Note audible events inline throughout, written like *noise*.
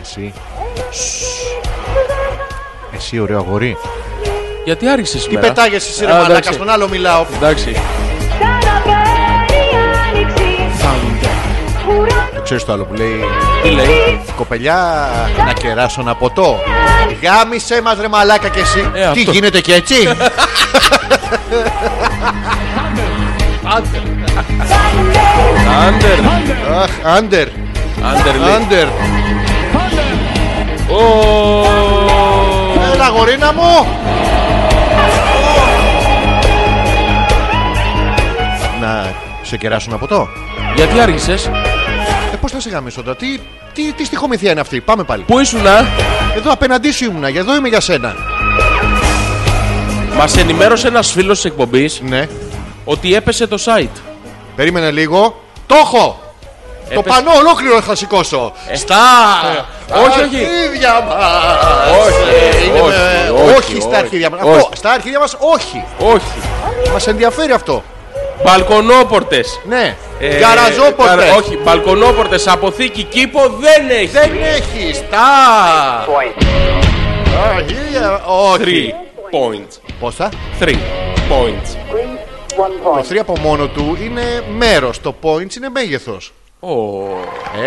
εσύ. Εσύ ωραίο αγόρι. Γιατί άργησε Τι σήμερα. πετάγεσαι εσύ ρε Α, μαλάκα, εντάξει. στον άλλο μιλάω. Εντάξει. Το ξέρεις το άλλο που λέει Τι λέει. κοπελιά να κεράσω ένα ποτό. Γάμισε μας ρε μαλάκα και εσύ. Ε, Τι αυτό. γίνεται και έτσι. Άντερ. Αχ, άντερ, Άντερ λέει. άντερ. Ω, Έλα γορίνα μου. Να σε κεράσω ένα ποτό. Γιατί άργησες. Ε, πώς θα σε γαμίσω τώρα, τι, τι, τι στοιχομηθεία είναι αυτή, πάμε πάλι. Πού ήσουνα. Εδώ απέναντί σου ήμουνα, για εδώ είμαι για σένα. Μας ενημέρωσε ένας φίλος της εκπομπής Ναι, ότι έπεσε το site. περίμενε λίγο. Το έχω! Το Έπεσε- πανό ολόκληρο θα σηκώσω. Στα Ε, όχι, όχι. αρχίδια μας. Όχι, Είναι όχι, με- όχι, όχι στα όχι, αρχίδια μας. όχι. Αυτό, στα αρχίδια μας όχι. Όχι. Μας ενδιαφέρει αυτό. Μπαλκονόπορτες. Ναι, Ε, γαραζόπορτες. γαρα- Όχι, μπαλκονόπορτες. Αποθήκη κήπο δεν έχεις. Δεν έχεις στα αρχίδια. Three Όχι. points. Πόσα? Three points. Το 3 από μόνο του είναι μέρος. Το points είναι μέγεθος. Ω,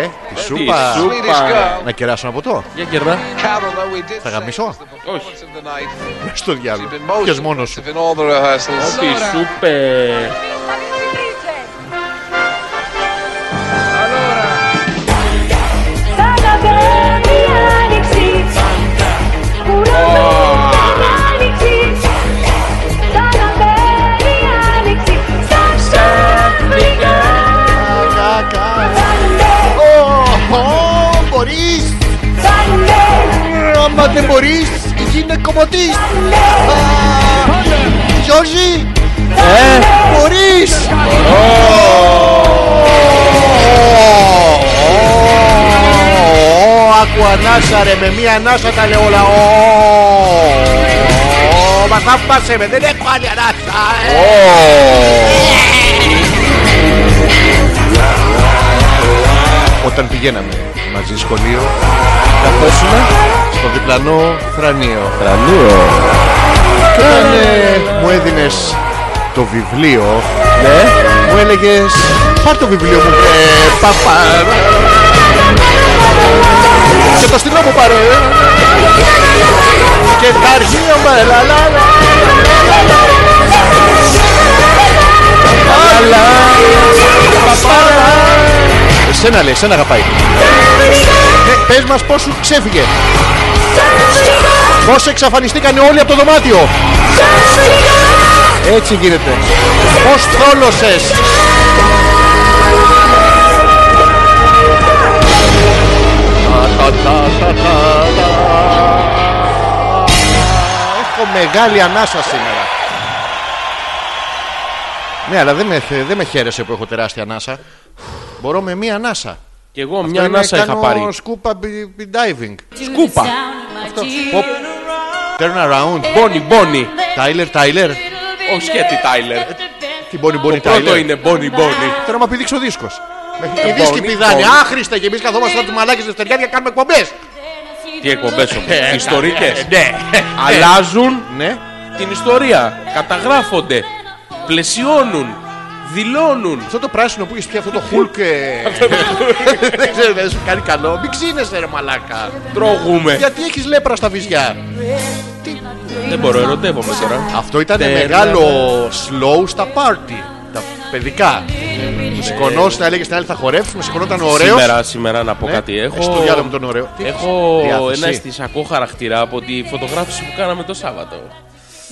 Ε, τη τι σούπα. σούπα. Να κεράσω ένα ποτό. Για κερνά. Θα γαμίσω. Όχι. Στο διάλογο. Ποιος μόνος σου. Τι σούπε. Κα, κα. Ω, ω, Μπορείς. Άμα δεν μπορείς, γίνε κομμωτής. Γιώργη, Ε, μπορείς. Ω, Άκου ανάσα ρε, με μία ανάσα τα λέω όλα. Ω, ω, Μα θα πάσε με, δεν έχω άλλη ανάσα. ε. Όταν πηγαίναμε μαζί σχολείο, καθόσουμε στο διπλανό θρανίο. Και αν ε, μου έδινες το βιβλίο, Ναι. μου έλεγες πάρ το βιβλίο μου, ε, παπά. Και το στυλό μου πάρε. ε. Και τα αρχεία μου, ε, λα, λα, λα. Λα, λα, παπά. Εσένα λέει, εσένα αγαπάει. Ε, Πες μας πώς σου ξέφυγε. Πώς εξαφανιστήκαν όλοι από το δωμάτιο. Έτσι γίνεται. Πώς θόλωσες. Έχω μεγάλη ανάσα σήμερα. Ναι, αλλά δεν με, θε- δεν με χαίρεσε που έχω τεράστια ανάσα. Μπορώ με μία ανάσα. Κι εγώ μια Είναι ανάσα είχα κάνω πάρει. σκούπα μπι- μπι- diving. Σκούπα. Turn around. Μπόνι, μπόνι. Tyler, Tyler. Όχι και τι Τάιλερ. Την Bonnie Bonnie Το πρώτο Tyler. είναι μπόνι, μπόνι. Θέλω να πηδήξει ο δίσκος. Ε, Οι δίσκοι Bonnie, πηδάνε. Bonnie. Άχρηστα και εμείς Ναι. καθόμαστε σαν του μαλάκι δευτεριάδια κάνουμε εκπομπές. Τι εκπομπές όμω. Ε, Ιστορικέ. Ναι. Αλλάζουν Ναι. την ιστορία. Καταγράφονται. Πλαισιώνουν. Δηλώνουν. Αυτό το πράσινο που έχεις πια αυτό το χουλκ. ε, *laughs* Δεν ξέρω, δεν σου κάνει καλό. Μην ξύνεσαι, ρε μαλάκα. Τρώγουμε. Γιατί έχεις λέπρα στα βυζιά. Δεν μπορώ, ερωτεύομαι τώρα. Αυτό ήταν Τε- μεγάλο slow στα πάρτι. Τα παιδικά. Μου σηκωνόσουν, να έλεγε στην άλλη θα χορέψουμε. Σηκωνόταν ωραίο. Ναι. Σήμερα, σήμερα να πω κάτι. Ναι. Ε, Στο Έχω, διάλογο με τον ωραίο. Τι έχω έχεις, διάθεση? ένα αισθησιακό χαρακτήρα από τη φωτογράφηση που κάναμε το Σάββατο.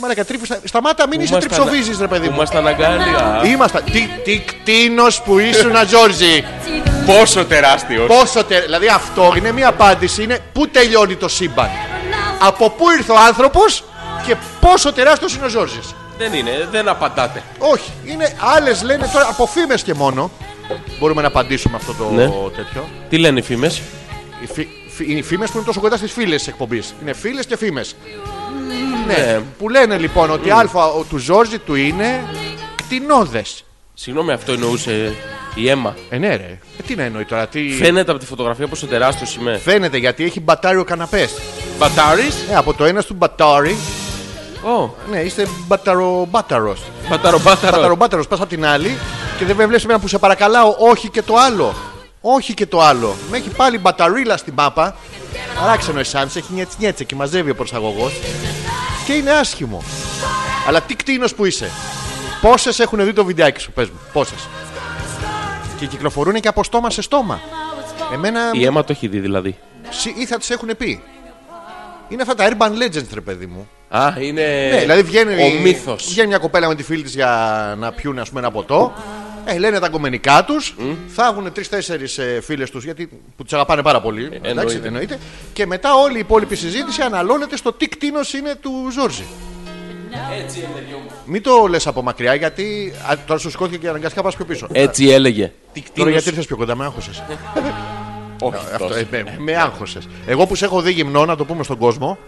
Μαλάκα, τρίφου στα- Σταμάτα, μην είσαι τριψοβίζεις ρε παιδί μου. Ήμασταν αγκάλια. Ε, Είμαστε. Τι, τι κτίνος που ήσουν, Τζόρζι. Πόσο τεράστιος. Πόσο τε... Δηλαδή αυτό είναι μια απάντηση. Είναι πού τελειώνει το σύμπαν. Από πού ήρθε ο άνθρωπος και πόσο τεράστιος είναι ο Τζόρζης. Δεν είναι, δεν απαντάτε. Όχι. Είναι άλλες λένε τώρα από φήμες και μόνο. Μπορούμε να απαντήσουμε αυτό το Ναι. τέτοιο. Τι λένε οι φήμες. Οι φι... φι- Είναι οι φήμες που είναι τόσο κοντά στις φίλες της εκπομπής. Είναι φίλες και φήμες. Ναι. Που λένε λοιπόν Mm. ότι α ο του Ζόρζη του είναι κτηνόδε. Συγγνώμη, αυτό εννοούσε Η αίμα. Ε, ναι, ρε. Ε, τι να εννοεί τώρα, τι. Φαίνεται από τη φωτογραφία πόσο τεράστιος σημαίνει. Φαίνεται γιατί έχει μπατάριο καναπές. Μπατάρις. Ε, από το ένα του μπατάρι, Ω, ναι, είστε μπαταρομπάταρος. μπαταρομπάταρο. Μπαταρομπάταρος, πας από την άλλη και δεν με βλέπεις εμένα που σε παρακαλάω, όχι και το άλλο. Όχι και το άλλο. Με έχει πάλι μπαταρίλα στην πάπα. Παράξενο εσάμψη, έχει νιέτσε νιέτσε και μαζεύει ο προσαγωγός. Και είναι άσχημο. Αλλά τι κτίνος που είσαι. Πόσες έχουν δει το βιντεάκι σου, πες μου. Πόσες. Και κυκλοφορούν και από στόμα σε στόμα. Εμένα Η αίμα το έχει δει δηλαδή. συ- ή θα τις έχουν πει. Είναι αυτά τα urban legends, ρε παιδί μου. Α, είναι. Ναι, δηλαδή βγαίνει, Ε, Ο μύθος. βγαίνει μια κοπέλα με τη φίλη της για να πιούν ας πούμε, ένα ποτό. Ε, λένε τα κομμενικά τους. Θα έχουν τρει-τέσσερι ε, φίλες τους που τι αγαπάνε πάρα πολύ. εντάξει, Ε, εννοείται. δεν εννοείται. Και μετά όλη η υπόλοιπη συζήτηση αναλώνεται στο τι κτίνος είναι του Ζόρζη. Μην το λες από μακριά γιατί. Α, τώρα σου σηκώθηκε και αναγκαστικά πας πιο πίσω. Έτσι έλεγε. Ε, Τι Τώρα κτίνος- Ε, γιατί ήρθες πιο κοντά, με άγχωσες. Όχι, αυτό. με με άγχωσες. Εγώ που σε έχω δει γυμνό, να το πούμε στον κόσμο.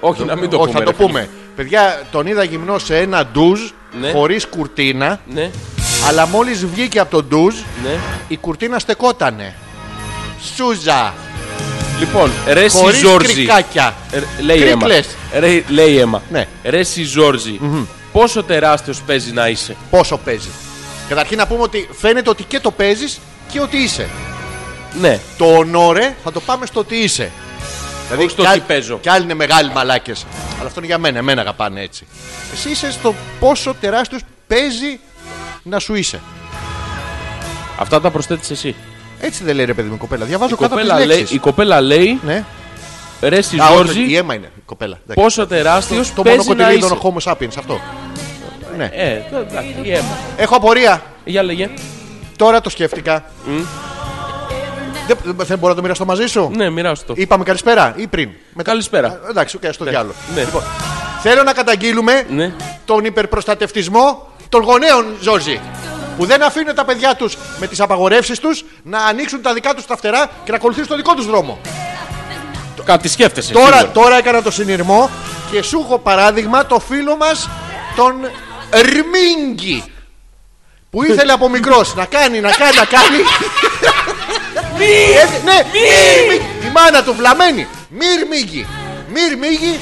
Όχι, να μην το Όχι, πούμε. θα ρε το πούμε. Παιδιά, τον είδα γυμνό σε ένα ντουζ Ναι. χωρίς κουρτίνα. φίλε. Ναι, Αλλά μόλις βγήκε από τον ντουζ, ναι. η κουρτίνα στεκότανε. Σούζα! Λοιπόν, ρε συ Χωρί Ζόρζι. κρικάκια. Ε, Λέει η αίμα. Κρίκλες. Ρε- Λέει η αίμα. Ναι. Ρε συ Ζόρζι. Πόσο τεράστιος παίζει να είσαι. Πόσο παίζει. Καταρχήν να πούμε ότι φαίνεται ότι και το παίζεις και ότι είσαι. Ναι. Το ονόρε θα το πάμε στο ότι είσαι. Όχι στο κι τι άλλ- παίζω. Κι άλλοι είναι μεγάλοι μαλάκες. Αλλά αυτό είναι για μένα. Εμένα αγαπάνε έτσι. Εσύ είσαι στο πόσο τεράστιος παίζει να σου είσαι. Αυτά τα προσθέτεις εσύ. Έτσι δεν λέει ρε παιδί μου η κοπέλα. Διαβάζω Η κάτω από τις κοπέλα, λέει, λέξεις. η κοπέλα λέει, Ναι. ρε συ Α, όχι, η Ζόρζι, αίμα είναι η κοπέλα. Εντάξει. πόσο τεράστιος Το μόνο παίζει να κοντιλίδι των είσαι. Homo sapiens αυτό. Ναι. Ε, το- εντάξει, η αίμα. Έχω απορία. Για λέγε. Τώρα το σκέφτηκα. Δεν, δεν μπορώ να το μοιραστώ μαζί σου. Ναι, μοιράσου το. Είπαμε καλησπέρα ή πριν. Μετά... Καλησπέρα. Α, Εντάξει, οκ, στο διάλογο. Λοιπόν, Ναι. Θέλω να καταγγείλουμε Ναι. τον υπερπροστατευτισμό των γονέων, Ζόρζη. Που δεν αφήνουν τα παιδιά τους με τις απαγορεύσεις τους να ανοίξουν τα δικά τους τα φτερά και να ακολουθήσουν το δικό τους δρόμο. Κάτι σκέφτεσαι. Τώρα, σίγουρα. τώρα έκανα το συνειρμό και σου έχω παράδειγμα το φίλο μας τον Ρμίγκι. Που ήθελε από μικρός να κάνει, να κάνει, να κάνει. Ε, ναι, η μάνα του βλαμμένη. Μη Ρμίγκι. Μη Ρμίγκι.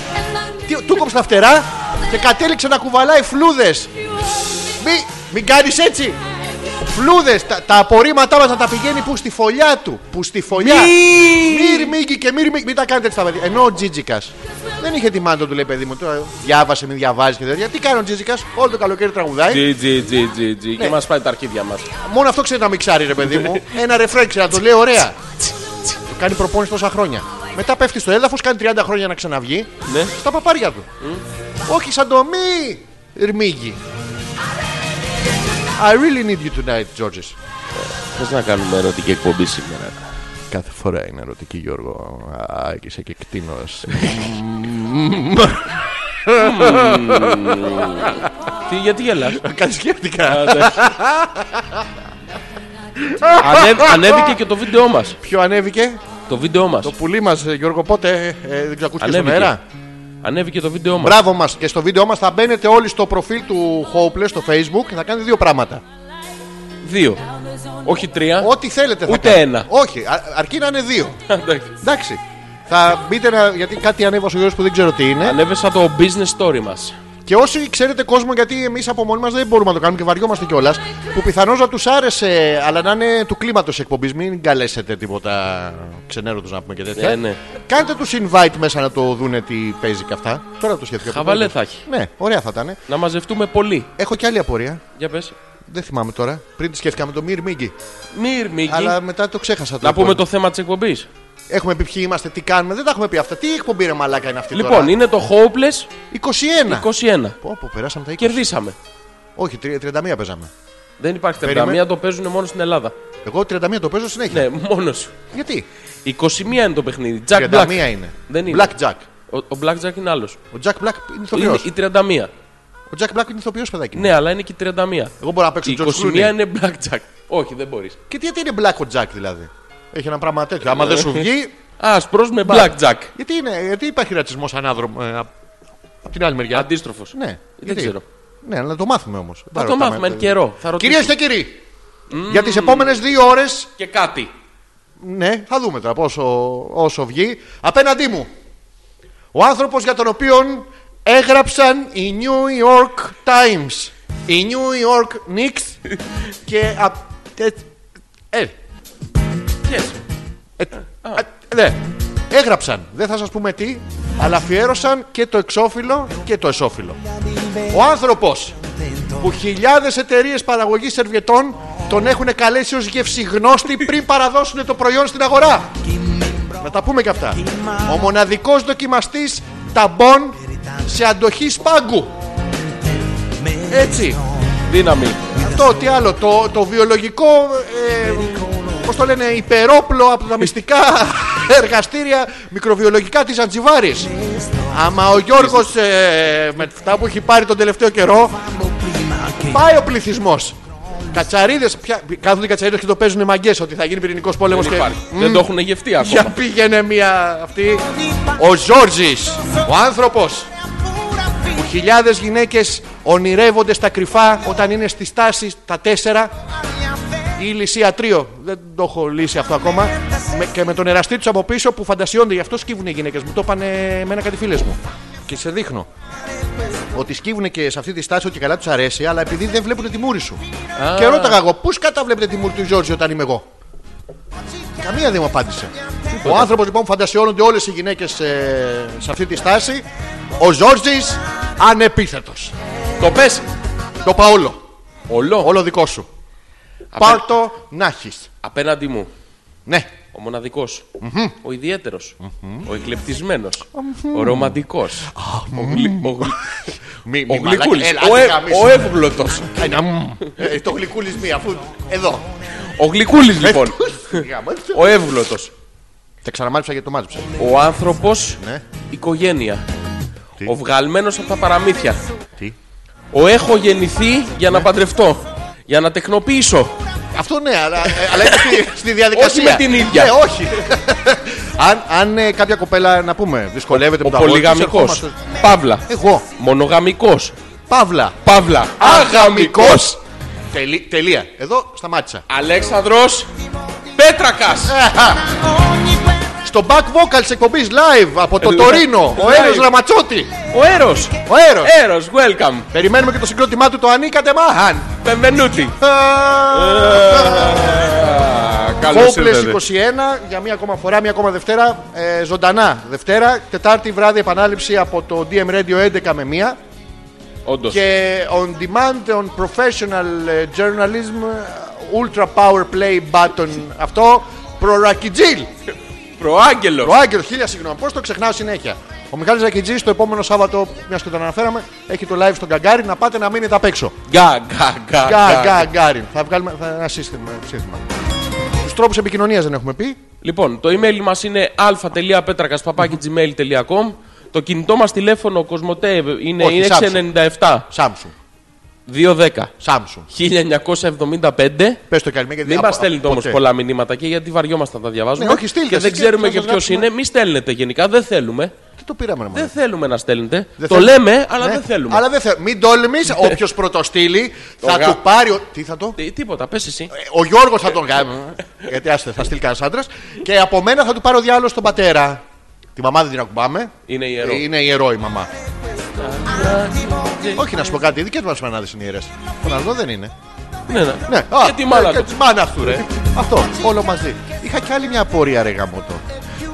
Τι- Του κόψε τα φτερά και κατέληξε να κουβαλάει φλούδες. Μη, μην κάνεις έτσι. Φλούδες, τα, τα απορρίμματά μας να τα πηγαίνει που στη φωλιά του. Που στη φωλιά. Μύρι Μίγκη και μύρι Μίγκη. Μην τα κάνετε έτσι τα παιδιά. Ενώ ο Τζίτζικας δεν είχε τη μάντα του, λέει παιδί μου. Τώρα διάβασε, μην διαβάζει και τέτοια. Τι κάνει ο Τζίτζικας, όλο το καλοκαίρι τραγουδάει. Τζι, τζι, τζι, τζι, τζι. Και μας πάει τα αρχίδια μας. Μόνο αυτό ξέρει να μιξάρει, ρε παιδί μου. Ένα ρεφρέν ξέρει να το λέει ωραία. το κάνει προπόνηση τόσα χρόνια. Μετά πέφτει στο έδαφος, κάνει 30 χρόνια να ξαναβγεί. Ναι. Στα παπάρια του. Όχι σαν το μη Ρμίγκη. I really need you tonight, Georges. Θες να κάνουμε ερωτική εκπομπή σήμερα. Κάθε φορά είναι ερωτική, Γιώργο. Α, είσαι και κτίνος. Τι, γιατί *laughs* γελάς *laughs* Κάτι σκέφτηκα. Ανέβ- ανέβηκε και το βίντεό μας Ποιο ανέβηκε, Το βίντεο μας το πουλί μας, Γιώργο, πότε ε, ε, δεν ξακούστηκε στον Ανέβηκε. αέρα. Ανέβηκε το βίντεο μας Μπράβο μας και στο βίντεο μας θα μπαίνετε όλοι στο προφίλ του Hopeless στο Facebook και θα κάνετε δύο πράγματα. Δύο. Όχι τρία. Ό,τι θέλετε θα Ούτε κάνετε. ένα. Όχι, α- αρκεί να είναι δύο. *laughs* Εντάξει. Εντάξει. Θα μπείτε να, γιατί κάτι ανέβασε ο Γιώργος που δεν ξέρω τι είναι. Ανέβεσα το business story μας Και όσοι ξέρετε κόσμο, γιατί εμείς από μόνοι μας δεν μπορούμε να το κάνουμε και βαριόμαστε κιόλας, που πιθανώς να τους άρεσε, αλλά να είναι του κλίματος εκπομπής, μην καλέσετε τίποτα ξενέρωτος να πούμε και τέτοια. Ναι, ναι. Κάντε τους invite μέσα να το δούνε τι παίζει και αυτά. Τώρα το σχέδιο. Χαβαλέ θα έχει. Ναι, ωραία θα ήταν. Να μαζευτούμε πολύ. Έχω και άλλη απορία. Για πες Δεν θυμάμαι τώρα. Πριν τη σκέφτηκα με το Μύρ Μίγκη. Μύρ, Μίγκη. Αλλά μετά το ξέχασα. Να πούμε το θέμα της εκπομπής Έχουμε πει ποιοι είμαστε, τι κάνουμε. Δεν τα έχουμε πει αυτά. Τι εκπομπή ρε μαλάκα είναι αυτή Λοιπόν, τώρα. είναι το Hopeless 21. 21. Πω, πω, περάσαμε τα 20. Κερδίσαμε. Όχι, τρι- 31 παίζαμε. Δεν υπάρχει Περίμενε. τερμαμία, το παίζουν μόνο στην Ελλάδα. Εγώ 31 το παίζω συνέχεια. Ναι, μόνος σου. Γιατί. 21 είναι το παιχνίδι. Jack 31 Black. είναι. Δεν είναι. Black Jack. Ο, ο Blackjack είναι άλλος. Ο Jack Black είναι Είναι ηθοποιό. η 31. Ο Jack Black είναι ηθοποιό, παιδάκι. μου. Ναι, αλλά είναι και η 31. Εγώ μπορώ να παίξω Η τον 21 George Clooney. είναι Blackjack. Όχι, δεν μπορείς. Και τι- γιατί είναι Black ο Jack δηλαδή. Έχει ένα πράγμα τέτοιο. Άμα δεν Ναι. σου βγει. Άσπρος με Blackjack. Γιατί, είναι, γιατί υπάρχει ρατσισμός ανάδρομο. Ε, από την άλλη μεριά. Αντίστροφος. Ναι, Δεν ξέρω. Ναι, αλλά να το μάθουμε όμως. Θα το μάθουμε εν καιρό. Θα ρωτήσω. Κυρίες και κύριοι, Για τις επόμενες δύο ώρες Και κάτι. ναι, θα δούμε τώρα πόσο όσο βγει. Απέναντί μου, ο άνθρωπος για τον οποίο έγραψαν οι New York Times, οι New York Knicks και. α- τε- Ε, Yes. ε, α, ναι, έγραψαν. Δεν θα σας πούμε τι, αλλά αφιέρωσαν και το εξώφυλλο και το εσώφυλλο. Ο άνθρωπος που χιλιάδες εταιρείες παραγωγής σερβιετών τον έχουν καλέσει ως γευσιγνώστη πριν παραδώσουν το προϊόν στην αγορά. Να τα πούμε και αυτά. Ο μοναδικός δοκιμαστής ταμπών σε αντοχή σπάγκου. Έτσι. Δύναμη. Αυτό τι άλλο, το, το βιολογικό, ε, πώς το λένε, υπερόπλο από τα μυστικά *laughs* εργαστήρια μικροβιολογικά της Αντζιβάρης. Άμα ο Γιώργος ε, με αυτά που έχει πάρει τον τελευταίο καιρό, πάει ο πληθυσμός. Κατσαρίδες, πια, κάθονται οι κατσαρίδες και το παίζουν μαγκές ότι θα γίνει πυρηνικός πόλεμος Δεν και... υπάρχει. Δεν το έχουν γευτεί Για ακόμα. πήγαινε μια αυτή. Ο Ζόρζης, ο άνθρωπος που χιλιάδες γυναίκες ονειρεύονται στα κρυφά όταν είναι στη στάση τα τέσσερα ή λυσία τρίο. Δεν το έχω λύσει αυτό ακόμα. Με- και με τον εραστή τους από πίσω που φαντασιώνται γι' αυτό σκύβουν οι γυναίκες μου. Το είπανε εμένα κάτι φίλες μου. Και σε δείχνω. Ότι σκύβουν και σε αυτή τη στάση ότι καλά τους αρέσει, αλλά επειδή δεν βλέπουν τη μούρη σου. Και ρώταγα εγώ, πώ κατά βλέπετε τη μούρη του Γιώργη όταν είμαι εγώ. Καμία δεν μου απάντησε. Ο άνθρωπος λοιπόν που φαντασιώνονται όλες οι γυναίκες σε αυτή τη στάση, ο Ζόρτζη ανεπίθετος. Το πες. Το παόλο. Ολό. Όλο δικό σου. Απέ- Πάρτο να έχει. Απέναντι μου. Ναι. Ο μοναδικός, Ο ιδιαιτερος Ο εκλεπτισμενος Ο ρομαντικός Ο, γλυ... ο, γλυ... Μη, ο μη γλυκούλης, μαλακ- Ο, Έλα, ε... άντε γαμίσου. ο εύγλωτος. Ένα μμμ. Ε, Το γλυκούλης μη αφού. Εδώ. Ο γλυκούλης *laughs* λοιπόν. ο εύγλωτος. Τα ξαναμάλυψα γιατί το μάζεψα. Ο άνθρωπος Ναι. Οικογένεια. Τι? Ο βγαλμένος από τα παραμύθια. Τι. Ο έχω γεννηθεί για Ναι. να παντρευτώ. Για να τεκνοποιήσω. Αυτό ναι, αλλά, ε, αλλά είναι στη, στη διαδικασία. Όχι με την ίδια. Ναι, όχι. *laughs* αν αν ε, κάποια κοπέλα, να πούμε, δυσκολεύεται με Ο το αγόρι της, πολυγαμικός. ερχόμαστε- Παύλα. Εγώ. Μονογαμικός. Παύλα. Παύλα. Αγαμικός. Τελε- τελεία. Εδώ σταμάτησα. Αλέξανδρος Πέτρακας. Στο back vocal τη εκπομπής live από το Live. Τωρίνο, ο Έρο Live. Ε. Ραματσότη. Ο Έρος. Ο Έρος. Έρος, welcome. Περιμένουμε και το συγκρότημά του το Ανίκατε Μάχαν. Benvenuti. Καλώς Κόμπλε 21 για μία ακόμα φορά, μία ακόμα Δευτέρα. ε, ζωντανά Δευτέρα. Τετάρτη βράδυ επανάληψη από το DM Radio 11 με μία. Όντως. Και on demand, on professional ε, journalism, ultra power play button. Αυτό προρακιτζίλ. Ο Προάγγελος. Άγγελο, χίλια συγγνώμη, πώς το ξεχνάω συνέχεια. Ο Μιχάλης Ζακιτζής το επόμενο Σάββατο, μιας και τον αναφέραμε, έχει το live στον Καγκάρι. Να πάτε να μείνετε απ' έξω. Γκά, γκά, γκά, Κα- γκά. Καγκάρι. Θα βγάλουμε θα- ένα σύστημα. σύστημα. Τους τρόπους επικοινωνίας δεν έχουμε πει. Λοιπόν, το email μας είναι α.πέτρακας.gmail.com Το κινητό μας τηλέφωνο Κοσμοτέ είναι Όχι, Samsung. 697 Samsung. 210 Samsung. 1975 Πες το καλημέρα γιατί Μην απο- μας στέλνετε όμως ποτέ. πολλά μηνύματα και γιατί βαριόμαστε να τα διαβάζουμε. Ναι, όχι, στείλτε, και δεν στείλτε, ξέρουμε θα και σας ποιος γράψουμε. είναι. Μην στέλνετε γενικά. Δεν θέλουμε. Τι το πήραμε, ρε μάνα. Δεν θέλουμε να στέλνετε. Δεν το θέλουμε. λέμε, αλλά Ναι. δεν θέλουμε. Ναι. Αλλά δεν θέλ- Μην τόλμη, όποιος πρωτοστείλει θα γα- του πάρει. ο- Τι θα το. Τι- τίποτα, πες εσύ. Ε, Ο Γιώργος θα τον κάνει. Γιατί άστε, θα στείλει κανένας άντρας. Και από μένα θα του πάρει ο διάλογος στον πατέρα. Τη μαμά δεν την ακουμπάμε. Είναι ιερό. Είναι ιερό η μαμά. Όχι να σου πω κάτι, οι δικέ μας μανάδες είναι ιερέ. Τον άλλο δεν είναι. Ναι, ναι. Ναι, Και τη μάνα και του. τη μάνα του, ρε. Αυτό, όλο μαζί. Είχα και άλλη μια απορία, ρε γαμότο.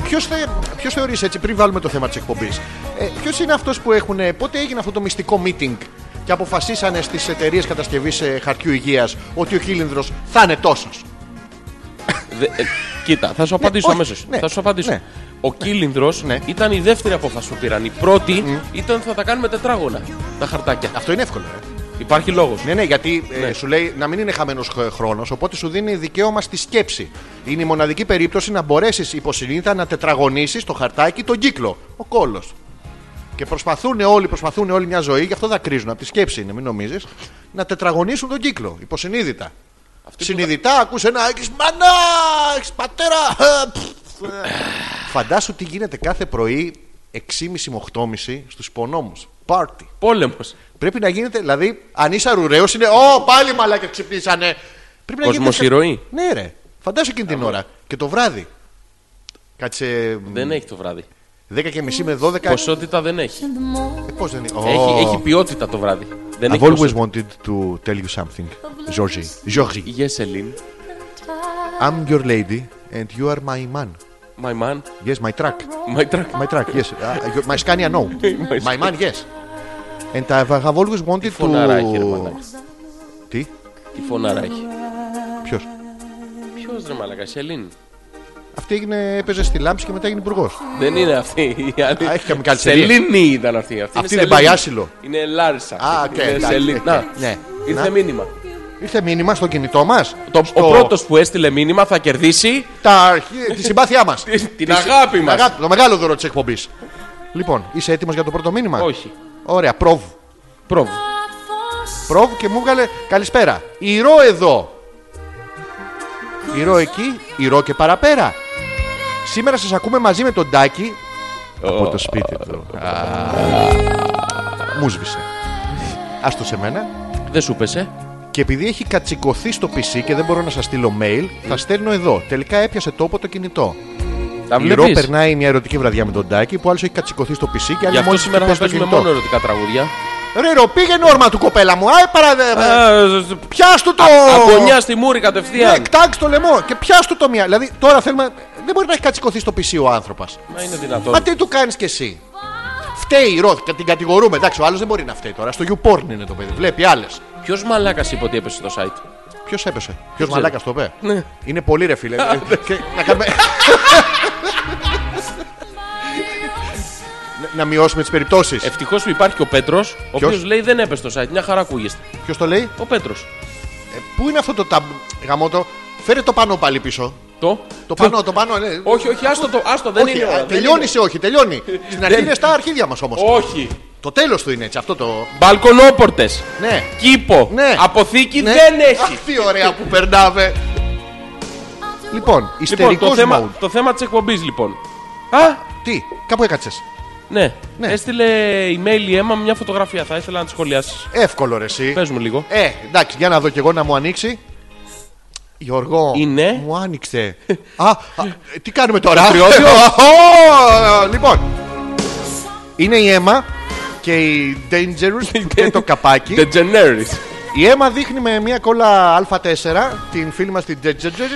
Ποιος θε, ποιος θεωρείς έτσι, πριν βάλουμε το θέμα της εκπομπής, ε, ποιος είναι αυτός που έχουν. ε, Πότε έγινε αυτό το μυστικό meeting και αποφασίσανε στις εταιρείες κατασκευής ε, χαρτιού υγείας ότι ο χίλινδρος θα είναι τόσος. Δε- ε, κοίτα, θα σου απαντήσω όχι, αμέσως. ναι, Θα σου απαντήσω. ναι. Ο κύλινδρο Ναι. ήταν η δεύτερη απόφαση που πήραν. Η πρώτη ήταν θα τα κάνουμε τετράγωνα τα χαρτάκια. Αυτό είναι εύκολο, ε. Υπάρχει λόγος. Ναι, ναι, γιατί ε, σου λέει να μην είναι χαμένος χρόνος, οπότε σου δίνει δικαίωμα στη σκέψη. Είναι η μοναδική περίπτωση να μπορέσεις υποσυνείδητα να τετραγωνίσεις το χαρτάκι τον κύκλο, ο κόλος. Και προσπαθούν όλοι, προσπαθούν όλοι μια ζωή, γι' αυτό δακρύζουν. Από τη σκέψη είναι, μην νομίζεις, να τετραγωνίσουν τον κύκλο, υποσυνείδητα. Συνειδητά ακούς ένα έχεις μανά, έχεις πατέρα. ε, πφ, ε. Φαντάσου τι γίνεται κάθε πρωί 6.30 με 8.30 στους υπονόμους. Πάρτι. Πόλεμος. Πρέπει να γίνεται, δηλαδή, αν είσαι αρουραίος, είναι. Ω, πάλι μαλάκα ξυπνήσανε. Πρέπει να γίνει κάτι- Κοσμοσυρωή. Ναι, ρε. Φαντάσου εκείνη την ώρα. Και το βράδυ. Κάτσε. μ, Δεν έχει το βράδυ. 10 και μισή με 12. Ποσότητα δεν έχει. Ε, Πώς δεν είναι. Έχει, Ω, έχει ποιότητα το βράδυ. Δεν I've έχει always ποσότητα. wanted to tell you something, Georgie. Georgie, Yes, Ελίν. I'm your lady and you are my man. My man. Yes, my truck. My truck. My truck, yes. Uh, your- my Scania, *laughs* no. my man, yes. And I've, I've always wanted to... Φωνάρα έχει, ρε μαλάκα. Τι, Τι φωνάρα έχει. ποιος. Ποιος ρε μαλάκα, η Ελίν. Αυτή έγινε, έπαιζε στη λάμψη και μετά έγινε υπουργός. Δεν είναι αυτή. η άλλη. Α, έχει καμικά άλλη Σελήνη. Σελήνη ήταν αυτή. Αυτή, Αυτή είναι δεν πάει Σελήνη. άσυλο. Είναι Λάρισα. Α, οκ, Είναι εντάξει. Σελήνη. Να, Ναι. Ήρθε Να. μήνυμα. Ήρθε μήνυμα στο κινητό μας. Το, Ο πρώτος που έστειλε μήνυμα θα κερδίσει Τα αρχή- τη συμπάθειά μας. *laughs* την, την αγάπη μας. Το μεγάλο δώρο της εκπομπής. Λοιπόν, είσαι έτοιμος για το πρώτο μήνυμα. Όχι. Ωραία, πρόβ. Πρόβ. Πρόβ και μου έβγαλε καλησπέρα. Ηρώ εδώ. Ηρώ εκεί, ηρώ και παραπέρα. Σήμερα σας ακούμε μαζί με τον Τάκη από το σπίτι του. Μου σβήσε. Άστο σε μένα. Δεν σου πέσε. Και επειδή έχει κατσικωθεί στο PC και δεν μπορώ να σας στείλω mail, θα στέλνω εδώ. Τελικά έπιασε τόπο το κινητό. Τα Η Ρο βλέπεις. περνάει μια ερωτική βραδιά με τον Τάκη που άλλος έχει κατσικωθεί στο PC και Γι' άλλη αυτό μόλι σήμερα θα παίζουμε μόνο ερωτικά τραγούδια. Ρε Ρο, πήγαινε όρμα του κοπέλα μου. Άι, παραδε... Πιάστο το. Αγωνιά στη μούρη Ναι, κατευθείαν. εκτάξει το λαιμό και πιάστο το μία. Δηλαδή τώρα θέλουμε. Δεν μπορεί να έχει κατσικωθεί στο PC ο άνθρωπος. Μα είναι δυνατόν. Μα τι του κάνεις κι εσύ. Φταίει η Ρο, την κατηγορούμε. Εντάξει, ο άλλος δεν μπορεί να φταίει τώρα. Στο YouPorn είναι το παιδί. Βλέπει άλλες. Ποιος μαλάκας είπε ότι έπεσε το site. Ποιος έπεσε. Ποιο μαλάκας το είπε. Ναι. Είναι πολύ ρε φίλε. Ε, και να, κάνουμε... Να- να μειώσουμε τις περιπτώσεις. Ευτυχώς που υπάρχει και ο Πέτρος, ο Ποιος? οποίος λέει δεν έπεσε το site. Μια χαρά ακούγεστε. Ποιος το λέει. Ο Πέτρος. Ε, πού είναι αυτό το ταμ... γαμότο. Φέρε το πάνω πάλι πίσω. Το. Το πάνω, το πάνω. ναι. Όχι, όχι, άστο το. Άστο, δεν Όχι, είναι. α, ώρα, δεν τελειώνει είναι. σε όχι, τελειώνει. Στην αρχή Δεν- είναι στα αρχίδια μας όμως. Όχι. Το τέλος του είναι έτσι, αυτό το. Μπαλκονόπορτες. Ναι. Κήπο. Ναι. Αποθήκη Ναι. δεν Αχ, έχει. τι ωραία που περνάμε. Λοιπόν, Λοιπόν, ιστερικό το θέμα, mode. το θέμα της εκπομπής λοιπόν. Α, Τι, κάπου έκατσες. ναι. Ναι. Έστειλε email η Έμα μια φωτογραφία. Θα ήθελα να τη σχολιάσεις. Εύκολο ρε εσύ. Πες μου λίγο. Ε, εντάξει, για να δω κι εγώ να μου ανοίξει. Γιώργο, Είναι. μου άνοιξε. *laughs* α, α, τι κάνουμε τώρα. Κρυώδιο. *laughs* Ω, λοιπόν, είναι η αίμα και η Dangerous και το καπάκι. The Generis. Η αίμα δείχνει με μια κόλλα Α4 την φίλη μας την Τζετζετζερ.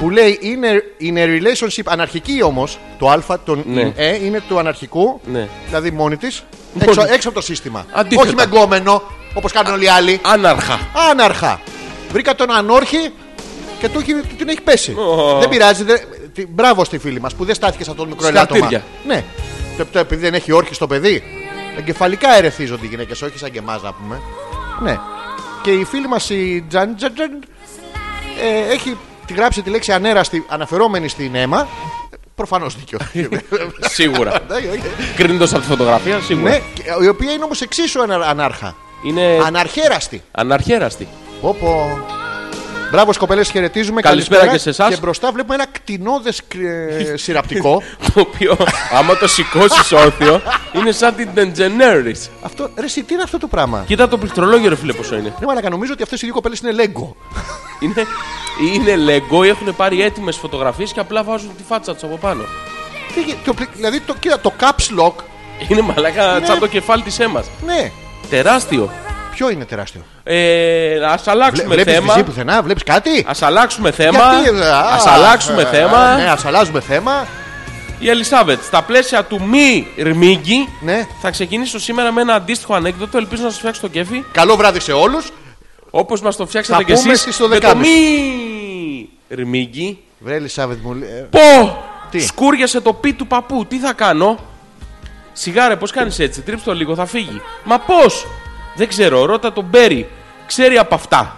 Που λέει είναι, είναι relationship αναρχική όμως. Το Α, το Ναι. ε, είναι του αναρχικού. Ναι. Δηλαδή μόνη της. Μόνη. Έξω, έξω από το σύστημα. Αντίθετα. Όχι με γκόμενο όπως κάνουν όλοι οι άλλοι. Άναρχα. Άναρχα. Βρήκα τον ανόρχη και του, έχει- του την έχει πέσει. Δεν πειράζει. δεν- τι- μπράβο στη φίλη μας που δεν στάθηκες σε αυτό το μικρό Σκατήρια. ελάττωμα. Ναι. Το, το επειδή δεν έχει όρχη στο παιδί. Εγκεφαλικά ερεθίζονται οι γυναίκες, όχι σαν και εμάς να πούμε. Ναι. Και η φίλη μας η Τζαντζαντζαν ε, έχει τη γράψει τη λέξη ανέραστη αναφερόμενη στην αίμα. Προφανώς δίκιο. *laughs* Σίγουρα. Ναι, όχι. Κρίνοντας από τη φωτογραφία, σίγουρα. ναι, και- η οποία είναι όμως εξίσου ανα- ανάρχα. Είναι Αναρχέραστη. αναρχέραστη. Πω, πω. Μπράβο, κοπέλε, χαιρετίζουμε. Καλησπέρα και σε εσάς. Και μπροστά βλέπουμε ένα κτηνόδε *laughs* σειραπτικό. Το οποίο, άμα το σηκώσεις όρθιο, είναι σαν την The Generis. αυτό, ρε, εσύ, τι είναι αυτό το πράγμα. Κοίτα το πληκτρολόγιο, ρε φίλε, πόσο είναι. Ναι, μαλακα, νομίζω ότι αυτές οι δύο κοπέλες είναι λέγκο. Είναι, είναι λεγκό ή έχουν πάρει έτοιμες φωτογραφίες και απλά βάζουν τη φάτσα τους από πάνω. Τι γι- το πλη- δηλαδή, το, κοίτα, το caps lock, Είναι μαλακά Ναι. σαν το κεφάλι της αίμας. ναι. Τεράστιο. Ποιο είναι τεράστιο. Ε, Ας Βλέ, αλλάξουμε Βλέπεις θέμα. βυζί πουθενά, βλέπεις κάτι. Ας αλλάξουμε θέμα. Γιατί, ε, Ας α, αλλάξουμε ε, θέμα. Ναι, ας αλλάζουμε θέμα. Η Ελισάβετ, στα πλαίσια του μη ρμίγκι, Ναι. θα ξεκινήσω σήμερα με ένα αντίστοιχο ανέκδοτο. Ελπίζω να σας φτιάξει το κέφι Καλό βράδυ σε όλους. όπως μας το φτιάξατε Θα κι πούμε εσείς στις με το 12.30. μη ρμίγκι. Βρε, Ελισάβετ μου λέει. ε, Πω! Τι? Σκούριασε το πι του παππού, τι θα κάνω. Σιγάρε, πώς κάνεις έτσι, τρίψε το λίγο, θα φύγει. Μα πώς! Δεν ξέρω, ρώτα τον Μπέρι. Ξέρει από αυτά.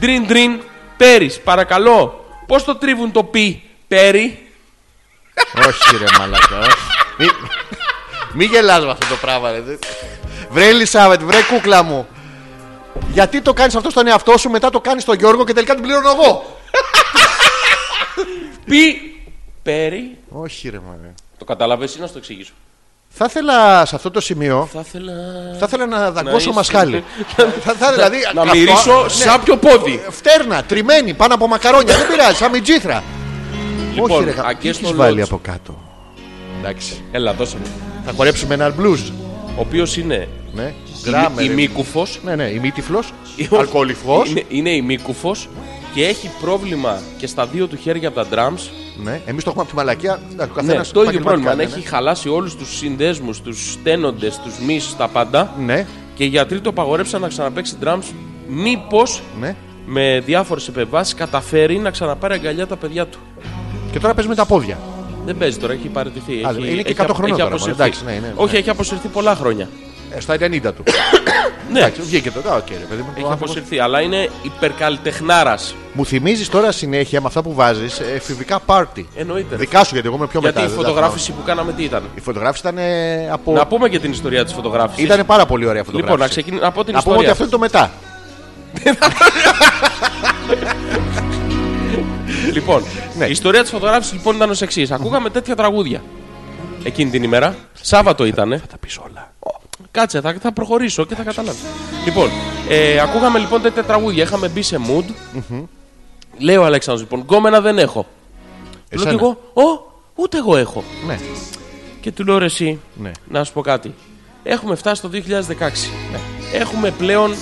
Ντριν ντριν, Πέρις, παρακαλώ. Πώς το τρίβουν το πι, Πέρι. Όχι, ρε, μαλακά. Μη, μη γελάς με αυτό το πράγμα, ρε. Βρε, Ελισάβετ, βρε, κούκλα μου. Γιατί το κάνεις αυτό στον εαυτό σου, μετά το κάνεις στον Γιώργο και τελικά την πληρώνω εγώ. Πι, Πέρι. Όχι, ρε, μαλακά. Το κατάλαβε ή να σου το εξηγήσω. Θα ήθελα σε αυτό το σημείο Θα ήθελα. θα ήθελα να δαγκώσω είσαι- μασχάλι. θα, θα, δηλαδή, να αυτό- μυρίσω ναι. σαν πιο πόδι. Φτέρνα, τριμμένη, πάνω από μακαρόνια. Δεν πειράζει, σαν μιτζήθρα. Λοιπόν, Όχι, ρε, γα- α, τι και έχεις στο βάλει Lodge. από κάτω. Εντάξει. Έλα, δώσε μου. Θα χορέψουμε ένα blues. Ο οποίος είναι Ναι, Γράμμε, ρε. ημίκουφος. Ναι, ναι, ημίτυφλος, αλκοολιφός. Είναι, είναι ημίκουφος και έχει πρόβλημα και στα δύο του χέρια από τα drums. Ναι, εμείς το έχουμε από τη μαλακία. Εντάξει, ο Ναι, καθένας το ίδιο επαγγελματικά, πρόβλημα. Αν ναι, έχει χαλάσει όλους τους συνδέσμους, τους στένοντες, τους μίσου, τα πάντα. Ναι, ναι, Και οι γιατροί το απαγορέψαν να ξαναπέξει drums. Μήπως ναι. με διάφορες επεμβάσεις καταφέρει να ξαναπάρει αγκαλιά τα παιδιά του. Και τώρα παίζουμε τα πόδια. Δεν παίζει τώρα, έχει παραιτηθεί. Α, έχει, είναι και έχει 100 απο- χρονών έχει τώρα, αποσυρθεί. εντάξει, ναι, ναι, ναι. Όχι, έχει αποσυρθεί πολλά χρόνια. Ε, Στα 90 του. Ναι, Εντάξει, βγήκε το. Α, οκ, ρε, παιδί μου, ο έχει άνθρωπος- αποσυρθεί, αλλά είναι υπερκαλλιτεχνάρας. Μου θυμίζεις τώρα συνέχεια με αυτά που βάζεις εφηβικά πάρτι. Εννοείται. ρε. Δικά σου γιατί εγώ είμαι πιο Ε, ναι. Γιατί μετά. η δεν τα φωτογράφηση που κάναμε τι ήταν. θυμάμαι. Η φωτογράφηση ήταν ε, από. Να πούμε και την ιστορία της φωτογράφησης. Ήταν πάρα πολύ ωραία φωτογράφηση. Λοιπόν, να ξεκινήσω από την Να πούμε ότι ιστορία. αυτό είναι το μετά. Λοιπόν, Ναι. η ιστορία της φωτογράφησης λοιπόν ήταν ως εξής. Ακούγαμε τέτοια τραγούδια εκείνη την ημέρα. Σάββατο ήταν. Θα τα πεις όλα. Κάτσε, θα, θα προχωρήσω και θα καταλάβει. Λοιπόν, ε, ακούγαμε λοιπόν τέτοια τραγούδια. Είχαμε μπει σε mood. Λέει ο Αλέξανδρος λοιπόν, γκόμενα δεν έχω. Λέω και Εσένα. εγώ, Ω, ούτε εγώ έχω. Ναι. Και του λέω ρε εσύ, Ναι. να σου πω κάτι. Έχουμε φτάσει το 2016. Ναι. Έχουμε πλέον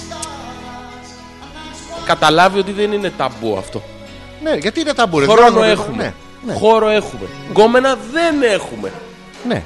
καταλάβει ότι δεν είναι ταμπού αυτό. ναι, γιατί είναι ταμπούρε. Χρόνο έχουμε. Ναι, ναι, Χώρο έχουμε. Γκόμενα δεν έχουμε. ναι.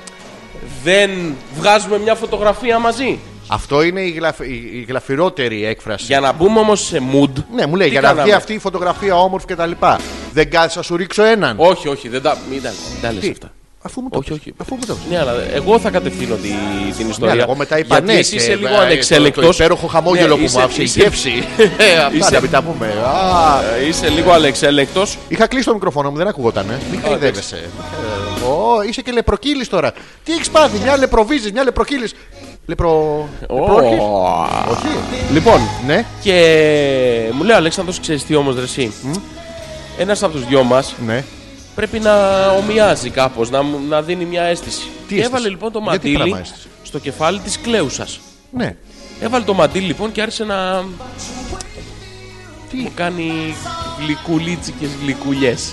Δεν βγάζουμε μια φωτογραφία μαζί. Αυτό είναι η, γλαφ... η- η γλαφυρότερη έκφραση. Για να μπούμε όμως σε mood. Ναι, μου λέει τι για να βγει κάναμε? αυτή η φωτογραφία όμορφη και τα λοιπά. Δεν κάθεσαι να σου ρίξω έναν. Όχι, όχι, δεν τα, μην τα, μην τα λες Τι, αυτά. Αφού μου το Όχι, πεις. όχι. Αφού μου το πεις. Ναι, αλλά εγώ θα κατευθύνω τη- την Ναι, ιστορία. αλλά εγώ μετά είπα Γιατί ναι. εσύ και, είσαι λίγο ε, ανεξέλεκτο. Το, το υπέροχο χαμόγελο που μου άφησε η *laughs* γεύση. *laughs* Ε, Αυτά είσαι- να μην τα πούμε. Α, Είσαι λίγο ανεξέλεκτος. Είχα κλείσει το μικροφόνο μου, δεν ακουγόταν. Ε. Μην χαϊδεύεσαι. Ε, Ω, είσαι και λεπροκύλης τώρα. Τι έχεις πάθει, μια λεπροβίζη, μια λεπροκύλης. Λεπρο. λεπρόχης? Όχι. Λοιπόν, Ναι, και μου λέει ο Αλέξανδρος ξέρεις τι όμως, Ρεσί. Ένας από τους δυο μας ναι. πρέπει να ομοιάζει κάπως, να, μου- να δίνει μια αίσθηση. Και αίσθηση? Έβαλε λοιπόν το Γιατί μαντίλι πράγμα αίσθηση? στο κεφάλι της κλέουσας. Ναι. Έβαλε το μαντίλι λοιπόν και άρχισε να. Τι? Μου κάνει γλυκουλίτσικες *laughs* γλυκουλιές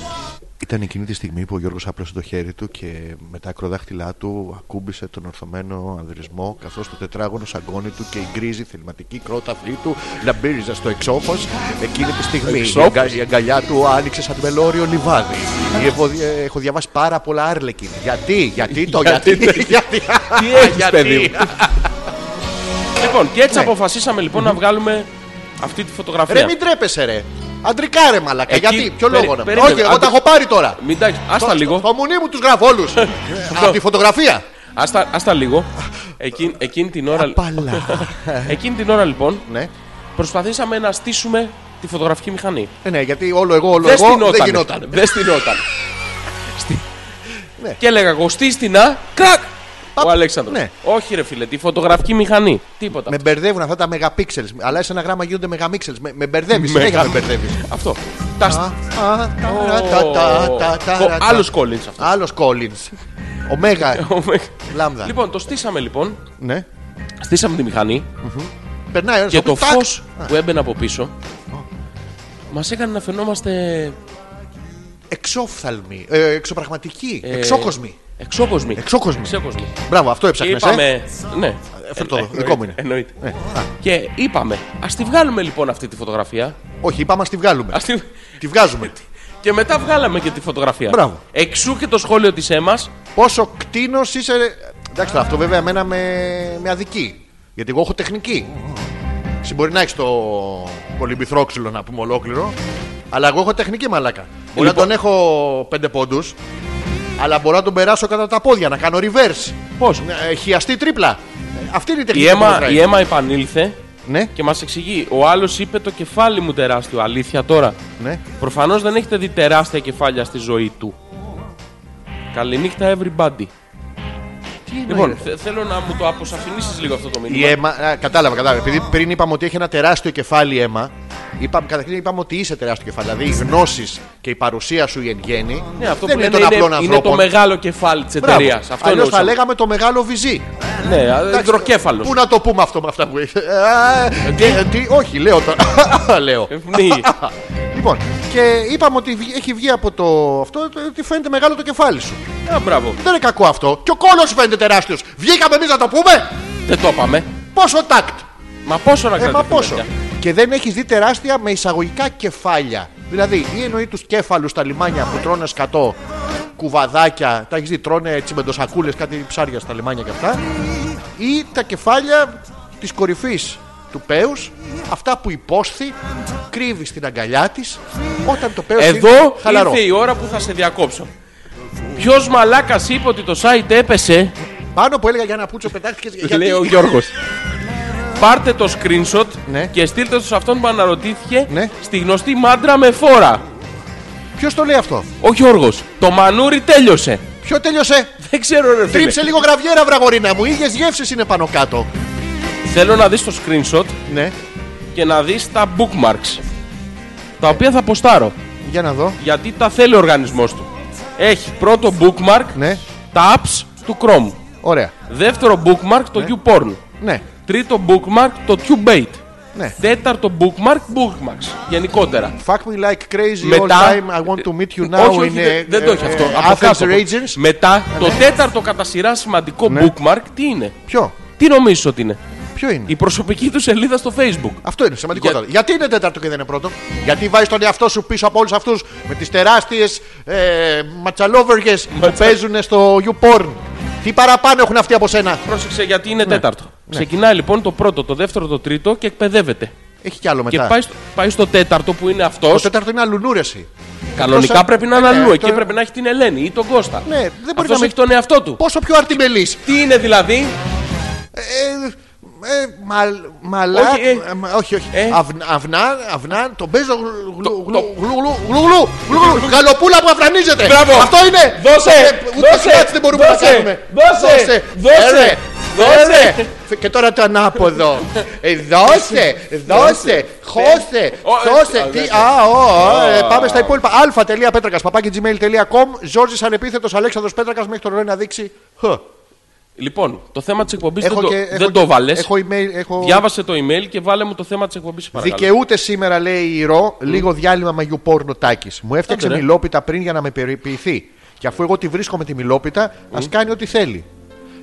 Ήταν εκείνη τη στιγμή που ο Γιώργος άπλωσε το χέρι του και με τα ακροδάχτυλά του ακούμπησε τον ορθωμένο ανδρισμό καθώς το τετράγωνο σαγκόνι του και η γκρίζη θελματική κρότα αυτή του λαμπύριζε στο εξόφως εκείνη τη στιγμή. Η, Εξόφως. αγκα- η αγκαλιά του άνοιξε σαν μελόριο λιβάδι. Η ευωδη- ε, έχω διαβάσει πάρα πολλά άρλεκιν. Γιατί, γιατί το, *laughs* Γιατί γιατί, *laughs* γιατί, Τι έχεις γιατί. παιδί μου *laughs* Λοιπόν και έτσι Ναι. αποφασίσαμε λοιπόν να βγάλουμε αυτή τη φωτογραφία Ρε μην τρέπεσαι ρε. Αντρικά ρε μαλακα. Εκεί- γιατί, ποιο περί- λόγο να μην. περίμενε. Όχι, εγώ τα Αντρι- έχω πάρει τώρα. Μην τα έχεις- Ας τα Στο- λίγο Στο μουνί μου τους γράφω όλους. *laughs* Από τη φωτογραφία. Ας τα- ας τα λίγο Εκείνη, εκείνη την ώρα Πάλα. *laughs* Εκείνη την ώρα λοιπόν Ναι. Προσπαθήσαμε να στήσουμε τη φωτογραφική μηχανή Ε, ναι, γιατί όλο εγώ, όλο Δεν εγώ στυνότανε. δεν γινόταν. Δεν στυνόταν. Στη- Ναι. Και έλεγα εγώ στην Α, κρακ! Παπ. Ο Αλέξανδρος. Ναι. Όχι ρε φίλε, τη φωτογραφική μηχανή. Τίποτα. Με μπερδεύουν αυτά τα μεγαπίξελ. Αλλά σε ένα γράμμα γίνονται μεγαμίξελ. Με, με μπερδεύεις. Συνέχεια με μπερδεύεις. Αυτό. Τα στ- Κο- άλλος Άλλος Collins αυτός. Άλλος Collins. Ωμέγα. Λάμδα. Λοιπόν, το στήσαμε λοιπόν. Ναι. Στήσαμε τη μηχανή. Περνάει ένας Και από το τάκ. φως που έμπαινε από πίσω μας έκανε να φαινόμαστε Εξόφθαλμη. ε, Εξωπραγματική. Ε, Εξόκοσμη. εξόκοσμοι. Εξόκοσμη. Εξόκοσμοι. Μπράβο, αυτό ε. Και έψαχνε. είπαμε. Ναι. Φέρ' το, Ε, δικό εννοείται, μου είναι. Ναι. Εννοείται. Και είπαμε, ας τη βγάλουμε λοιπόν αυτή τη φωτογραφία. Όχι, είπαμε ας τη βγάλουμε. Ας τη- Τη *laughs* βγάζουμε. Και μετά βγάλαμε και τη φωτογραφία. Μπράβο. Εξού και το σχόλιο της ΕΜΑ. Πόσο κτίνος είσαι. ρε. Εντάξει, τώρα, αυτό βέβαια εμένα με, με αδικεί. Γιατί εγώ έχω τεχνική. Εσύ μπορεί να έχεις το κολυμπηθρόξυλο να πούμε ολόκληρο. Αλλά εγώ έχω τεχνική μαλάκα. Μπορεί να Λοιπόν. τον έχω πέντε πόντους. Αλλά μπορώ να τον περάσω κατά τα πόδια, να κάνω reverse. Πώς. Ε, Χιαστή τρίπλα. Ε, Αυτή είναι η τεχνική. Η που αίμα, μετράει. η αίμα επανήλθε Ναι, και μας εξηγεί. Ο άλλος είπε το κεφάλι μου τεράστιο. Αλήθεια τώρα. ναι. Προφανώς δεν έχετε δει τεράστια κεφάλια στη ζωή του. Καληνύχτα, everybody. Λοιπόν, θε- θέλω να μου το αποσαφηνίσεις λίγο αυτό το μήνυμα. Η αίμα. α, κατάλαβα, κατάλαβα. Επειδή πριν είπαμε ότι έχει ένα τεράστιο κεφάλι αίμα. Είπαμε, καταρχήν είπαμε ότι είσαι τεράστιο κεφάλι. Δηλαδή οι γνώσεις και η παρουσία σου η εν γέννη Ναι, αυτό δεν που είναι των λένε απλών είναι, είναι το ανθρώπων. μεγάλο κεφάλι της Μπράβο. εταιρείας. Αυτό Αλλιώς θα εννοούσαμε. λέγαμε το μεγάλο βυζί. Ναι, Πού υδροκέφαλο. να το πούμε αυτό με αυτά που είχε. Ε, τι- τι- Όχι, λέω τώρα. *laughs* Λέω. Ε. ναι. *laughs* Λοιπόν, και είπαμε ότι βγει- έχει βγει από το αυτό το- ότι φαίνεται μεγάλο το κεφάλι σου. Α, μπράβο. Δεν είναι κακό αυτό. Και ο κόλος σου φαίνεται τεράστιος. Βγήκαμε εμείς να το πούμε. Δεν το είπαμε. Πόσο τάκτ. Μα πόσο να Ε, μα κρατήσουμε. πόσο. παιδιά. Και δεν έχει δει τεράστια με εισαγωγικά κεφάλια. Δηλαδή, ή εννοεί τους κέφαλους στα λιμάνια που τρώνε σκατό, κουβαδάκια, τα έχεις δει, τρώνε τσιμεντοσακούλες, κάτι ψάρια στα λιμάνια και αυτά. Ή τα κεφάλια της κορυφής του Πέους, αυτά που υπόσχει, κρύβει στην αγκαλιά της όταν το Πέου Εδώ χαλαρό. ήρθε η ώρα που θα σε διακόψω. Ποιος μαλάκας είπε ότι το site έπεσε, Πάνω που έλεγα για ένα πούτσο πετάχτηκε. Γιατί... λέει ο Γιώργος. *laughs* Πάρτε το screenshot Ναι. και στείλτε το σε αυτόν που αναρωτήθηκε Ναι. στη γνωστή μάντρα με φόρα. Ποιος το λέει αυτό, Ο Γιώργος. Το μανούρι τέλειωσε. Ποιο τέλειωσε. Δεν ξέρω, ρε φίλε. Τρίψε λίγο γραβιέρα, βραγορίνα μου. ίδιες γεύσεις είναι πάνω κάτω. Θέλω να δεις το screenshot Ναι, και να δεις τα bookmarks. Τα οποία θα αποστάρω. για να δω. Γιατί τα θέλει ο οργανισμός του. Έχει πρώτο bookmark Ναι, τα apps του Chrome. ωραία. Δεύτερο bookmark το YouPorn. Ναι, Τρίτο bookmark το Cubate. ναι. Τέταρτο bookmark bookmarks. Γενικότερα. Fuck me like crazy all Μετά- Ε, time. I want to meet you now. όχι, όχι, είναι, δεν, δεν το έχει αυτό. Από Athens Ναι. κάτω. Rangers. Μετά, το τέταρτο κατά σειρά σημαντικό Ναι. bookmark τι είναι. Ποιο, Τι νομίζεις ότι είναι. ποιο είναι. Η προσωπική του σελίδα στο Facebook. Αυτό είναι σημαντικό. Γιατί είναι τέταρτο και δεν είναι πρώτο. Γιατί βάζει τον εαυτό σου πίσω από όλους αυτούς με τις τεράστιες ε, ματσαλόβεργες που Ματσα- παίζουν στο YouPorn. Τι παραπάνω έχουν αυτοί από σένα. Πρόσεξε γιατί Ναι. είναι τέταρτο. Ξεκινάει λοιπόν το πρώτο, το δεύτερο, το τρίτο και εκπαιδεύεται. Έχει κι άλλο Και μετά. πάει στο, πάει στο τέταρτο που είναι αυτός. Το τέταρτο είναι αλλουνούρεση. Κανονικά Εκτός- πρέπει να είναι Ε, αλλού. το- Εκεί πρέπει να έχει την Ελένη ή τον Κώστα. Ναι, δεν μπορεί Αυτός να μην- έχει τον εαυτό του. Πόσο πιο αρτιμελής. Τι είναι δηλαδή. Ε, ε, μα- μαλά. Όχι, ε. ε, μα- όχι, όχι. Ε. Αυνά, αυνά, αυνά, τον παίζω γλου- γλου- Το- γλου- γλου- γλου- γλου- γλου- γλου- Γαλοπούλα που αφρανίζεται. Μπράβο. Αυτό είναι. Δώσε, Ε, Ούτε δώσε, σκάτς δεν μπορούμε να δώσε, κάνουμε. Ε, δώσε, δώσε, Έρε, δώσε. έρε. Φε- ε, Και τώρα το ανάποδο. Ε, Δώσε, δώσε, χώσε, Ω, ε, δώσε. α, Τι- δώσε. Α, ω, ω, ε, Πάμε στα υπόλοιπα. αλφα.πέτρακα παπάκι.gmail.com Ζόρζης ανεπίθετος Αλέξανδρος Πέτρακας μέχρι τον Ρόι να δείξει. Χ. Λοιπόν, το θέμα της εκπομπής δεν, Έχω το, και- δεν έχω το και- βάλες. Έχω email, έχω... Διάβασε το email και βάλε μου το θέμα της εκπομπής παρακαλώ. Δικαιούται σήμερα, λέει η Ρο, λίγο διάλειμμα μαγιού πόρνο τάκης. Μου έφτιαξε Άντε, ρε. μιλόπιτα πριν για να με περιποιηθεί. Και αφού εγώ τη βρίσκω με τη μιλόπιτα, ας κάνει ό,τι θέλει.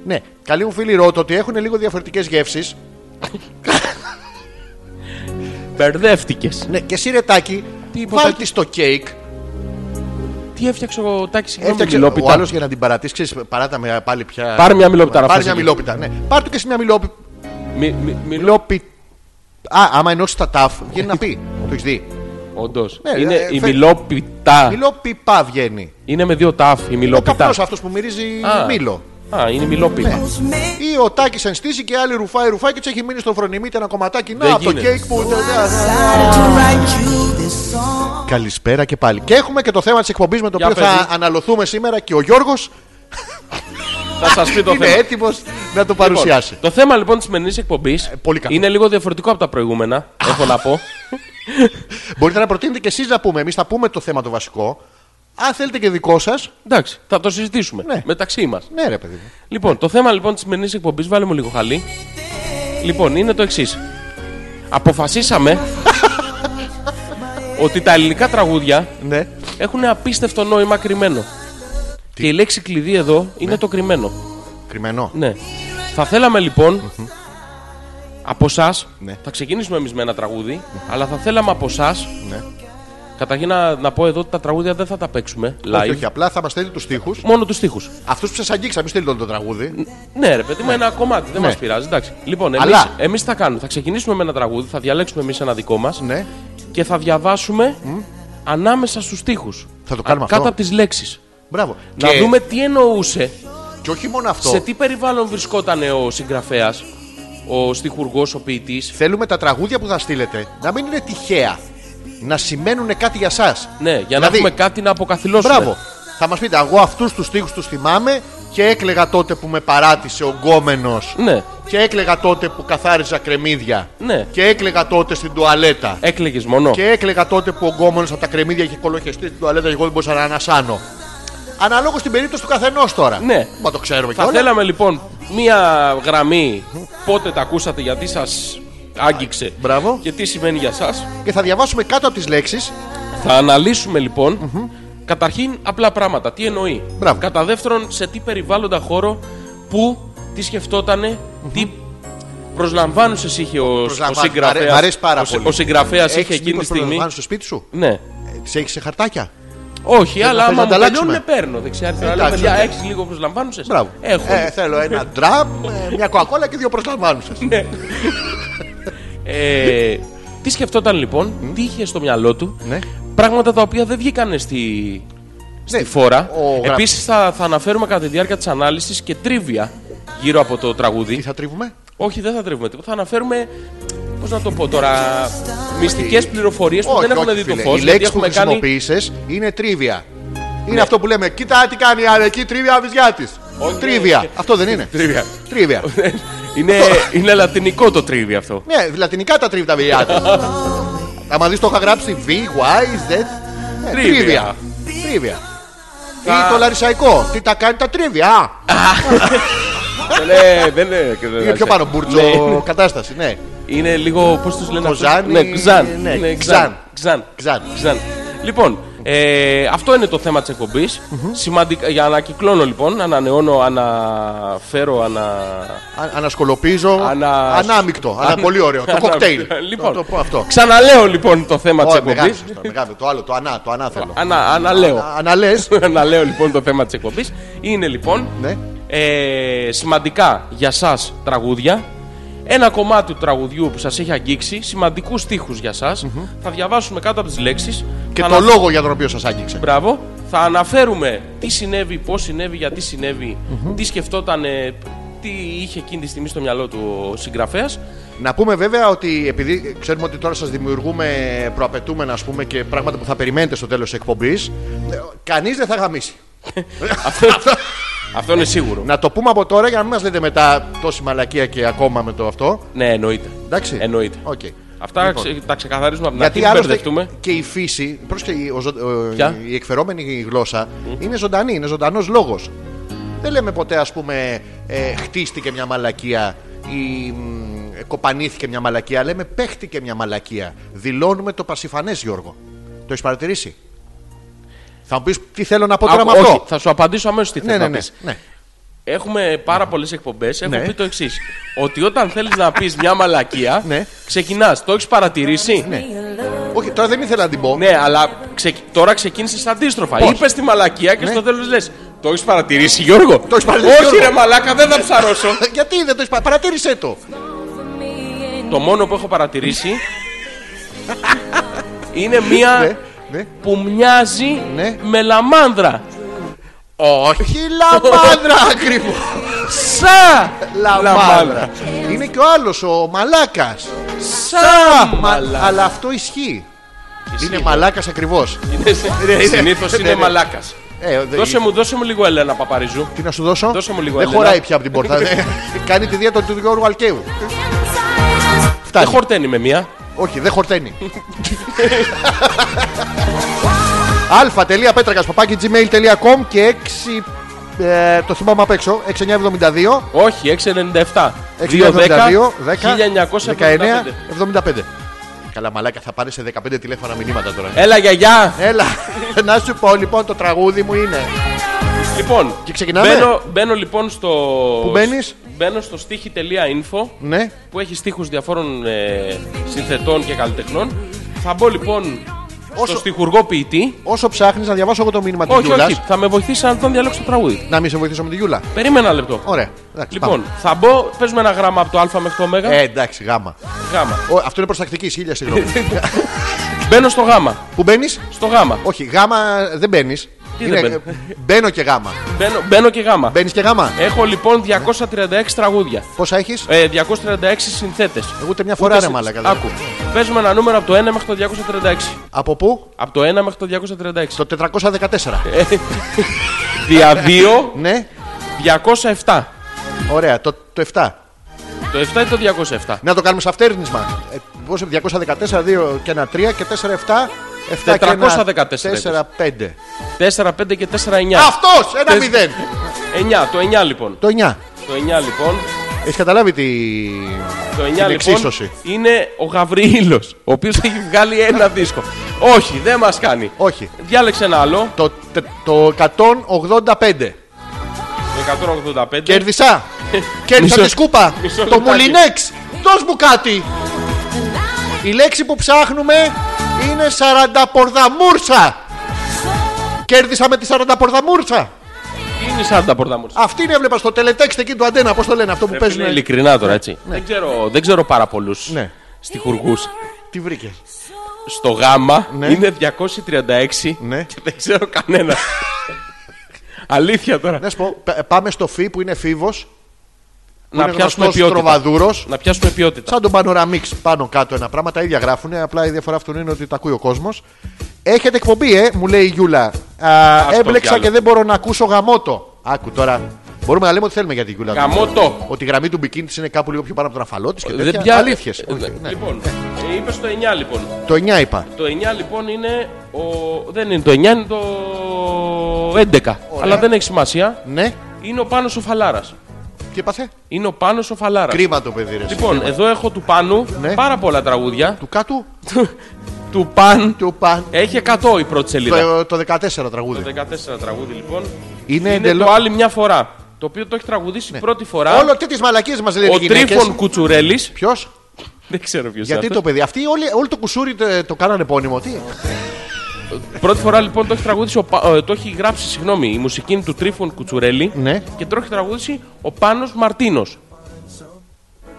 Ναι, καλή μου φίλη Ρο, το ότι έχουν λίγο διαφορετικές γεύσεις. Μπερδεύτηκες. Ναι, και εσύ ρε Τάκη, Τι είπε ο βάλ Τάκης? τη στο κέικ. Τι έφτιαξε ο Τάκης, συγγνώμη. Έφτιαξε μιλόπιτα. ο άλλος για να την παρατήσεις. Ξέρεις, παράτα με πάλι πια. Πάρε μια μιλόπιτα, να Πάρε φας μια εκεί. μιλόπιτα, ναι. Πάρ του και εσύ μια μιλόπι... Μι, μι, μιλό... μιλόπι... Α, άμα ενώσεις τα ταφ, βγαίνει *laughs* να πει. Το έχεις δει. Όντως. Ναι, είναι ε, η φε- μιλόπιτα. Μιλόπιπα βγαίνει. Είναι με δύο τάφ η Ο μιλόπιτα. καπνός αυτός που μυρίζει Α. μήλο. Α, είναι Ναι. μιλόπιτα. Ή ο Τάκης ενστίζει και άλλοι ρουφάει, ρουφάει και τους έχει μείνει στο φρονιμίτι ένα κομματάκι. Δεν Να, από το γίνεται. κέικ που. Καλησπέρα και πάλι. Και έχουμε και το θέμα της εκπομπής με το Για οποίο θα παιδί. αναλωθούμε σήμερα και ο Γιώργος Θα σας πει το είναι θέμα. Λοιπόν. έτοιμος να το παρουσιάσει. Το θέμα λοιπόν της σημερινής εκπομπής Ε, πολύ καλό. είναι λίγο διαφορετικό από τα προηγούμενα. έχω να πω. Μπορείτε να προτείνετε και εσείς να πούμε. Εμείς θα πούμε το θέμα το βασικό. Αν θέλετε και δικό σας. Εντάξει, θα το συζητήσουμε Ναι. μεταξύ μας. Ναι, ρε παιδί μου. Λοιπόν, το θέμα λοιπόν της σημερινής εκπομπής, βάλε μου λίγο χαλί. Λοιπόν, είναι το εξής. Αποφασίσαμε ότι τα ελληνικά τραγούδια Ναι. έχουν απίστευτο νόημα κρυμμένο. Και η λέξη κλειδί εδώ Ναι. είναι το κρυμμένο. Κρυμμένο. Ναι. Θα θέλαμε λοιπόν από εσά. Ναι. Θα ξεκινήσουμε εμείς με ένα τραγούδι, αλλά θα θέλαμε από εσά. Ναι. Καταρχήν να, να πω εδώ ότι τα τραγούδια δεν θα τα παίξουμε live. Όχι, όχι, απλά θα μας στέλνει τους τοίχου. Μόνο τους τοίχου. Αυτούς που σας αγγίξαμε, στείλτε όλο το τραγούδι. Ναι, ρε παιδί μου, ένα κομμάτι δεν Ναι. μας μα πειράζει. Εντάξει. Λοιπόν, εμείς Αλλά- εμείς θα κάνουμε. Θα ξεκινήσουμε με ένα τραγούδι, θα διαλέξουμε εμείς ένα δικό μας Ναι. και θα διαβάσουμε ανάμεσα στους τοίχου. Θα το κάνουμε Κάτω αυτό. από τις λέξεις. Μπράβο. Να δούμε τι εννοούσε, Και όχι μόνο αυτό. σε τι περιβάλλον βρισκόταν ο συγγραφέας, ο στιχουργός, ο ποιητής. Θέλουμε τα τραγούδια που θα στείλετε να μην είναι τυχαία. Να σημαίνουν κάτι για εσά. Ναι, για να Δηλαδή- έχουμε κάτι να αποκαθιλώσουμε. Μπράβο. Θα μας πείτε, εγώ αυτούς τους στίχους τους θυμάμαι και έκλεγα τότε που με παράτησε ο γκόμενος Ναι. και έκλεγα τότε που καθάριζα κρεμμύδια Ναι. και έκλεγα τότε στην τουαλέτα Έκλεγε μόνο. και έκλεγα τότε που ο γκόμενος από τα κρεμμύδια είχε κολοχεστεί στην τουαλέτα και εγώ δεν μπορούσα να ανασάνω. Αναλόγως στην περίπτωση του καθενός τώρα. Ναι. Μα το ξέρουμε Θα κιόλας. θέλαμε λοιπόν μία γραμμή πότε τα ακούσατε, γιατί σας άγγιξε. Μπράβο. Και τι σημαίνει για εσά. Και θα διαβάσουμε κάτω από τις λέξεις. Θα αναλύσουμε λοιπόν, καταρχήν απλά πράγματα. Τι εννοεί. Μπράβο. Κατά δεύτερον, σε τι περιβάλλοντα χώρο, πού, τι σκεφτοτανε τι προσλαμβάνουσες είχε ο, ο συγγραφέας. Μ' αρέσει πάρα ο, πολύ. Ο συγγραφέας είχε εκείνη τη στιγμή. Έχει στο σπίτι σου. Ναι. Τις έχεις σε χαρτάκια. Όχι, θες να αλλά άμα μου ανταλλάξουμε? τελειώνουν, παίρνω δεξιά-αριστερά. Λέω, Εντάξει, παιδιά, οκ. έχεις λίγο προσλαμβάνουσες. Μπράβο. Έχω. Ε, θέλω ένα ντραμ, ε, μια κοκακόλα και δύο προσλαμβάνουσε. Ναι. Ε, τι σκεφτόταν λοιπόν, τι είχε στο μυαλό του, Ναι. πράγματα τα οποία δεν βγήκαν στη, στη Ναι, φόρα. ο γρα- Επίσης θα, θα αναφέρουμε κατά τη διάρκεια της ανάλυσης και τρίβια γύρω από το τραγούδι. Τι θα τρίβουμε. Όχι, δεν θα τρίβουμε τίποτα. Θα αναφέρουμε, πώς να το πω τώρα, μυστικές πληροφορίες που δεν έχουν δει το φίλε. φως. Η γιατί λέξη που έχουμε κάνει... Ναι. χρησιμοποίησε είναι τρίβια. Είναι αυτό που λέμε, κοίτα τι κάνει η άλλη, εκεί τρίβια βυζιά τη. Όχι, Τρίβια. όχι. Αυτό δεν είναι. Τρίβια. *laughs* Τρίβια. είναι, είναι λατινικό το τρίβι *laughs* αυτό. Ναι, λατινικά τα τρίβια τα βυζιά τη. Άμα δεις το είχα γράψει V, Y, Z. Ναι, Τρίβια. Τρίβια. Τρίβια. Τα- Ή το λαρισαϊκό. Τι τα κάνει τα τρίβια. Α, δεν είναι, δεν είναι, και δεν Είναι πιο πάνω, μπουρτζο κατάσταση, ναι. Είναι λίγο, πώς τους λένε αυτούς? Κοζάνι, Ναι, Ξάν. ναι, Ναι, Ξάν. Ξάν. Ξάν. Ξάν. Ξάν. Λοιπόν, ε, αυτό είναι το θέμα της εκπομπη Σημαντικά, για ανακυκλώνω λοιπόν, ανανεώνω, αναφέρω, ανα. Α- Ανασκολοπίζω. ανα... Ανάμεικτο. Ανα, πολύ ωραίο. Το Ανάμεικτο. κοκτέιλ. λοιπόν, Το, το πω αυτό. Ξαναλέω λοιπόν το θέμα της Όχι, εκπομπή. μεγάλο. σωστό, μεγάλο. Το άλλο, το ανά, το ανά θέλω. Ανα, αναλέω. Α, Αναλές. αναλέω λοιπόν το θέμα της εκπομπής. Είναι λοιπόν Ναι. ε, σημαντικά για σας τραγούδια. Ένα κομμάτι του τραγουδιού που σας έχει αγγίξει, σημαντικούς στίχους για σας. Θα διαβάσουμε κάτω από τις λέξεις. Και θα το ανα- λόγο για τον οποίο σας άγγιξε. Μπράβο. Θα αναφέρουμε τι συνέβη, πώς συνέβη, γιατί συνέβη, τι σκεφτόταν, τι είχε εκείνη τη στιγμή στο μυαλό του ο συγγραφέας. Να πούμε βέβαια ότι επειδή ξέρουμε ότι τώρα σας δημιουργούμε προαπαιτούμενα ας πούμε, και πράγματα που θα περιμένετε στο τέλος της εκπομπής, ε, κανείς δεν θα γαμίσει. Ε. *laughs* Αυτό είναι σίγουρο. Να το πούμε από τώρα για να μην μας λέτε μετά τόση μαλακία και ακόμα με το αυτό. ναι, εννοείται. Εντάξει. Εννοείται. Οκ. Αυτά Λοιπόν. ξε- τα ξεκαθαρίζουμε από την αρχή, Γιατί μην άλλωστε μπερδευτούμε. και η φύση, προς και η, ο ζω- ο- Ποια? η εκφερόμενη γλώσσα είναι ζωντανή, είναι ζωντανός λόγος. Δεν λέμε ποτέ ας πούμε ε, χτίστηκε μια μαλακία ή μ, ε, κοπανήθηκε μια μαλακία, λέμε παίχτηκε μια μαλακία. Δηλώνουμε το πασιφανές Γιώργο. Το έχεις παρατηρήσει. Θα μου πεις τι θέλω να πω τώρα Άκου, με αυτό. όχι, θα σου απαντήσω αμέσως τι Ναι, θέλω ναι, να ναι, πεις. ναι. Έχουμε πάρα πολλές εκπομπές. Έχω Ναι. πει το εξής. ότι όταν θέλεις να πεις μια μαλακία, Ναι. ξεκινάς. Το έχεις παρατηρήσει. Ναι. Όχι, τώρα δεν ήθελα να την πω. αλλά ξε- τώρα ξεκίνησες αντίστροφα. Πώς? Ναι. Είπες τη μαλακία και στο τέλος λες. Το έχεις παρατηρήσει, Γιώργο. Το έχεις παρατηρήσει, Όχι, Γιώργο. ρε μαλάκα, δεν θα ψαρώσω. *laughs* Γιατί δεν το έχεις πα- παρατήρησέ το. το μόνο που έχω παρατηρήσει *laughs* είναι μία Ναι, ναι. που μοιάζει Ναι. με λαμάνδρα. Όχι. Όχι *laughs* λαμάνδρα ακριβώς. Σα Λαμάνδρα. Είναι και ο άλλος, ο μαλάκας. Σα Μα- μαλάκα. Αλλά αυτό ισχύει. Είναι Ισχύει. μαλάκας ακριβώς. Συνήθως ναι, ναι. είναι μαλάκας. Ε, δε- Δώσε μου, δώσε μου λίγο Ελένα Παπαρίζου. Τι να σου δώσω. Δώσε μου λίγο, Δεν Έλενα. χωράει πια από την *laughs* πόρτα. Ε, Κάνει τη δίαιτα του Γιώργου Αλκαίου. Δεν Φτάνει. χορταίνει με μία. Όχι, δεν *laughs* χορταίνει. *laughs* αλφα.πέτρακα παπάκι gmail.com και 6. Ε, το θυμάμαι απ' έξω. 6972 Όχι, 697. 692 210, 19 1975. 75. Καλά, μαλάκα, θα πάρει σε 15 τηλέφωνα μηνύματα τώρα. Έλα γιαγιά. Έλα, *laughs* να σου πω λοιπόν το τραγούδι μου είναι. Λοιπόν, Και ξεκινάμε. Μπαίνω, μπαίνω λοιπόν στο. Πού μπαίνεις? Μπαίνω στο στίχη.info Ναι. που έχει στίχους διαφόρων ε, συνθετών και καλλιτεχνών. Θα μπω λοιπόν Όσο- στο στιχουργό ποιητή. Όσο ψάχνεις να διαβάσω εγώ το μήνυμα της Όχι, Γιούλας. όχι, θα με βοηθήσει αν τον διαλέξω το τραγούδι. Να μην σε βοηθήσω με τη Γιούλα. Περίμενα ένα λεπτό. Ωραία. Εντάξει, Λοιπόν, θα μπω, παίζουμε ένα γράμμα από το Α μέχρι το Ω. πάμε. Ε, εντάξει, γάμα. Γάμα. Ο, αυτό είναι προστακτική, χίλια συγγνώμη. *laughs* Μπαίνω στο γάμα. Που μπαίνεις, Στο γάμα. Όχι, γάμα δεν μπαίνεις. Τι δεν μπαίνω? Μπαίνω και γάμα. Μπαίνω, μπαίνω και γάμα. Μπαίνεις και γάμα. Έχω λοιπόν 236 τραγούδια. Πόσα έχεις, Ε, 236 συνθέτες. Εγώ ούτε μια φορά ρε μάλακα. δεν Άκου. έχω. Παίζουμε ένα νούμερο από το 1 μέχρι το 236. Από πού? Από το 1 μέχρι το 236. Το 414. Δια 2, Ναι. 207. Ωραία, το, το 7. Το 7 ή το 207. Να το κάνουμε σε αυτέρνισμα. Ε, πόσο, 214, 2 και ένα 3 και 4, 7. 7 και ένα 414. 4, 5. 4, 5 και 4, 9. Αυτός! Ένα Τες- 0. 9, το 9 λοιπόν. Το 9. Το 9 λοιπόν. Έχεις καταλάβει τη... Το 9 την λοιπόν εξίσωση. είναι ο Γαβριήλο, ο οποίος έχει βγάλει ένα δίσκο. Όχι, δεν μας κάνει. Όχι. Διάλεξε ένα άλλο, Το, τε- το Ναι. 185. το 185. *laughs* Κέρδισα. Κέρδισα Μισό- τη σκούπα. μισό Το λεπτάκι. μουλινέξ. Δώσ' μου κάτι. Η λέξη που ψάχνουμε είναι 40 πορδαμούρσα. Κέρδισα με τη 40 πορδαμούρσα. Τι είναι η 40 πορτάμορφη. Αυτή είναι έβλεπα στο τελετέξτ εκεί του αντένα. Πώς το λένε αυτό που παίζουν. Ειλικρινά τώρα έτσι. Δεν, ξέρω, δεν ξέρω πάρα πολλούς Ναι. στιχουργούς. Τι βρήκε. Στο γάμα Ναι. είναι 236 Ναι. και δεν ξέρω κανένας. Αλήθεια τώρα. Να σου πω, πα- πάμε στο φι που είναι φίβος. Να πιάσουμε ποιότητα. τροβαδούρος. Να πιάσουμε ποιότητα. Σαν τον Panoramix πάνω κάτω ένα πράγμα. Τα ίδια γράφουν. Απλά η διαφορά αυτού είναι ότι τα ακούει ο κόσμος. Έχετε εκπομπή, ε, μου λέει η Γιούλα. Α, Αυτό κι έμπλεξα άλλο. και δεν μπορώ να ακούσω γαμότο. Άκου τώρα. Μπορούμε να λέμε ό,τι θέλουμε για την Γιούλα. Γαμώτο. Ότι η γραμμή του μπικίνι της είναι κάπου λίγο πιο πάνω από τον αφαλό της και τέτοια. πια- Αλήθειες. Ε, Όχι, δε- ναι. Λοιπόν, ε, είπες το 9 λοιπόν. Το 9 είπα. Το 9 λοιπόν είναι. Ο... Δεν είναι το 9, είναι το 11. Αλλά δεν έχει σημασία. Ναι. Είναι ο Πάνος ο Φαλάρας. Τι είπαθε. Είναι ο Πάνος ο Φαλάρας. Κρίμα το παιδί, ρε. Λοιπόν, εδώ έχω του Πάνου Ναι. πάρα πολλά τραγούδια. Του κάτω. του Παν. Του παν. Έχει 100 η πρώτη σελίδα. Το, το 14 τραγούδι. 14 τραγούδι λοιπόν. Είναι είναι εντελώς- Ναι. το άλλη μια φορά. Το οποίο το έχει τραγουδήσει πρώτη φορά. Όλο τέτοιε μαλακίες μας λέει Ο Τρίφων Κουτσουρέλης. *laughs* Ποιος. Δεν ξέρω ποιος Γιατί είναι. το παιδί. Αυτοί όλοι, όλο το κουσούρι το, το κάνανε επώνυμο. Τι. αυτός. Πρώτη φορά λοιπόν το έχει τραγουδήσει. ο Πα- ε, Το έχει γράψει, συγγνώμη, η μουσική είναι του Τρίφων Κουτσουρέλη. Ναι. Και το έχει τραγουδήσει ο Πάνος Μαρτίνος.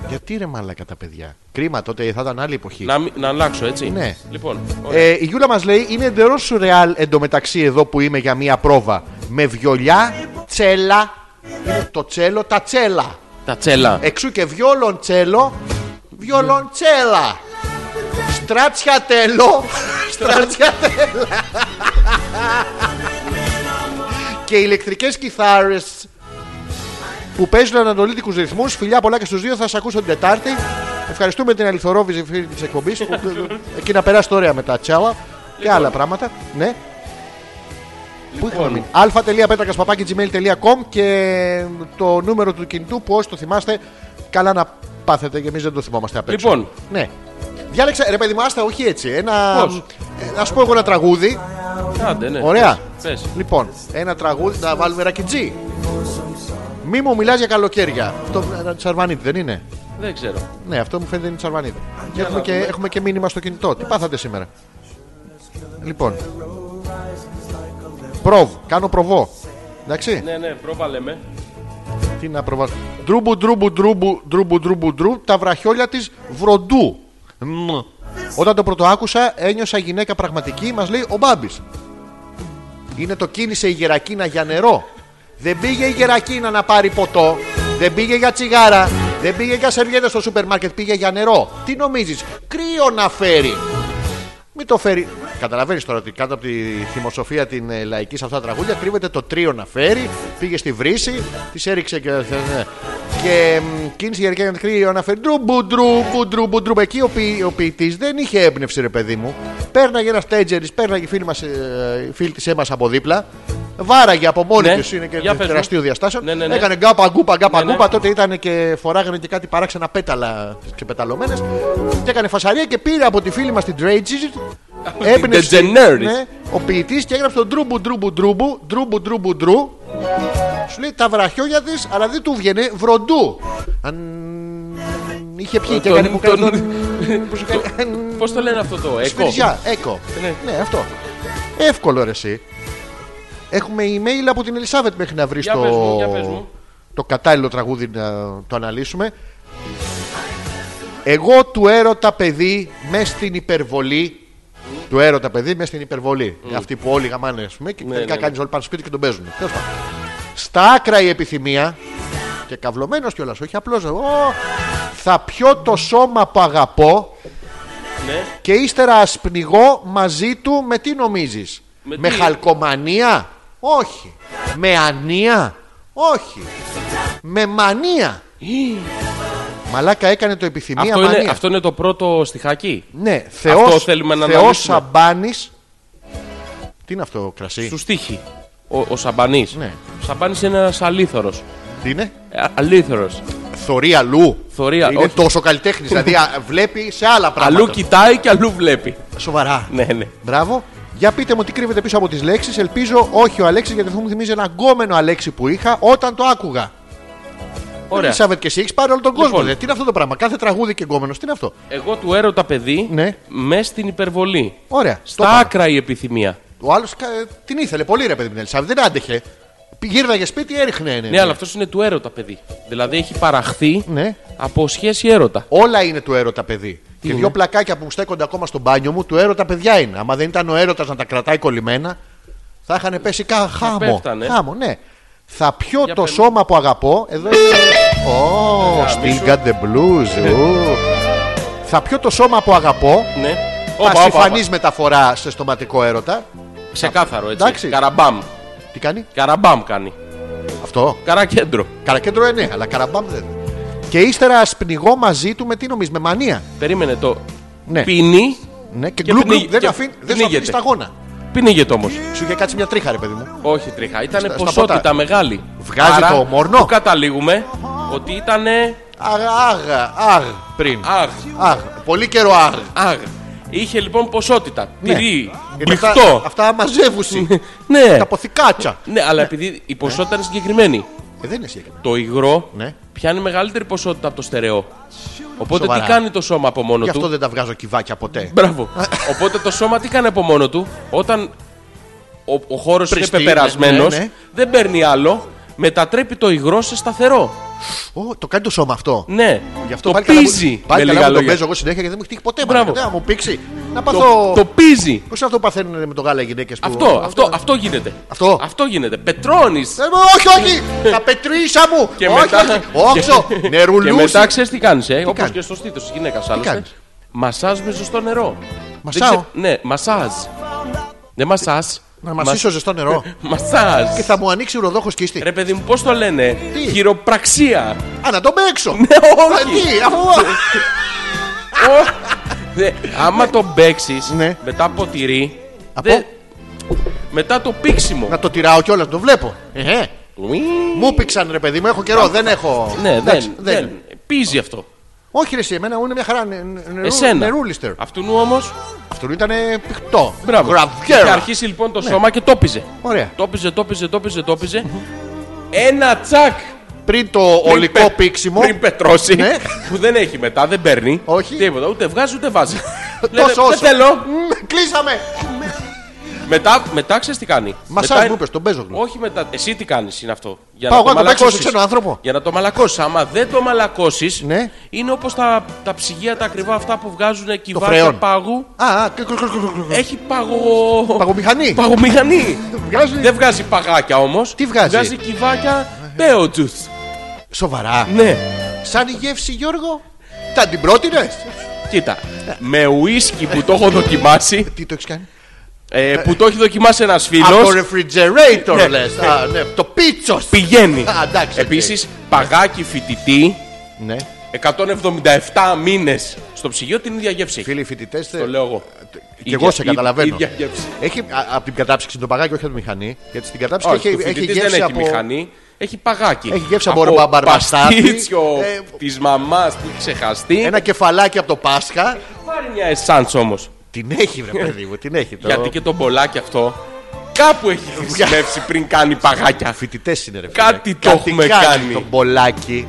Γιατί ρε μαλακά τα παιδιά. Κρίμα τότε θα ήταν άλλη εποχή. Να, μη- να αλλάξω, έτσι. Ναι. Λοιπόν, ωραία. Ε, η Γιούλα μας λέει είναι εντερό σουρεάλ εντωμεταξύ εδώ που είμαι για μία πρόβα. Με βιολιά, τσέλα. Είναι το τσέλο, τα τσέλα. τα τσέλα. Εξού και βιόλον τσέλο, βιόλον τσέλα. Στράτσια τέλο, στράτσια τέλα. και ηλεκτρικές κιθάρες που παίζουν ανατολίτικους ρυθμούς. Φιλιά πολλά και στους δύο, θα σας ακούσω την Τετάρτη. Ευχαριστούμε την αληθορόβηση φίλη της εκπομπής που εκεί να περάσει το ωραία με τα τσάουα και άλλα πράγματα. Ναι. Πού είχαμε Λοιπόν, μείνει. αλφα.πέτρακα.gmail.com και το νούμερο του κινητού που όσοι το θυμάστε, καλά να πάθετε και εμείς δεν το θυμόμαστε απ' έξω. Λοιπόν. Ναι. Διάλεξα, ρε παιδί μου, άστα, όχι έτσι. Ένα. Πώς? ε, Να σου πω εγώ ένα τραγούδι. Άντε, ναι. Ωραία. Πες. Λοιπόν, ένα τραγούδι, να βάλουμε ρακιτζί. Μη μου μιλάς για καλοκαίρια. Αυτό ε, Τσαρβανίδη δεν είναι. Δεν ξέρω. Ναι, αυτό μου φαίνεται είναι Τσαρβανίδη. Και έχουμε, και, έχουμε και μήνυμα στο κινητό. Τι πάθατε σήμερα. Λοιπόν. Προβ, κάνω προβό. Εντάξει. Ναι, ναι, πρόβαλε με. Τι να προβάσω. Ντρούμπου, ντρούμπου, ντρούμπου, ντρούμπου, ντρούμπου, ντρού, τα βραχιόλια της βροντού. Μμ. Όταν το πρώτο άκουσα, ένιωσα γυναίκα πραγματική, μας λέει ο Μπάμπης. Είναι το κίνησε η Γερακίνα για νερό. Δεν πήγε η Γερακίνα να πάρει ποτό. Δεν πήγε για τσιγάρα. Δεν πήγε για σερβιέτα στο σούπερ μάρκετ. Πήγε για νερό. Τι νομίζεις, κρύο να φέρει. Μην το φέρει. Καταλαβαίνεις τώρα ότι κάτω από τη θυμοσοφία την ε, λαϊκή σε αυτά τα τραγούδια κρύβεται το τρίο να φέρει. Πήγε στη βρύση, της έριξε και. ναι. Και μ, κίνησε η Γερικάνια κρύο να φέρει. Ντρούμπου, ντρούμπου, ντρούμπου, ντρούμπου. Εκεί ο, ποιη- ο ποιητής δεν είχε έμπνευση, ρε παιδί μου. Πέρναγε ένα τέτζερι, πέρναγε η φίλη, μας, ε, η φίλη της Έμας από δίπλα. Βάραγε από μόνη Ναι. της είναι και Για πες μου. τεραστίου διαστάσεων. Ναι, ναι, ναι. Έκανε γκάπα γκούπα γκάπα Ναι, ναι. γκούπα. Τότε ήταν και φοράγανε και κάτι παράξενα πέταλα ξεπεταλωμένε. Και έκανε φασαρία και πήρε από τη φίλη μας την Τρέιτζι. την Degeneres. ναι, ο ποιητής και έγραψε τον ντρούμπου ντρούμπου ντρούμπου ντρούμπου ντρούμπου ντρού. Σου λέει τα βραχιόλια της, αλλά δεν του βγαίνει βροντού. Αν είχε πιει και Τον- έκανε που κάνει τον- τον- που σου κάνει- Πώς το λένε αυτό το εκό. Σφυριζιά, έκο. Ναι. Ναι, αυτό. Εύκολο ρε εσύ. Έχουμε email από την Ελισάβετ μέχρι να βρει Για πες μου, για πες το... μου. το κατάλληλο τραγούδι να το αναλύσουμε. Εγώ του έρωτα παιδί μες στην υπερβολή. Του έρωτα παιδί μες στην υπερβολή. Αυτοί που όλοι γαμάνε, ας πούμε, και Mm. Ναι, τελικά ναι, ναι. κάνει όλοι πάνω στο σπίτι και τον παίζουν. Τέλος πάντων. Στα άκρα η επιθυμία. Και καυλωμένος κιόλας, όχι απλώ. Θα πιω το σώμα που αγαπώ. Ναι. Και ύστερα ας πνιγώ μαζί του με τι νομίζεις Με Με τι? χαλκομανία Όχι Με ανία Όχι. Με μανία. Μαλάκα έκανε το επιθυμία Αυτό μανία. είναι, αυτό είναι το πρώτο στοιχάκι. Ναι, Θεός, Αυτό θέλουμε να θεός αναλύσουμε. Σαμπάνης. Τι είναι αυτό κρασί. Σου στίχη. Ο, ο Σαμπανή. Ναι. Ο Σαμπανή είναι Ε, ένας αλήθωρος. Τι είναι. Αλήθωρος. Θωρεί αλλού. Θωρεί, είναι όχι. τόσο καλλιτέχνης. δηλαδή α, βλέπει σε άλλα πράγματα. Αλλού κοιτάει και αλλού βλέπει. Σοβαρά. Ναι, ναι. Μπράβο. Για πείτε μου τι κρύβεται πίσω από τις λέξεις. Ελπίζω όχι ο Αλέξης, γιατί αυτό μου θυμίζει ένα γκόμενο Αλέξη που είχα όταν το άκουγα. Ωραία. Ελισάβετ και εσύ έχεις πάρει όλο τον κόσμο. Λοιπόν. ρε. Τι είναι αυτό το πράγμα. Κάθε τραγούδι και γκόμενος. Τι είναι αυτό. Εγώ του έρωτα παιδί Ναι. με στην υπερβολή. Ωραία. Το Στα πάμε. άκρα η επιθυμία. Ο άλλος την ήθελε πολύ ρε παιδί μου. την Ελισάβετ δεν άντεχε. Πη- Γύρναγε σπίτι, έριχνε. Ναι, αλλά αυτός είναι του έρωτα παιδί. Δηλαδή έχει παραχθεί Ναι. από σχέση έρωτα. Όλα είναι του έρωτα, παιδί. και είναι? δύο πλακάκια που μου στέκονται ακόμα στο μπάνιο μου, του έρωτα παιδιά είναι. Άμα δεν ήταν ο έρωτας να τα κρατάει κολλημένα, θα είχαν πέσει κα... χάμο. πέφτανε. Χάμο, ναι. Θα πιω Για το πες. σώμα που αγαπώ. Εδώ είναι. Ω, still got the blues. ου. Θα πιω το σώμα που αγαπώ. Ναι. Όπα, όπα, Ασυφανή μεταφορά σε στοματικό έρωτα. όπα. Ξεκάθαρο έτσι. Εντάξει. Καραμπάμ. Τι κάνει Καραμπάμ κάνει. αυτό. Καρακέντρο. Καρακέντρο είναι, αλλά καραμπάμ δεν. Και ύστερα α πνιγώ μαζί του με τι νομίζεις, με μανία. Περίμενε το. Ναι, Πίνει. ναι. και, και γκλου, πνίγει- γκλου, δεν, και αφήνει, δεν σου πνίγεται. αφήνει σταγόνα. Πίνηγεται όμως. Σου είχε κάτσει μια τρίχα, ρε παιδί μου. Όχι τρίχα. Ήταν Στα- στα ποσότητα ποτά. μεγάλη. Βγάζει Άρα, το μόρνο. Που καταλήγουμε ότι ήταν. Αγ, αγ, αγ, πριν. Αγ. Αγ, πολύ καιρό αγ. Αγ. Είχε λοιπόν ποσότητα. Ναι. Τυρί. Είναι Μπριχτό. Αυτά, αυτά μαζεύουσι. Ναι. Τα ποθηκάτσα. Ναι, αλλά επειδή η ποσότητα είναι συγκεκριμένη. Ε, δεν είναι σύγκριμα. Το υγρό Ναι. πιάνει μεγαλύτερη ποσότητα από το στερεό. Οπότε Σοβαρά. τι κάνει το σώμα από μόνο Γι' του. αυτό δεν τα βγάζω κυβάκια ποτέ. Μπράβο. Οπότε το σώμα τι κάνει από μόνο του. Όταν ο, ο χώρος είναι Πριστεί, πεπερασμένος, ναι, ναι, ναι. δεν παίρνει άλλο, μετατρέπει το υγρό σε σταθερό. Ω, το κάνει το σώμα αυτό. Ναι. Γι' αυτό το πάλι καλά μου- πίζει. Πάλι με καλά λίγα μου το λόγια. παίζω εγώ συνέχεια γιατί δεν μου έχει τύχει ποτέ. Μπράβο. μάλλον. Δεν θα μου πήξει. Να Το, πάθω. το πίζει. Πώς αυτό που παθαίνουν με το γάλα οι γυναίκες που. Αυτό, αυτό, αυτό γίνεται. Αυτό. γίνεται. Πετρώνεις. Ε, Όχι, όχι! Τα πετρίσα μου! Και όχι, μετά. όχι, όξο! *laughs* και- Νερουλούσι! Και μετά ξέρεις τι κάνεις, ε, όπως κάνεις? και στο στήθος της γυναίκας άλλωστε. κάνεις? Μασάζ με ζεστό νερό. Μασάω? Δεν Ναι, μασάζ. Δεν μασάζ. Να μασίσω ζεστό νερό. Μασάζ. Και θα μου ανοίξει ροδόχο κίστη. Ε. Ρε παιδί μου, πώς το λένε. Τι? *laughs* Χειροπραξία. Α, να το παίξω! Ναι, Α, όχι. Ε, τι, αφού- Ω, δε, Άμα το παίξεις Ναι. μετά από τυρί. Από? δε- Μετά το πίξιμο. Να το τυράω κιόλας, το βλέπω. Ε, Ουί. μου πήξαν ρε παιδί μου, έχω καιρό, δεν έχω. Ναι, Εντάξει, δεν, δεν. Πίζει αυτό. Όχι ρε, εσύ, εμένα μου είναι μια χαρά. νε- νε- νερού- Εσένα. Νερούλιστερ. Αυτού του όμω. Αυτό ήταν πηχτό. Μπράβο. Γραβιέρα. Ναι. Είχε αρχίσει λοιπόν το σώμα και το πίζε. Ωραία. Το πίζε, το πίζε, το πίζε, το πίζε. Ένα τσακ. Πριν το Πριν ολικό πε- πήξιμο. Πριν πετρώσει. Ναι. Που δεν έχει μετά, δεν παίρνει. Όχι. Τίποτα, ούτε βγάζει ούτε *laughs* βάζει. Λέτε, Τόσο Δεν όσο. θέλω. Μμ, Κλείσαμε. Μετά, μετά ξέρεις τι κάνει. Μασάζ Μετά- μου είπες, τον παίζω, γλου. Όχι μετά, εσύ τι κάνεις είναι αυτό. Για Πάω να εγώ το να παίξω σε μαλακώσεις. ξένο άνθρωπο. Για να το μαλακώσεις. Άμα δεν το μαλακώσεις, Ναι. είναι όπως τα, τα ψυγεία τα ακριβά αυτά που βγάζουν κυβάκια φρεόν. πάγου. Α, α, κρ- κρ- κρ- κρ- κρ- Έχει παγο. παγομηχανή. Παγομηχανή. Βγάζει- δεν βγάζει παγάκια όμως. Τι βγάζει? Βγάζει κυβάκια πέοτζουθ. Σοβαρά. Ναι. Σαν η γεύση, Γιώργο. Τα την πρότεινες. Κοίτα, με ουίσκι που το έχω δοκιμάσει, Τι το έχεις κάνει. ε, που το έχει δοκιμάσει ένας Από το φίλο, Ναι. refrigerator λες. Α, ναι, Το πίτσος. πηγαίνει. Α, εντάξει, οκ. Επίσης, παγάκι φοιτητή, Ναι. 177 μήνες στο ψυγείο την ίδια γεύση. έχει. Φίλοι φοιτητές. Το λέω εγώ. Και εγώ σε ίδια- καταλαβαίνω. ίδια γεύση. Έχει από την κατάψυξη το παγάκι, όχι από τη μηχανή. Γιατί στην κατάψυξη Όχι, έχει, το έχει φοιτητής γεύση δεν έχει από. μηχανή. Έχει παγάκι. Έχει γεύση από ρομπα- μπαρμπαστάτη. παστίτσιο Ε, της μαμάς που έχει ξεχαστεί. Ένα κεφαλάκι από το Πάσχα. Πάρει μια εσάντς όμως. Την έχει, *laughs* βρε παιδί μου, την έχει. Το... Γιατί και το μπολάκι αυτό *laughs* κάπου έχει χρησιμεύσει πριν κάνει παγάκια. Φοιτητές είναι ρε φίλε. Κάτι το έχουμε κάνει. Το μπολάκι.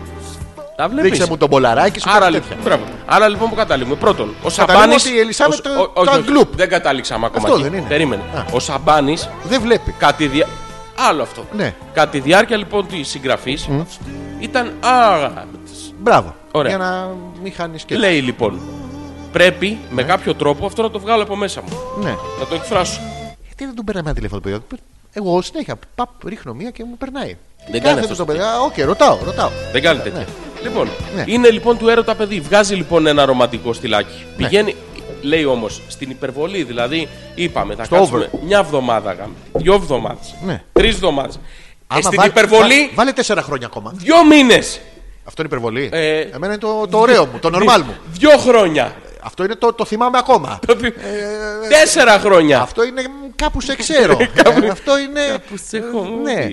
Τα Δείξε βλέπεις. μου τον μπολαράκι σου. Άρα, κάτι λοιπόν, τέτοια. μπράβο. Άρα λοιπόν που καταλήγουμε. Πρώτον, ο Σαμπάνη. Καταλήγουμε ότι η Ελισάβετ το- το αγκλούπ. Δεν καταλήξαμε ακόμα. Αυτό εκεί. δεν είναι. Περίμενε. Α. Ο Σαμπάνης Δεν βλέπει. Κάτι δια... Άλλο αυτό. Ναι. Κατά τη διάρκεια λοιπόν της συγγραφής ήταν άγαπτη. Μπράβο. Ωραία. Για να μην χάνεις και. Λέει λοιπόν, πρέπει με κάποιο τρόπο αυτό να το βγάλω από μέσα μου. Ναι. Να το εκφράσω. Γιατί δεν του παίρναμε ένα τηλέφωνο, παιδιά. Εγώ συνέχεια παπ, ρίχνω μία και μου περνάει. Δεν κάνει Κάθεται αυτό. στο παιδιά. Οκ, ρωτάω, ρωτάω. Δεν κάνει τέτοια. Λοιπόν, Ναι. είναι λοιπόν του έρωτα παιδί. Βγάζει λοιπόν ένα ρομαντικό στυλάκι. Ναι. Πηγαίνει, λέει όμως, στην υπερβολή. Δηλαδή, είπαμε, θα Στο κάτσουμε μια εβδομάδα γάμ, δύο εβδομάδες, Ναι. τρεις εβδομάδες. Άμα Ε, στην βάλ- υπερβολή- βά- Βάλε τέσσερα χρόνια ακόμα. Δύο μήνες. Αυτό είναι υπερβολή. Ε, Εμένα είναι το, το ωραίο μου, το normal μου. Ε, Δύο χρόνια. Αυτό είναι το, το θυμάμαι ακόμα. Το δι- Τέσσερα χρόνια. Αυτό είναι μ, κάπου σε *laughs* ξέρω. Ε, αυτό είναι. Κάπου σε έχω μάθει. Ναι. Ε,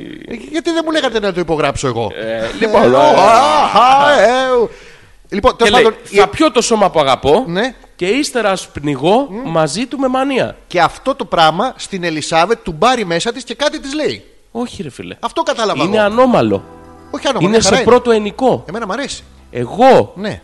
Γιατί δεν μου λέγατε να το υπογράψω εγώ. Ε, Λοιπόν, Ε, ο, ε, α, α, ε, ο. Λοιπόν, και τέλο λέει, πάντων. η- θα πιω το σώμα που αγαπώ Ναι. και ύστερα ας πνιγώ μαζί του με μανία. Και αυτό το πράγμα στην Ελισάβετ του μπάρει μέσα τη και κάτι τη λέει. Όχι, ρε φίλε. Αυτό κατάλαβα. Είναι εγώ. ανώμαλο. Όχι άνομα, Είναι Ναι, χαρά σε πρώτο ενικό. Εμένα μου αρέσει. Εγώ Ναι.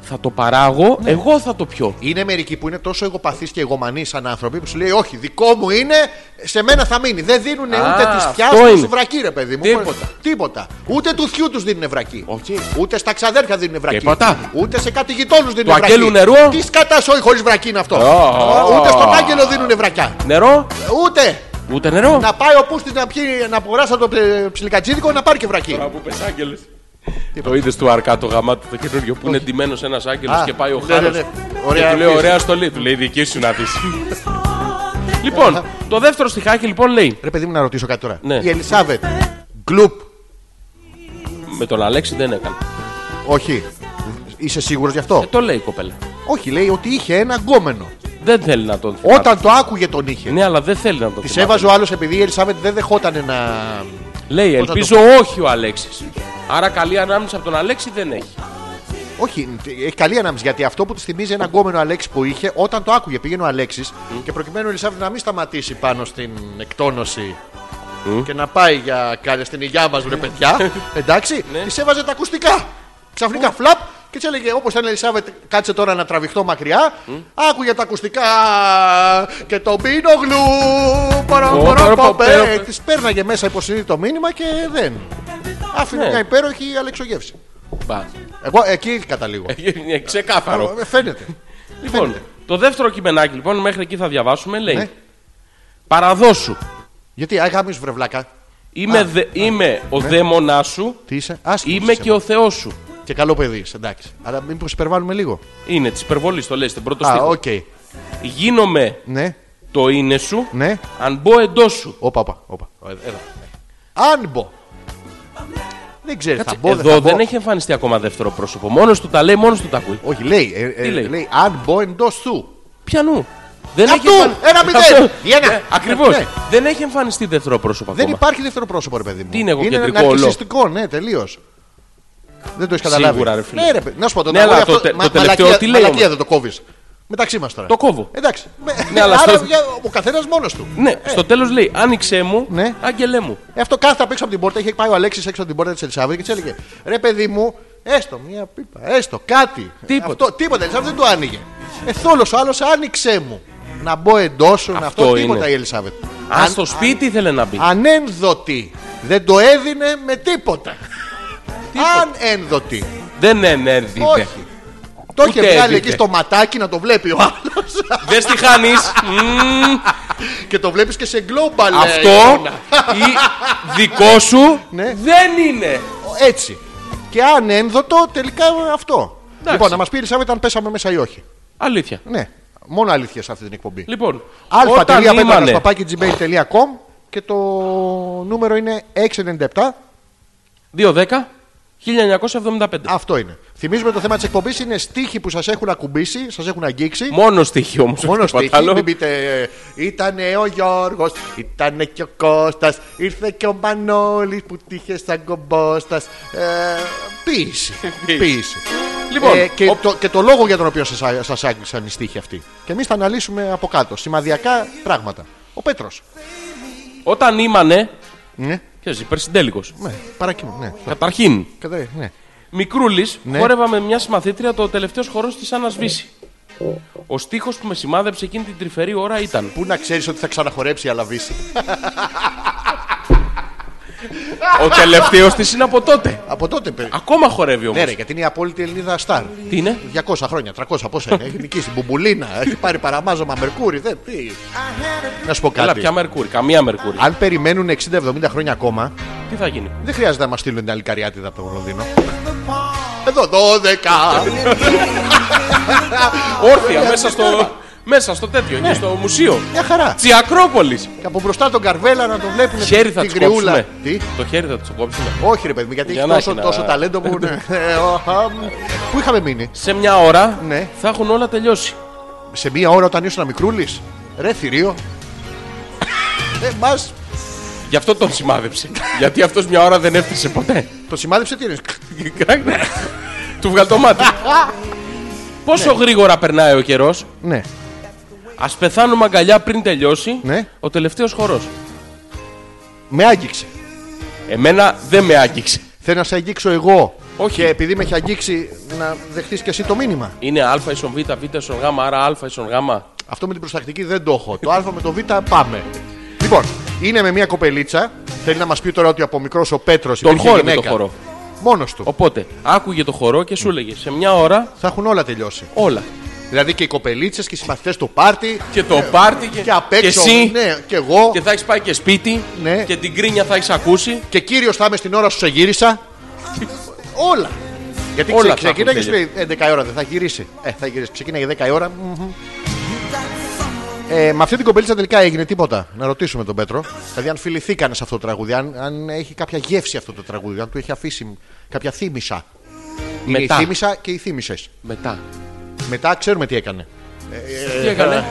θα το παράγω, εγώ θα το πιω. Είναι μερικοί που είναι τόσο εγωπαθείς και εγωμανείς σαν άνθρωποι που σου λέει Όχι, δικό μου είναι, σε μένα θα μείνει. Δεν δίνουν Α, ούτε τη αυτό φτιάχνουν είναι. σου βρακή, ρε παιδί μου. Τίποτα. Τίποτα. Ούτε του θιού του δίνουν βρακή. Οκ. Ούτε στα ξαδέρφια δίνουν βρακή. Τίποτα. Ούτε σε κάτι γειτόνου δίνουν Του βρακή. αγγέλου νερού. Τι σκατασόι χωρί βρακή είναι αυτό. Α. Ούτε στον άγγελο δίνουν βρακιά. Νερό, Ούτε. ούτε νερό. Να πάει ο Πούστης να, πιει, να αγοράσει από το ε, ψιλικατζίδικο να πάρει και βρακή. Τώρα που πες άγγελες. Το είδες του Αρκά το γαμάτο το καινούριο που είναι εντυμένο ένας άγγελος Α, και πάει ο ναι, ναι, Χάρος. ναι. Ωραία Του λέει αφήση. ωραία στολή, του λέει δική σου να δεις. λοιπόν, το δεύτερο στιχάκι λοιπόν λέει Ρε παιδί μου να ρωτήσω κάτι τώρα. Ναι. Η Ελισάβετ. Γκλουπ. με τον Αλέξη δεν έκανε. Όχι. Είσαι σίγουρος γι' αυτό. Ε, το λέει η κοπέλα. Όχι, λέει ότι είχε ένα γκόμενο. Δεν θέλει να τον θυμάται. Όταν το άκουγε τον είχε. Ναι, αλλά δεν θέλει να τον Τη θυμάται. έβαζε ο άλλος επειδή η Ελισάβετ δεν δεχόταν να. Λέει, Πώς θα το ελπίζω όχι ο Αλέξης. Άρα καλή ανάμνηση από τον Αλέξη δεν έχει. Όχι, έχει καλή ανάμειξη γιατί αυτό που της θυμίζει ένα γκόμενο Αλέξη που είχε, όταν το άκουγε πήγαινε ο Αλέξης και προκειμένου η Ελισάβετ να μην σταματήσει πάνω στην εκτόνωση και να πάει για κάλια στην υγειά μας, Ναι. βρε *laughs* παιδιά. Εντάξει, της έβαζε τα ακουστικά. Ξαφνικά φλαπ και της έλεγε όπως ήταν η Ελισάβετ, κάτσε τώρα να τραβηχτώ μακριά. Άκουγε τα ακουστικά και τον πίνω Ω, γλου. παραπαπέ. Τη ε, πέρναγε μέσα υποσυνείδητο μήνυμα και δεν. Άφηνε Ναι. μια υπέροχη αλεξογεύση. Μπα. Εγώ εκεί καταλήγω. Είναι ξεκάθαρο. Ε, Φαίνεται. Λοιπόν, φαίνεται. το δεύτερο κειμενάκι λοιπόν, μέχρι εκεί θα διαβάσουμε, λέει Ναι. Παραδόσου. Γιατί αγάπη σου βρεβλάκα. Είμαι, δε- είμαι ο Ναι. δαίμονάς σου, Τι είσαι, άσχημος. είμαι είσαι, και ο Θεός σου. μα. και καλό παιδί, είσαι, εντάξει. Αλλά μήπως υπερβάλλουμε λίγο. Είναι της υπερβολής, το λέει στην πρώτο Α, στίχο. οκ. Γίνομαι Ναι, το είναι σου, ναι. αν μπω εντός σου. Όπα, όπα. όπα. Ε, Έλα. Αν μπω. Δεν ξέρεις, θα Κάτσε, μπω. εδώ θα δεν μπω. έχει εμφανιστεί ακόμα δεύτερο πρόσωπο. Μόνος του τα λέει, μόνος του τα ακούει. Όχι, λέει. ε, ε, Τι λέει? λέει, αν μπω εντός του. Πιανού. Δεν Αυτού! εμφανιστεί- Ένα μηδέν! Αυτό. Ή ένα. Ναι, ακριβώς. Ναι. Δεν έχει εμφανιστεί δεύτερο πρόσωπο Δεν ακόμα. υπάρχει δεύτερο πρόσωπο, ρε παιδί μου. Τι είναι εγωκεντρικό όλο. ναρκισιστικό, ναι, τελείως. Δεν το έχεις καταλάβει. Σίγουρα, ρε φίλε. Ναι, ρε, παιδί. να σου πω το Ναι, τραγούδι αλλά αυτό. το τε- το μα- τελευταίο μαλακία- τι λέει Μαλακία όμως. δεν το κόβεις. Μεταξύ μας τώρα. Το κόβω. Εντάξει. Ναι, αλλά Άρα στο- για- ο καθένας μόνος του. Ε, Ναι, στο τέλος λέει Άνοιξε μου, Ναι. άγγελέ μου. Ε, Αυτό κάθε απ' έξω από την πόρτα. Είχε πάει ο Αλέξης έξω από την πόρτα της Ελισάβετ και της έλεγε Ρε παιδί μου, έστω μία πίπα, έστω κάτι. Ε, Τίποτα. Αυτό, τίποτα. Η Ελισάβετ δεν το άνοιγε. Εθόλο ο άλλος άνοιξε μου. Να μπω εντός σου, να Αυτό αυτό τίποτα είναι. η Ελισάβετ. Α, στο σπίτι ήθελε να μπει. Ανένδοτη. Δεν το έδινε με τίποτα. Τίποτα. Ανένδοτη. Δεν ενέρδιδε. Όχι. Το είχε Ούτε βγάλει έδινε. εκεί στο ματάκι να το βλέπει ο άλλος. Δεν στη χάνει. *laughs* και το βλέπεις και σε global. ε, Αυτό εικόνα. ή δικό σου Ναι. δεν είναι. Έτσι. Και αν ένδοτο, τελικά αυτό. Εντάξει. Λοιπόν, να μας πεις η Ελισάβετ αν πέσαμε μέσα ή όχι. Αλήθεια. Ναι. Μόνο αλήθεια σε αυτή την εκπομπή. Λοιπόν, όταν ήμανε, αλφα.πέτρακα.gmail.com και το νούμερο είναι 697. 2-10, 1975. Αυτό είναι. Θυμίζουμε το θέμα της εκπομπής είναι στίχοι που σας έχουν ακουμπήσει, σας έχουν αγγίξει. Μόνο στοιχείο όμως. Μόνο στίχοι. Μην πείτε. ε, Ήτανε ο Γιώργος, ήτανε και ο Κώστας, ήρθε και ο Μανώλης που τύχε σαν κομπόστας. Ε, *laughs* ποίηση. ποίηση. Λοιπόν, Ε, και, ο- το, και το λόγο για τον οποίο σας σα άγγιξαν οι στίχοι αυτοί. Και εμείς θα αναλύσουμε από κάτω σημαδιακά πράγματα. Ο Πέτρος. Όταν ήμανε. Ναι, Ξέρεις, υπερσυντέλικος. ναι, παρακείμενο. Ναι, Καταρχήν, Κατά- ναι. Μικρούλης, Ναι. χόρευα με μια συμμαθήτρια το τελευταίος χορός της Άννας Βύση. Ο στίχος που με σημάδεψε εκείνη την τρυφερή ώρα ήταν. Πού να ξέρεις ότι θα ξαναχορέψει η Αλαβίση. Ναι. Ο τελευταίος της είναι από τότε. από τότε παιδί. Ακόμα χορεύει όμως. Ναι, ρε, γιατί είναι η απόλυτη Ελληνίδα Σταρ. Τι είναι. 200 χρόνια, 300 πόσα είναι. Έχει νικήσει Μπουμπουλίνα, έχει πάρει παραμάζωμα Μερκούρι. Δεν, τι. Να σου πω Καλά, κάτι. πια Μερκούρι. Καμία Μερκούρι. Αν περιμένουν 60-70 χρόνια ακόμα, Τι θα γίνει. δεν χρειάζεται να μας στείλουν την Αλικαριάτιδα από το Λονδίνο. Εδώ 12! Όρθια μέσα στο. Μέσα στο τέτοιο, Ναι. εκεί στο μουσείο. Μια χαρά. Τσιακρόπολης. Και από μπροστά τον Καρβέλα να τον βλέπουν. Χέρι θα την τους κόψουμε. Τι. Το χέρι θα τους κόψουμε. Όχι ρε παιδί μου, γιατί Για έχει να τόσο, έχει να- τόσο ταλέντο που. *laughs* ναι. Ε, ο, αμ. Πού είχαμε μείνει, Σε μια ώρα Ναι. θα έχουν όλα τελειώσει. σε μία ώρα όταν ήσουν μικρούλης. Ρε *laughs* θηρίο. Ε, μας Γι' αυτό τον *laughs* σημάδεψε. Γιατί αυτός μια ώρα δεν έφτασε ποτέ. το σημάδεψε τι είναι. του βγάλει το μάτι. Πόσο γρήγορα περνάει ο καιρός. ναι. Ας πεθάνουμε αγκαλιά πριν τελειώσει Ναι. ο τελευταίος χορός. Με άγγιξε. Εμένα δεν με άγγιξε. Θέλω να σε αγγίξω εγώ. Όχι. Και επειδή με έχει αγγίξει, να δεχτείς και εσύ το μήνυμα. Είναι α ίσον β, β ίσον γ, άρα α ίσον γ. Αυτό με την προστακτική δεν το έχω. Το α με το β πάμε. Λοιπόν, είναι με μια κοπελίτσα. Θέλει να μας πει τώρα ότι από μικρός ο Πέτρος Τον χόρευε το χορό. Μόνος του. Οπότε άκουγε το χορό και σου έλεγε σε μια ώρα Θα έχουν όλα τελειώσει. όλα. Δηλαδή και οι κοπελίτσες και οι συμπαθητές του πάρτι. Και το πάρτι και, Ε, Και απ' έξω. εσύ. Ναι, και εγώ. Και θα έχεις πάει και σπίτι. Ναι. Και την κρίνια θα έχεις ακούσει. Και κύριος θα είμαι στην ώρα σου σε γύρισα. όλα. Γιατί Όλα ξε, θα έχουν ξεκίνα και σου λέει τελειώσει. 11 η ώρα δεν θα γυρίσει. Ε, θα γυρίσει. Ξεκίνα για 10 η ώρα. μμμ. Ε, με αυτή την κοπελίτσα τελικά έγινε τίποτα. Να ρωτήσουμε τον Πέτρο. Δηλαδή, αν φιληθήκανε σε αυτό το τραγούδι, αν, αν έχει κάποια γεύση αυτό το τραγούδι, αν του έχει αφήσει κάποια θύμησα. Είναι η Μετά. θύμησα και οι θύμησε. Μετά. Μετά ξέρουμε τι έκανε. Ε, Τι έκανε.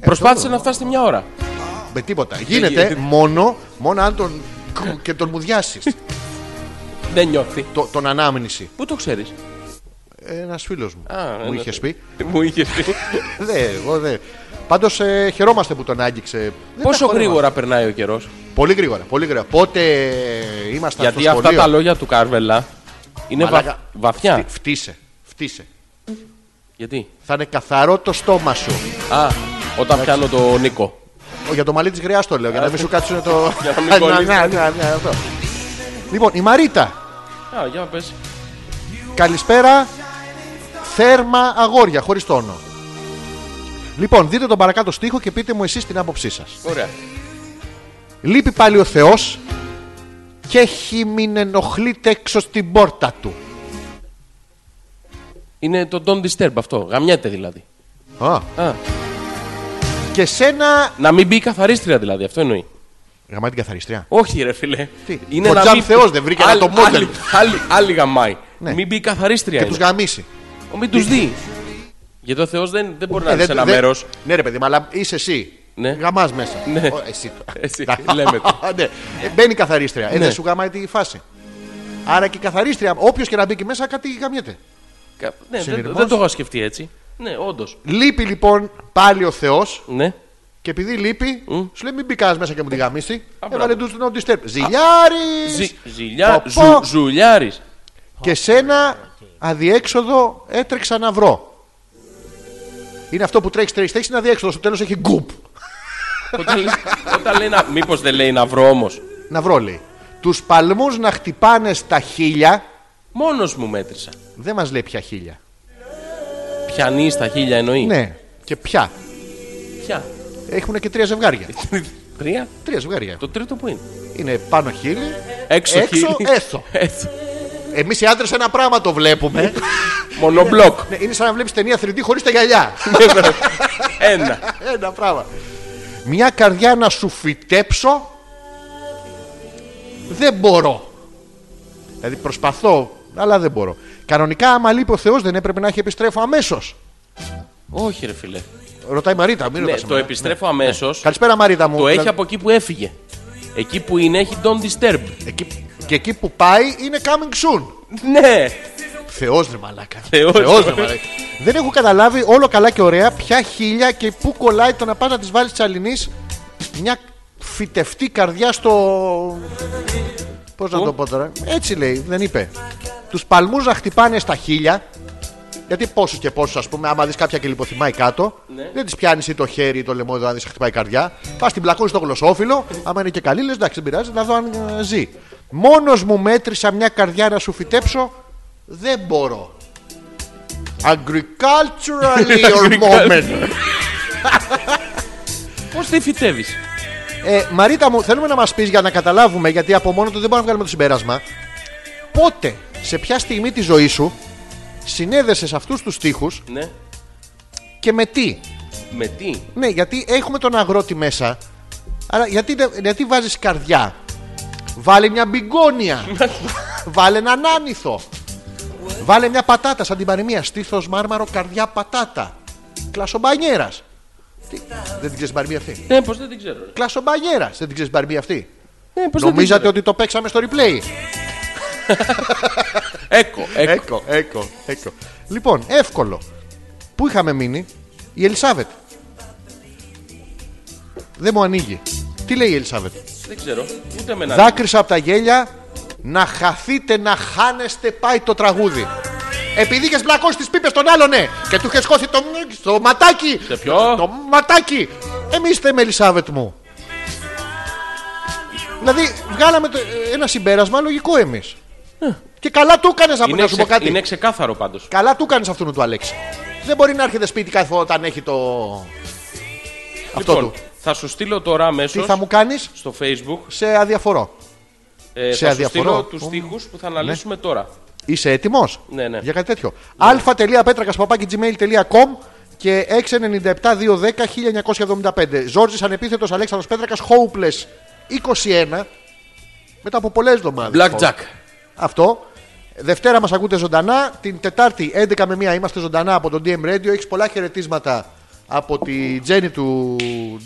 Προσπάθησε να φτάσει μια ώρα. Με Ε, τίποτα. Γίνεται γίνεται. μόνο, μόνο αν τον κου- και τον μουδιάσει. Δεν νιώθει. το, τον ανάμνηση. Πού το ξέρει. Ένα φίλο μου Α, Ε, μου ναι. είχε πει. Μου είχε *laughs* πει. Δε, εγώ δε. Πάντω ε, χαιρόμαστε που τον άγγιξε. Δεν τα Πόσο χωνόμαστε. γρήγορα περνάει ο καιρό. Πολύ γρήγορα. Πολύ γρήγορα. Πότε ε, ήμασταν Γιατί στο αυτά σχολείο. τα λόγια του Κάρβελα είναι βα- Μαλάκα, βαθιά. φτι- Φτύσε. Φτύσε. Γιατί. Θα είναι καθαρό το στόμα σου. Α, όταν πιάνω τον Νίκο. Ο, Για το μαλλί της γριάς το λέω, για να μην σου κάτσουν το. *laughs* Ναι, Για *laughs* να μην Να, κολλήσει. να, να, να, αυτό. Λοιπόν, η Μαρίτα. Α, για πες. Καλησπέρα. Θέρμα αγόρια, χωρίς το όνο. Λοιπόν, δείτε τον παρακάτω στίχο και πείτε μου εσείς την άποψή σας. Ωραία. Λείπει πάλι ο Θεός και έχει μην ενοχλείται έξω στην πόρτα του. Είναι το don't disturb αυτό. Γαμιέται δηλαδή. Α. Α, Και σένα... να μην μπει η καθαρίστρια δηλαδή. Αυτό εννοεί. Γαμάει την καθαριστριά. Όχι, ρε φιλέ. Τι, ο Τζαμ Θεός δεν βρήκε ένα το μόντελ. Άλλη, άλλη, άλλη γαμάει. Ναι. Μην μπει η καθαρίστρια. Και είναι. τους γαμίσει. Ο, Μην τους δει. Γιατί ο Θεός δεν, δεν μπορεί να Ε, είναι δεν- σε ένα δεν- μέρος. *laughs* Ναι ρε παιδί, μου, αλλά είσαι εσύ. Ναι. Γαμάς μέσα. Ναι. Ο, εσύ. Εσύ, *laughs* λέμε το. ναι. Ε, Μπαίνει η καθαρίστρια. Ε, Ναι. δεν σου γαμάει τη φάση. Άρα και η καθαρίστρια, όποιος και να μπει εκεί μέσα, κάτι γαμιέται. Ναι, δεν, Συνειρμός. δεν το έχω σκεφτεί έτσι. Ναι, όντως. Λείπει λοιπόν πάλι ο Θεός Ναι. και επειδή λείπει, σου λέει μην μπει κανένας μέσα και μου τη γαμίσει. Έβαλε του να disturb. Ζη, Ζηλιάρης! ζηλιά, Πω, πω. ζου, ζουλιάρης. Και σένα αδιέξοδο έτρεξα να βρω. Είναι αυτό που τρέχεις, τρέχεις, τρέχεις, είναι αδιέξοδο. Στο τέλος έχει γκουπ. όταν, λες- όταν λέει να. Μήπως δεν λέει να βρω όμως. Να βρω, λέει. Τους παλμούς να χτυπάνε στα χίλια. Μόνος μου μέτρησα. Δεν μας λέει ποια χίλια. Πιανή στα χίλια εννοεί. Ναι, και ποια. Ποια. *laughs* Έχουν και τρία ζευγάρια. Τρία. τρία ζευγάρια. Το τρίτο που είναι. Είναι πάνω χίλι. Έξω, Έξω, χίλι. *laughs* έστω. Έστω. Εμείς οι άντρες ένα πράγμα το βλέπουμε. Μονομπλοκ. ναι, είναι σαν να βλέπεις ταινία 3D χωρίς τα γυαλιά. Ένα. ένα πράγμα. Μια καρδιά να σου φυτέψω δεν μπορώ. Δηλαδή προσπαθώ, αλλά δεν μπορώ. Κανονικά, άμα λείπει ο Θεός, δεν έπρεπε να έχει επιστρέφω αμέσως. Όχι, ρε φιλέ. Ρωτάει η Μαρίτα, μην Ναι, ρωτάς το εμένα. επιστρέφω αμέσως. Καλησπέρα, Μαρίτα μου. Το Δηλαδή, έχει από εκεί που έφυγε. Εκεί που είναι έχει don't disturb. εκεί- Και εκεί που πάει είναι coming soon. Ναι. Θεός ρε μαλάκα. Θεός. Θεός, ρε μαλάκα. Δεν έχω καταλάβει όλο καλά και ωραία ποια χίλια και πού κολλάει το να πας να της βάλεις τη Αλληνή μια φυτευτή καρδιά στο. Πώς να το πω τώρα. Έτσι λέει, δεν είπε. Τους παλμούς να χτυπάνε στα χίλια. Γιατί πόσους και πόσους, ας πούμε, άμα δεις κάποια και λιποθυμάει κάτω, δεν της πιάνει ή το χέρι ή το λαιμό εδώ, αν δει χτυπάει η καρδιά. Πας την πλακώνει στο γλωσσόφυλλο, άμα είναι και καλή, λες εντάξει, δεν πειράζει, να δω αν ε, ζει. Μόνος μου μέτρησα μια καρδιά να σου φυτέψω, δεν μπορώ. Agriculturally *laughs* ορμόμενη. Πώ τη φυτεύει. ε, Μαρίτα μου, θέλουμε να μας πεις για να καταλάβουμε, γιατί από μόνο του δεν μπορούμε να βγάλουμε το συμπέρασμα. Πότε, σε ποια στιγμή τη ζωή σου, συνέδεσαι σε αυτούς τους τοίχου Ναι. και με τι. Με τι. Ναι, γιατί έχουμε τον αγρότη μέσα. Άρα γιατί, δεν- γιατί βάζεις καρδιά. Βάλε μια *laughs* μπιγκόνια. Βάλε έναν άνηθο. Βάλε μια πατάτα σαν την παροιμία. Στήθος μάρμαρο, καρδιά πατάτα. Κλασομπανιέρας. Τι, δεν την ξέρεις παροιμία αυτή. Ναι, πώς δεν την ξέρω. ρε. Κλασομπανιέρας. Δεν την ξέρεις παροιμία αυτή. Ναι, πώς δεν την Νομίζατε ξέρω. ότι το παίξαμε στο replay. Έκο, έκο. Έκο, έκο, έκο. Λοιπόν, εύκολο. Πού είχαμε μείνει, η Ελισάβετ. Δεν μου ανοίγει. Τι λέει η Ελισάβετ. Δεν ξέρω. Ούτε με ένα. Δάκρυσα από τα γέλια. Να χαθείτε, να χάνεστε, πάει το τραγούδι. Επειδή είχες μπλακώσει τις πίπες των άλλων, ναι, και του είχες χώσει το, το ματάκι. Σε ποιο? Το ματάκι. Εμείς είστε με Ελισάβετ μου. Δηλαδή, βγάλαμε το- ένα συμπέρασμα λογικό εμείς. Και καλά του έκανες από Ε. Είναι, να σου πω ξε... κάτι. είναι ξεκάθαρο πάντως. Καλά του κάνει αυτού του Αλέξη. Δεν μπορεί να έρχεται σπίτι κάθε φορά όταν έχει το. αυτό Λοιπόν, του. θα σου στείλω τώρα Τι αμέσω θα μου κάνεις, στο Facebook. σε αδιαφορώ. Ε, Σε θα σου αδιαφορώ. Ναι. στείλω τους Μμμ. τοίχου που θα αναλύσουμε τώρα. Είσαι έτοιμος Ναι, ναι. για κάτι τέτοιο. αλφα.πέτρακα.gmail.com και 697-210-1975. Ζόρζης ανεπίθετος Αλέξανδρος Πέτρακας, Hopeless 21. Μετά από πολλές εβδομάδες. Blackjack. Αυτό. Δευτέρα μας ακούτε ζωντανά. Την Τετάρτη 11 με 1 είμαστε ζωντανά από το DM Radio. Έχεις πολλά χαιρετίσματα από τη Τζέννη του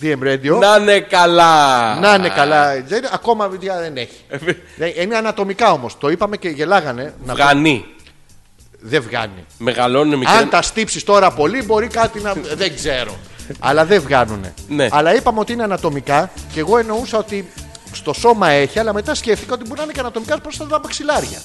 DM Radio. Να είναι καλά. Να είναι καλά η Τζέννη. Ακόμα παιδιά δεν έχει. Ε, Δεν- Είναι ανατομικά όμως. Το είπαμε και γελάγανε. Να πω- Βγανή. Δεν βγάνει. Μεγαλώνουν Αν μικρέ. τα στύψεις τώρα πολύ, μπορεί κάτι να. δεν ξέρω. Αλλά δεν βγάνουνε. Ναι. Αλλά είπαμε ότι είναι ανατομικά και εγώ εννοούσα ότι στο σώμα έχει, αλλά μετά σκέφτηκα ότι μπορεί να είναι και ανατομικά προς τα μαξιλάρια.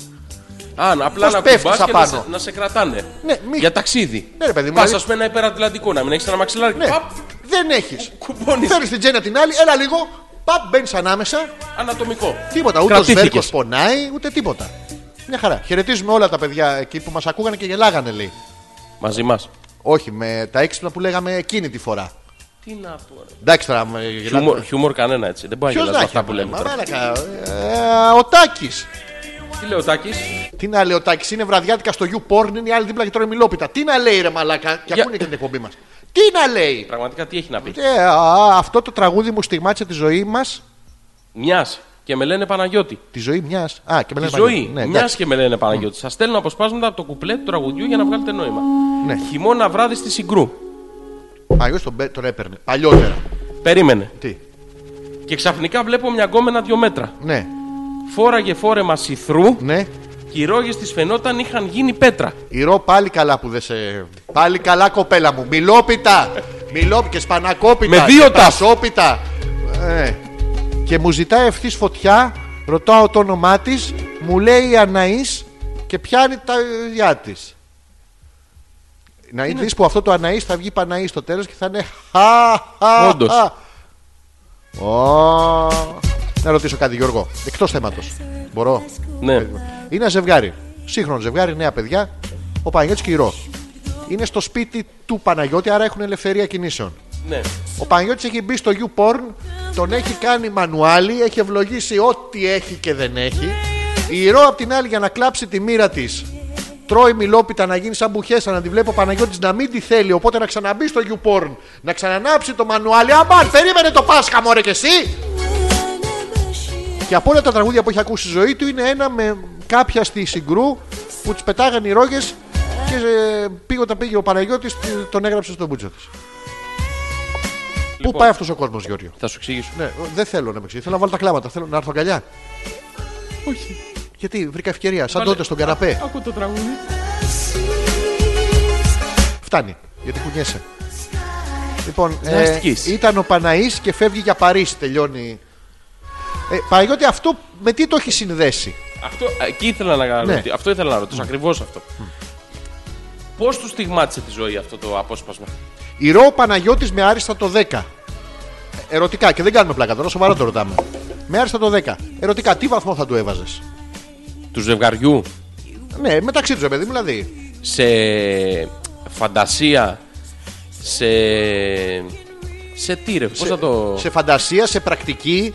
Αν απλά Πώς να πέφτεις κουμπάς και να απάνω. σε, να σε κρατάνε. Ναι, μη- Για ταξίδι. Ναι, ρε παιδί μου, Πας, δηλαδή- ας πούμε, ένα υπερατλαντικό να μην έχεις ένα μαξιλάρι. Ναι, Παπ, δεν έχεις. κουμπώνεις. Φέρνεις την τζένα την άλλη, έλα λίγο, παπ, μπαίνεις ανάμεσα. Ανατομικό. Τίποτα, ούτε ο Κρατήθηκες. Σβέρκος πονάει, ούτε τίποτα. Μια χαρά. Χαιρετίζουμε όλα τα παιδιά εκεί που μας ακούγανε και γελάγανε, λέει. Μαζί μας. Όχι, με τα έξυπνα που λέγαμε εκείνη τη φορά. Τι να πω. ρε. Εντάξει τώρα, με γελάμε. Χιούμορ, χιούμορ κανένα έτσι. Δεν μπορεί να Ποιος γελάς με να έχει, αυτά που μάνα, λέμε. τώρα. μαλάκα, ε, Ο Τάκης. Τι λέει ο Τάκης. Τι να λέει ο Τάκης, είναι βραδιάτικα στο You Porn, είναι η άλλη δίπλα και τρώει μιλόπιτα. Τι να λέει ρε μαλάκα, και Για- ακούνε και την εκπομπή μας. Τι να λέει. Πραγματικά τι έχει να πει. Ε, α, αυτό το τραγούδι μου στιγμάτισε τη ζωή μας. Μιας και με λένε Παναγιώτη. Τη ζωή μιας. Α, και με λένε Τη ζωή. Παναγιώτη. Ναι, Μιας εντάξει. και με λένε Παναγιώτη. Σας στέλνω αποσπάσματα από το κουπλέ του τραγουδιού για να βγάλετε νόημα. Ναι. Χειμώνα βράδυ στη Συγκρού. Αλλιώ τον, μπε- τον έπαιρνε. Παλιότερα. Περίμενε. Τι. Και ξαφνικά βλέπω μια γκόμενα δύο μέτρα. Ναι, Φόραγε φόρεμα σιθρού ναι. και οι ρόγες της φαινόταν είχαν γίνει πέτρα. Η Ρο πάλι καλά που δεν σε. Πάλι καλά κοπέλα μου. Μιλόπιτα. Μιλόπιτα και σπανακόπιτα. Με δύο και ταφ. πρασόπιτα. Ε. Και μου ζητάει ευθύς φωτιά. Ρωτάω το όνομά της. Μου λέει η Αναής και πιάνει τα γυαλιά τη. Ναι. Να δεις που αυτό το Αναής θα βγει Παναής στο τέλος και θα είναι χα, χα, Όντως. χα. Ω. Να ρωτήσω κάτι Γιώργο, εκτός θέματος. Μπορώ. Ναι. Είναι ένα ζευγάρι. Σύγχρονο ζευγάρι, νέα παιδιά. Ο Παναγιώτης και η Ρο. Είναι στο σπίτι του Παναγιώτη, άρα έχουν ελευθερία κινήσεων. ναι. Ο Παναγιώτης έχει μπει στο YouPorn, τον έχει κάνει μανουάλι, έχει ευλογήσει ό,τι έχει και δεν έχει. Η Ρο απ' την άλλη για να κλάψει τη μοίρα της. Τρώει μιλόπιτα να γίνει σαν μπουχέσα να τη βλέπει ο Παναγιώτης να μην τη θέλει. Οπότε να ξαναμπεί στο YouPorn, να ξανανάψει το μανουάλι. Αμάν, περίμενε το Πάσχα, μωρέ και εσύ! Και από όλα τα τραγούδια που έχει ακούσει στη ζωή του είναι ένα με κάποια στη συγκρού που του πετάγανε οι ρόγες και ε, πήγε όταν πήγε ο Παναγιώτης τον έγραψε στον μπούτσο της. Πού Λοιπόν. πάει αυτός ο κόσμος, Γιώργο. Θα σου εξηγήσω. Ναι, ο- δεν θέλω να με ξύσει. Θέλω να βάλω τα κλάματα. Θέλω να έρθω αγκαλιά. Όχι. Γιατί βρήκα ευκαιρία. Σαν Βάλε- τότε στον καναπέ. Ακού το τραγούδι. Φτάνει. Γιατί κουνιέσαι. Λοιπόν, Να αστικής. ήταν ο Παναής και φεύγει για Παρίσι. Τελειώνει. Ε, Παναγιώτη, αυτό με τι το έχει συνδέσει. Αυτό, εκεί ήθελα να Ναι. ρωτήσω. Αυτό ήθελα να ρωτήσω. Ακριβώς αυτό. Πώς του στιγμάτισε τη ζωή αυτό το απόσπασμα. Η Ρο Παναγιώτης με άριστα το 10. Ε, Ερωτικά, και δεν κάνουμε πλάκα τώρα, σοβαρά το ρωτάμε. Με άριστα το 10. Ερωτικά, τι βαθμό θα του έβαζες. Του ζευγαριού Ναι, μεταξύ του, παιδί μου, δηλαδή. σε φαντασία, σε. Σε τι ρε, πώς θα το... Σε φαντασία, σε πρακτική,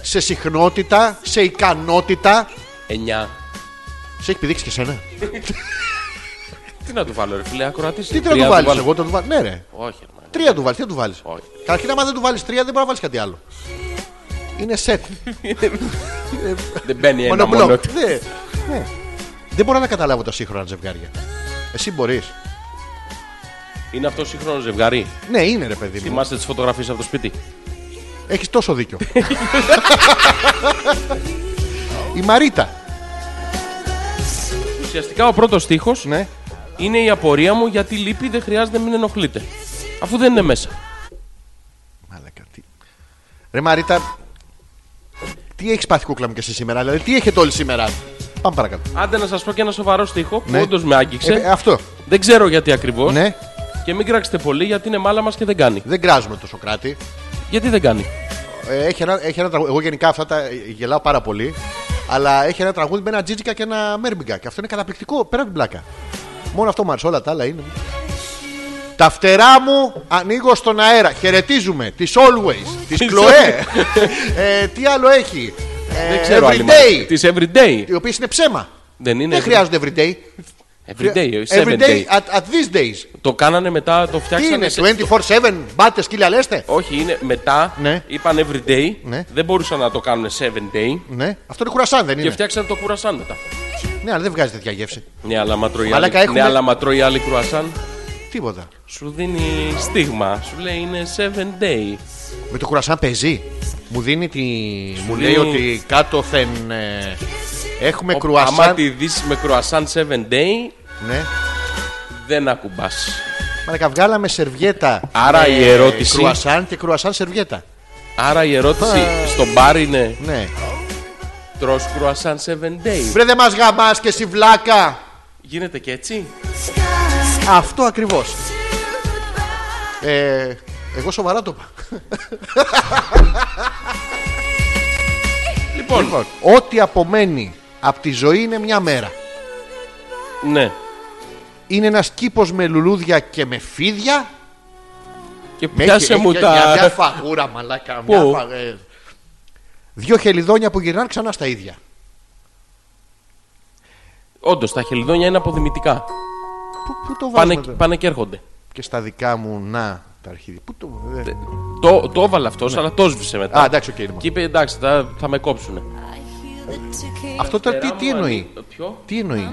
σε συχνότητα, σε ικανότητα. Εννιά. Σε έχει πηδήξει και σένα. Τι να του βάλω ρε φίλε, ακροατής. Τι είναι. θέλω να Τρία του βάλεις, βάλω. εγώ το του βάλω. Ναι, ρε. Όχι ρε, μάλλον. Τρία του βάλεις, τι να του βάλεις. Όχι. Καταρχήν, άμα δεν του βάλεις τρία, δεν μπορεί να βάλεις κάτι άλλο. Είναι σετ. Δεν μπαίνει ένα Μονοπλοκ. μόνο. Ναι. Ναι. Δεν μπορώ να καταλάβω τα σύγχρονα ζευγάρια. Εσύ μπορείς. Είναι αυτό σύγχρονο ζευγάρι. Ναι, είναι ρε παιδί μου. Θυμάστε τις φωτογραφίες από το σπίτι. Έχεις τόσο δίκιο. *laughs* Η Μαρίτα. Ουσιαστικά ο πρώτος στίχος Ναι. είναι η απορία μου γιατί λείπει, δεν χρειάζεται, μην ενοχλείτε. Αφού δεν είναι μέσα. Μαλάκα, τι. Ρε Μαρίτα, τι έχεις πάθει κούκλα μου και εσύ σήμερα, δηλαδή τι έχετε όλοι σήμερα. Πάμε παρακάτω. Άντε να σας πω και ένα σοβαρό στίχο που Ναι. όντως με άγγιξε. Ε, ε, αυτό. Δεν ξέρω γιατί ακριβώς. Ναι. Και μην κράξετε πολύ γιατί είναι μάλα μας και δεν κάνει. Δεν κράζουμε το Σοκράτη. Γιατί δεν κάνει. Ε, έχει ένα, έχει ένα τραγούδι. Εγώ γενικά αυτά τα ε, γελάω πάρα πολύ. Αλλά έχει ένα τραγούδι με ένα τζίτζικα και ένα μέρμιγκα. Και αυτό είναι καταπληκτικό. Πέρα από την πλάκα. Μόνο αυτό μου αρέσει. Όλα τα άλλα είναι. Τα φτερά μου ανοίγω στον αέρα. Χαιρετίζουμε. Τη Always. Τη *laughs* Τις Κλοέ. ε, τι άλλο έχει. Ε, δεν ξέρω άλλη μάλα. Everyday. Τις everyday. Οι οποίες είναι ψέμα. Δεν είναι. Δεν χρειάζονται everyday. Everyday. Every Seven day day. at, at these days. Το κάνανε μετά, το Τι φτιάξανε. είναι, σε- 24-7 μπάτες σκύλια λέστε. Όχι, είναι μετά. Ναι. Είπαν everyday. Ναι. Δεν μπορούσαν να το κάνουν seven day. Ναι, αυτό είναι κουρασάν, δεν Και είναι. φτιάξαν το κουρασάν μετά. Ναι, αλλά δεν βγάζει τέτοια γεύση. Ναι, αλλά μα τρώει Μαλάκα, άλλη- έχουμε- ναι, αλλά μα τρώει άλλη κρουασάν. Τίποτα. Σου δίνει στίγμα. Σου λέει είναι 7 day. Με το κουρασάν παίζει. Μου δίνει τη. Μου λέει δίνει- ότι κάτωθεν. ε, έχουμε Ο- Άμα κρουασάν. τη δεις με κρουασάν 7 day, Ναι. δεν ακουμπάς. Μαλάκα, βγάλαμε σερβιέτα. Άρα με η ερώτηση- Κρουασάν και κρουασάν σερβιέτα. Άρα η ερώτηση στο μπαρ είναι Ναι. τρως κρουασάν 7 day. Βρε δεν μας γαμάς και εσύ βλάκα. Γίνεται και έτσι. Αυτό ακριβώς. Ε, εγώ σοβαρά το είπα. Λοιπόν, Λοιπόν, ό,τι απομένει από τη ζωή είναι μια μέρα. ναι. Είναι ένας κήπος με λουλούδια και με φίδια. Και Με πιάσε έχει- μου έχει Μια, μια τα... φαγούρα, μαλάκα. Πού? Μια φα- ε, Δύο χελιδόνια που γυρνάνε ξανά στα ίδια. Όντως, τα χελιδόνια είναι αποδημητικά. Πού, πού το βάζουμε Πάνε, τώρα? πάνε και έρχονται. Και στα δικά μου, να τα αρχίδια. Πού το. ε, Το, το έβαλε αυτός, αλλά το σβήσε μετά. Ναι. Α, εντάξει, οκ, είναι μόνο. Και είπε εντάξει, θα, θα με κόψουνε. Αυτό τώρα Ε, τι, τι Τεράμου εννοεί. ανή- Ποιο? Τι εννοεί.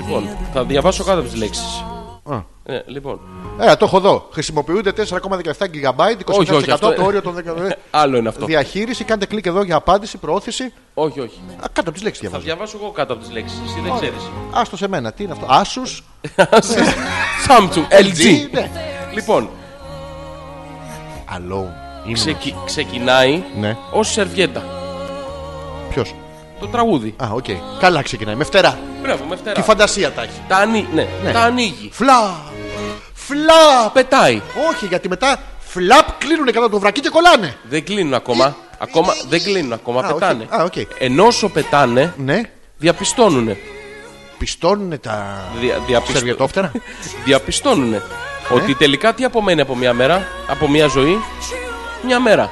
Λοιπόν, θα διαβάσω κάτω από τις λέξεις. Α. Ε, λοιπόν, Ε, το έχω εδώ. Χρησιμοποιούνται 4,17 GB, 25% Όχι, όχι, αυτό- Ε, το όριο των 10. άλλο είναι αυτό. Διαχείριση, κάντε κλικ εδώ για απάντηση, προώθηση. Όχι, όχι. Α, κάτω από τις λέξεις Θα διαβάζω. διαβάσω εγώ κάτω από τις λέξεις. Εσύ δεν ξέρεις. *laughs* Άστος σε μένα, τι είναι αυτό. Άσου, Samsung LG. ναι. Λοιπόν, Alone. ξεκι- ξεκινάει Ναι. ως σερβιέτα. Ποιος. Το τραγούδι. Α, οκ. Καλά ξεκινάει. Με φτερά. Μπράβο, με Τη φτερά. φαντασία τα έχει. Τα, ανοί- ναι, Ναι. τα ανοίγει. Φλα! Φλα! Πετάει. Όχι, γιατί μετά φλαπ κλείνουν κατά το βρακί και κολλάνε. Δεν κλείνουν ακόμα. Ακόμα δεν κλείνουν ακόμα. Α, οκ. πετάνε. Α, οκ. Ενώ όσο πετάνε, Ναι, διαπιστώνουν. πιστώνουν τα Δια, διαπιστ- σερβιετόφτερα. διαπιστώνουνε Ναι. ότι τελικά τι απομένει από μια μέρα, από μια ζωή, μια μέρα.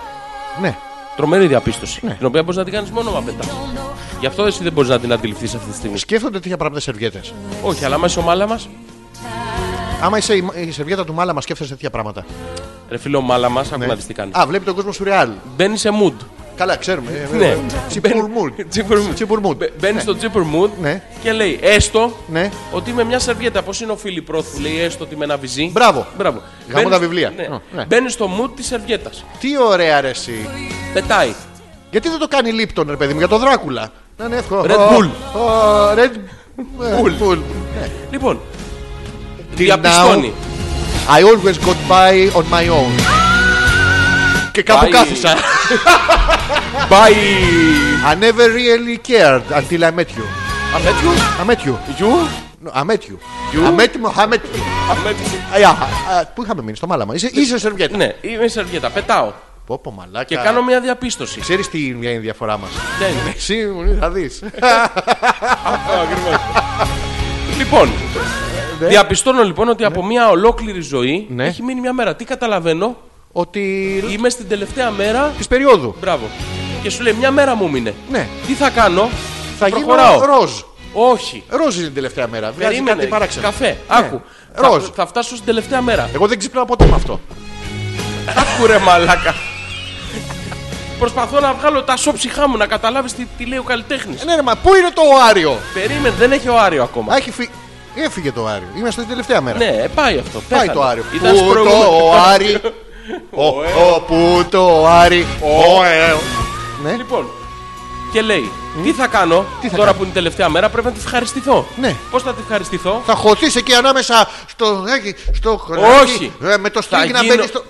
ναι. Τρομερή διαπίστωση. Ναι. Την οποία μπορείς να την κάνεις μόνο μα πετάς. Γι' αυτό εσύ δεν μπορείς να την αντιληφθείς αυτή τη στιγμή. Σκέφτονται τέτοια πράγματα σερβιέτες. Όχι, αλλά μέσα ομάλα μας. Άμα είσαι η, η σερβιέτα του μάλα, μας σκέφτεσαι τέτοια πράγματα. Ρε φίλο, μάλα μας, Ναι. άκου να δει τι κάνει. Α, βλέπει τον κόσμο σου ρεάλ. Μπαίνει σε mood. Καλά, ξέρουμε. Ε, ε, Ναι. ε, τσιπουρμούρ. *laughs* Τσίπουρ Τσιπουρμούρ. mood. Μπαίνει στο τσίπουρ mood Ναι. και λέει έστω Ναι. ότι με μια σερβιέτα. Πώς είναι ο Φίλιπ Πρόθ που λέει έστω ότι με ένα βυζί. Μπράβο. Μπράβο. Γαμώ τα βιβλία. Ω, ναι. Μπαίνεις στο mood της σερβιέτας. Τι ωραία ρε εσύ. Πετάει. Γιατί δεν το κάνει Λίπτον, ρε παιδί μου, για τον Δράκουλα. Να είναι εύκολο. Red Bull. Ω, Red Bull. Ναι. Λοιπόν. Till Διαπιστώνει. I always got by on my own. Και κάπου By- *laughs* κάθισα. Bye. I never really cared until I met you. I met you. I met you. You. No, I met you. You? I met you. I met you. I met you. Α, α, α, Πού είχαμε μείνει, στο μάλαμα. Είσαι, είσαι σερβιέτα. Ναι, είμαι σερβιέτα. Πετάω. Πω πω μαλάκα. Και κάνω μια διαπίστωση. Ξέρεις τι είναι η διαφορά μας. Ποια είναι? Εσύ μου θα δεις. *laughs* Ακριβώς. λοιπόν, διαπιστώνω λοιπόν ότι από μια ολόκληρη ζωή Ναι. έχει μείνει μια μέρα. Τι καταλαβαίνω, Ότι είμαι στην τελευταία μέρα. της περίοδου. Μπράβο. Και σου λέει, μια μέρα μου μείνε. Ναι. Τι θα κάνω, Θα γίνω προχωράω. ροζ. Όχι. Ρόζι είναι την τελευταία μέρα. Βγάζει Περίμενε. κάτι παράξενο. Ναι. Καφέ. Άκου. Ροζ. Θα, θα φτάσω στην τελευταία μέρα. Εγώ δεν ξυπνάω ποτέ με αυτό. Άκου ρε μαλάκα. Προσπαθώ να βγάλω τα σώψυχά μου να καταλάβεις τι, τι λέει ο καλλιτέχνης. Ε, ναι, ρε, μα πού είναι το Άριο. Περίμενε, δεν έχει ο Άριο ακόμα. Α, έχει φύγει. Έφυγε το Άριο. Είμαστε την τελευταία μέρα. Ναι, ε, πάει αυτό. Πάει πέθανε. το Άριο. Ήταν ε. Πού το *laughs* Άρη. Ο, ο, πού το Άρη. Ο, ε, ο. Ναι, Λοιπόν, και λέει, τι θα κάνω Τι θα τώρα κάνω? που είναι η τελευταία μέρα, πρέπει να τη ευχαριστηθώ. Ναι. Πώς θα τη ευχαριστηθώ, θα χωθείς εκεί ανάμεσα στο. στο χρονάκι, Όχι. ε, με το Θα στρίγγι να γίνω- μπαίνεις στο.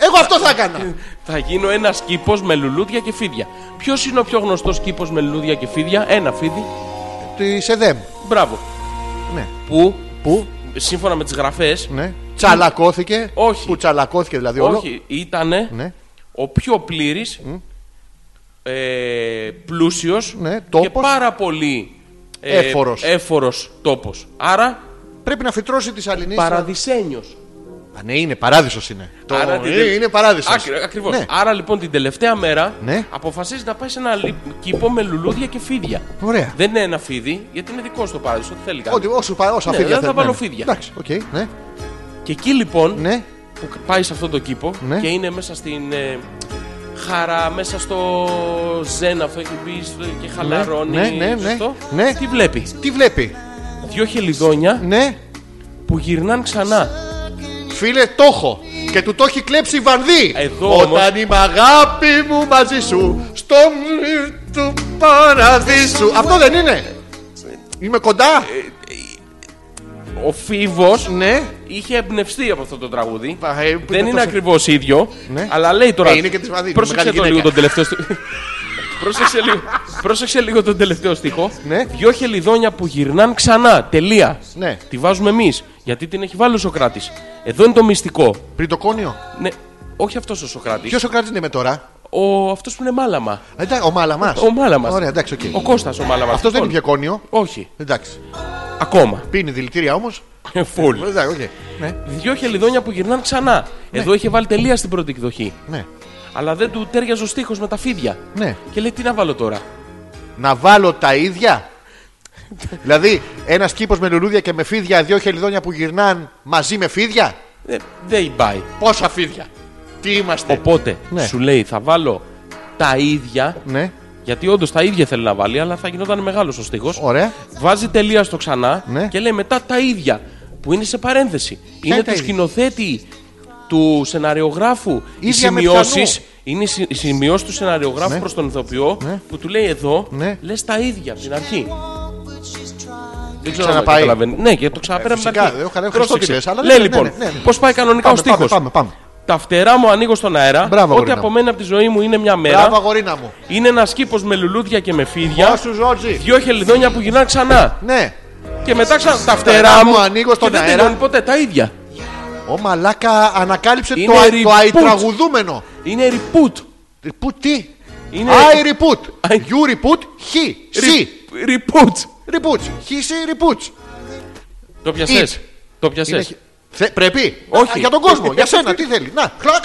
Εγώ αυτό θα έκανα. Θα γίνω ένας κήπο με λουλούδια και φίδια. Ποιος είναι ο πιο γνωστός κήπο με λουλούδια και φίδια, ένα φίδι. Τη ΕΔΕΜ. Μπράβο. Ναι. Που, Πού? σύμφωνα με τις γραφές, Ναι. Τσαλακώθηκε. Όχι. Που τσαλακώθηκε δηλαδή όλο. όχι, ήταν Ναι. ο πιο πλήρης, ε, πλούσιος Ναι, και τόπος. πάρα πολύ ε, Έφορος. έφορος τόπος. Άρα Πρέπει να φυτρώσει τη σαλινή. παραδεισένιος. Α, ναι, είναι παράδεισος είναι. Το Άρα την ε, τελε- είναι παράδεισος. Άκρι- ακριβώς. Ναι. Άρα λοιπόν την τελευταία μέρα Ναι. αποφασίζεις να πάει σε ένα λι- κήπο με λουλούδια και φίδια. Ωραία. Δεν είναι ένα φίδι, γιατί είναι δικό στο παράδεισο, ό,τι θέλει κάνει. Ό,τι όσο πα- όσα Ναι, φίδια δεν θα θέλει, βάλω ναι. φίδια. Εντάξει, οκ, ναι. Και εκεί λοιπόν Ναι. που πάει σε αυτό το κήπο Ναι. και είναι μέσα στην ε, χαρά, μέσα στο ζεν αυτό έχει μπει στο- και χαλαρώνει. ναι, ναι, ναι. σωστό. Ναι. Τι βλέπει. Τι βλέπει. Δυο χελιδόνια Ναι. που γυρνάνε ξανά. Φίλε, το έχω. Και του το έχει κλέψει η βανδύ. Εδώ Όταν όμως- είμαι αγάπη μου μαζί σου, στο μυρ του παραδείσου. Αυτό δεν είναι. Είμαι κοντά. Ο Φίβος Ναι. είχε εμπνευστεί από αυτό το τραγούδι. Πα- ε, Δεν είναι τόσο- ακριβώς ίδιο, Ναι. αλλά λέει τώρα. Ε, είναι και της Μαδίνης, Πρόσεξε μεγάλη το λίγο γυναίκα. τον τελευταίο στίχο. *laughs* πρόσεξε, λίγο, πρόσεξε λίγο τον τελευταίο στίχο. Ναι. Δυο χελιδόνια που γυρνάν ξανά. Τελεία. Ναι. Τη βάζουμε εμείς. Γιατί την έχει βάλει ο Σοκράτης. Εδώ είναι το μυστικό. Πριν το κόνιο. Ναι, όχι αυτός ο Σοκράτης. Ποιος ο κράτη είναι με τώρα. Ο αυτός που είναι μάλαμα. Εντάξει, ο μάλαμας. Ο μάλαμας. Ωραία, εντάξει, οκ. Ο Κώστας ο μάλαμας. Αυτός δεν είναι πια κόνιο. Όχι, Εντάξει. ακόμα. Πίνει δηλητήρια όμως. Φουλ. Εντάξει, οκ. Ναι, Δυο χελιδόνια που γυρνάν ξανά. Εδώ είχε βάλει τελεία στην πρώτη εκδοχή. ναι. Αλλά δεν του τέριαζε ο στίχος με τα φίδια. Ναι. Και λέει τι να βάλω τώρα. να βάλω τα *laughs* ίδια. δηλαδή, ένας κήπος με λουλούδια και με φίδια, δύο χελιδόνια που γυρνάν μαζί με φίδια. Ε, Δεν πάει. Πόσα φίδια. Τι είμαστε. Οπότε Ναι. σου λέει θα βάλω τα ίδια. Ναι, Γιατί όντως τα ίδια θέλει να βάλει, αλλά θα γινόταν μεγάλος ο στίχος. ωραία. Βάζει τελεία στο ξανά Ναι. και λέει μετά τα ίδια. Που είναι σε παρένθεση. είναι είναι τα του ίδια? σκηνοθέτη, του σεναριογράφου. Οι Ίδια με σημειώσει. πιανού. Είναι οι συ- οι σημειώσεις του σεναριογράφου Ναι. προς τον ηθοποιό Ναι. που του λέει εδώ Ναι. λες τα ίδια από την αρχή. Δεν ξέρω αν Ξαναπάει. Ε, καταλαβαίνει. Ναι, και το ξαναπέρα από την φυσικά, αρχή. δεν έχω κανένα Προς το χρήση, ξύλο. ξέρεις, αλλά Λέει ναι, ναι, λοιπόν, ναι, ναι, ναι. πώς πάει κανονικά ο Πάμε, πάμε, στίχος. πάμε, πάμε. Τα φτερά μου ανοίγω στον αέρα. Μπράβο, Ό,τι Γορίνα μου. απομένει από τη ζωή μου είναι μια μέρα. Μπράβο, αγορίνα μου. Είναι ένας κήπος με λουλούδια και με φίδια. Γεια σου, Ζόρτζι. Δυο χελιδόνια που γυρνάνε ξανά. Ναι, Και μετά ξανά φτερά τα φτερά μου μου ανοίγω στον και δεν αέρα. τελειώνει ποτέ τα ίδια. ο Μαλάκα ανακάλυψε Είναι το, α- reboot. το αϊτραγουδούμενο. Είναι reboot. Που τι. Είναι- I reput. I- You reput. He. She. Re- Reboot. Reputs. He. She. Reputs. Το πιασές. It. Το Είναι- πιασές. Θε- Πρέπει. Όχι. Α, Για τον κόσμο. *laughs* Για σένα. Τι θέλει. Να. Κλακ.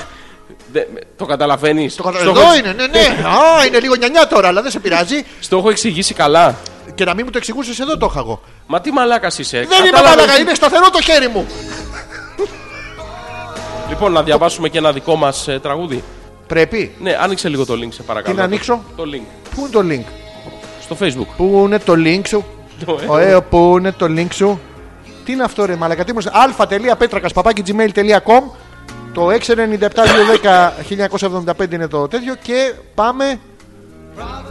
Δε- με- Το καταλαβαίνεις. Το κατα- Στο Εδώ έχω- είναι. Ναι, *laughs* ναι. Α, είναι λίγο νιανιά τώρα, αλλά δεν σε πειράζει. Στο έχω εξηγήσει καλά. Και να μην μου το εξηγούσες εδώ το είχα εγώ. Μα τι μαλάκας είσαι. Δεν είμαι Ε, Κατάλαβες μαλακά, τι- είναι σταθερό το χέρι μου. Λοιπόν, να διαβάσουμε και ένα δικό μας ε, τραγούδι. Πρέπει. Ναι, άνοιξε λίγο το link, σε παρακαλώ. Τι να ανοίξω? Το link. Πού είναι το link. Στο *laughs* facebook. Πού είναι το link σου. Το, ε. Ωραίο, πού είναι το link σου. Τι είναι αυτό ρε μαλακά, τι μου αλφα.πέτρακα.gmail.com Το 697-210-1975 είναι το τέτοιο και πάμε...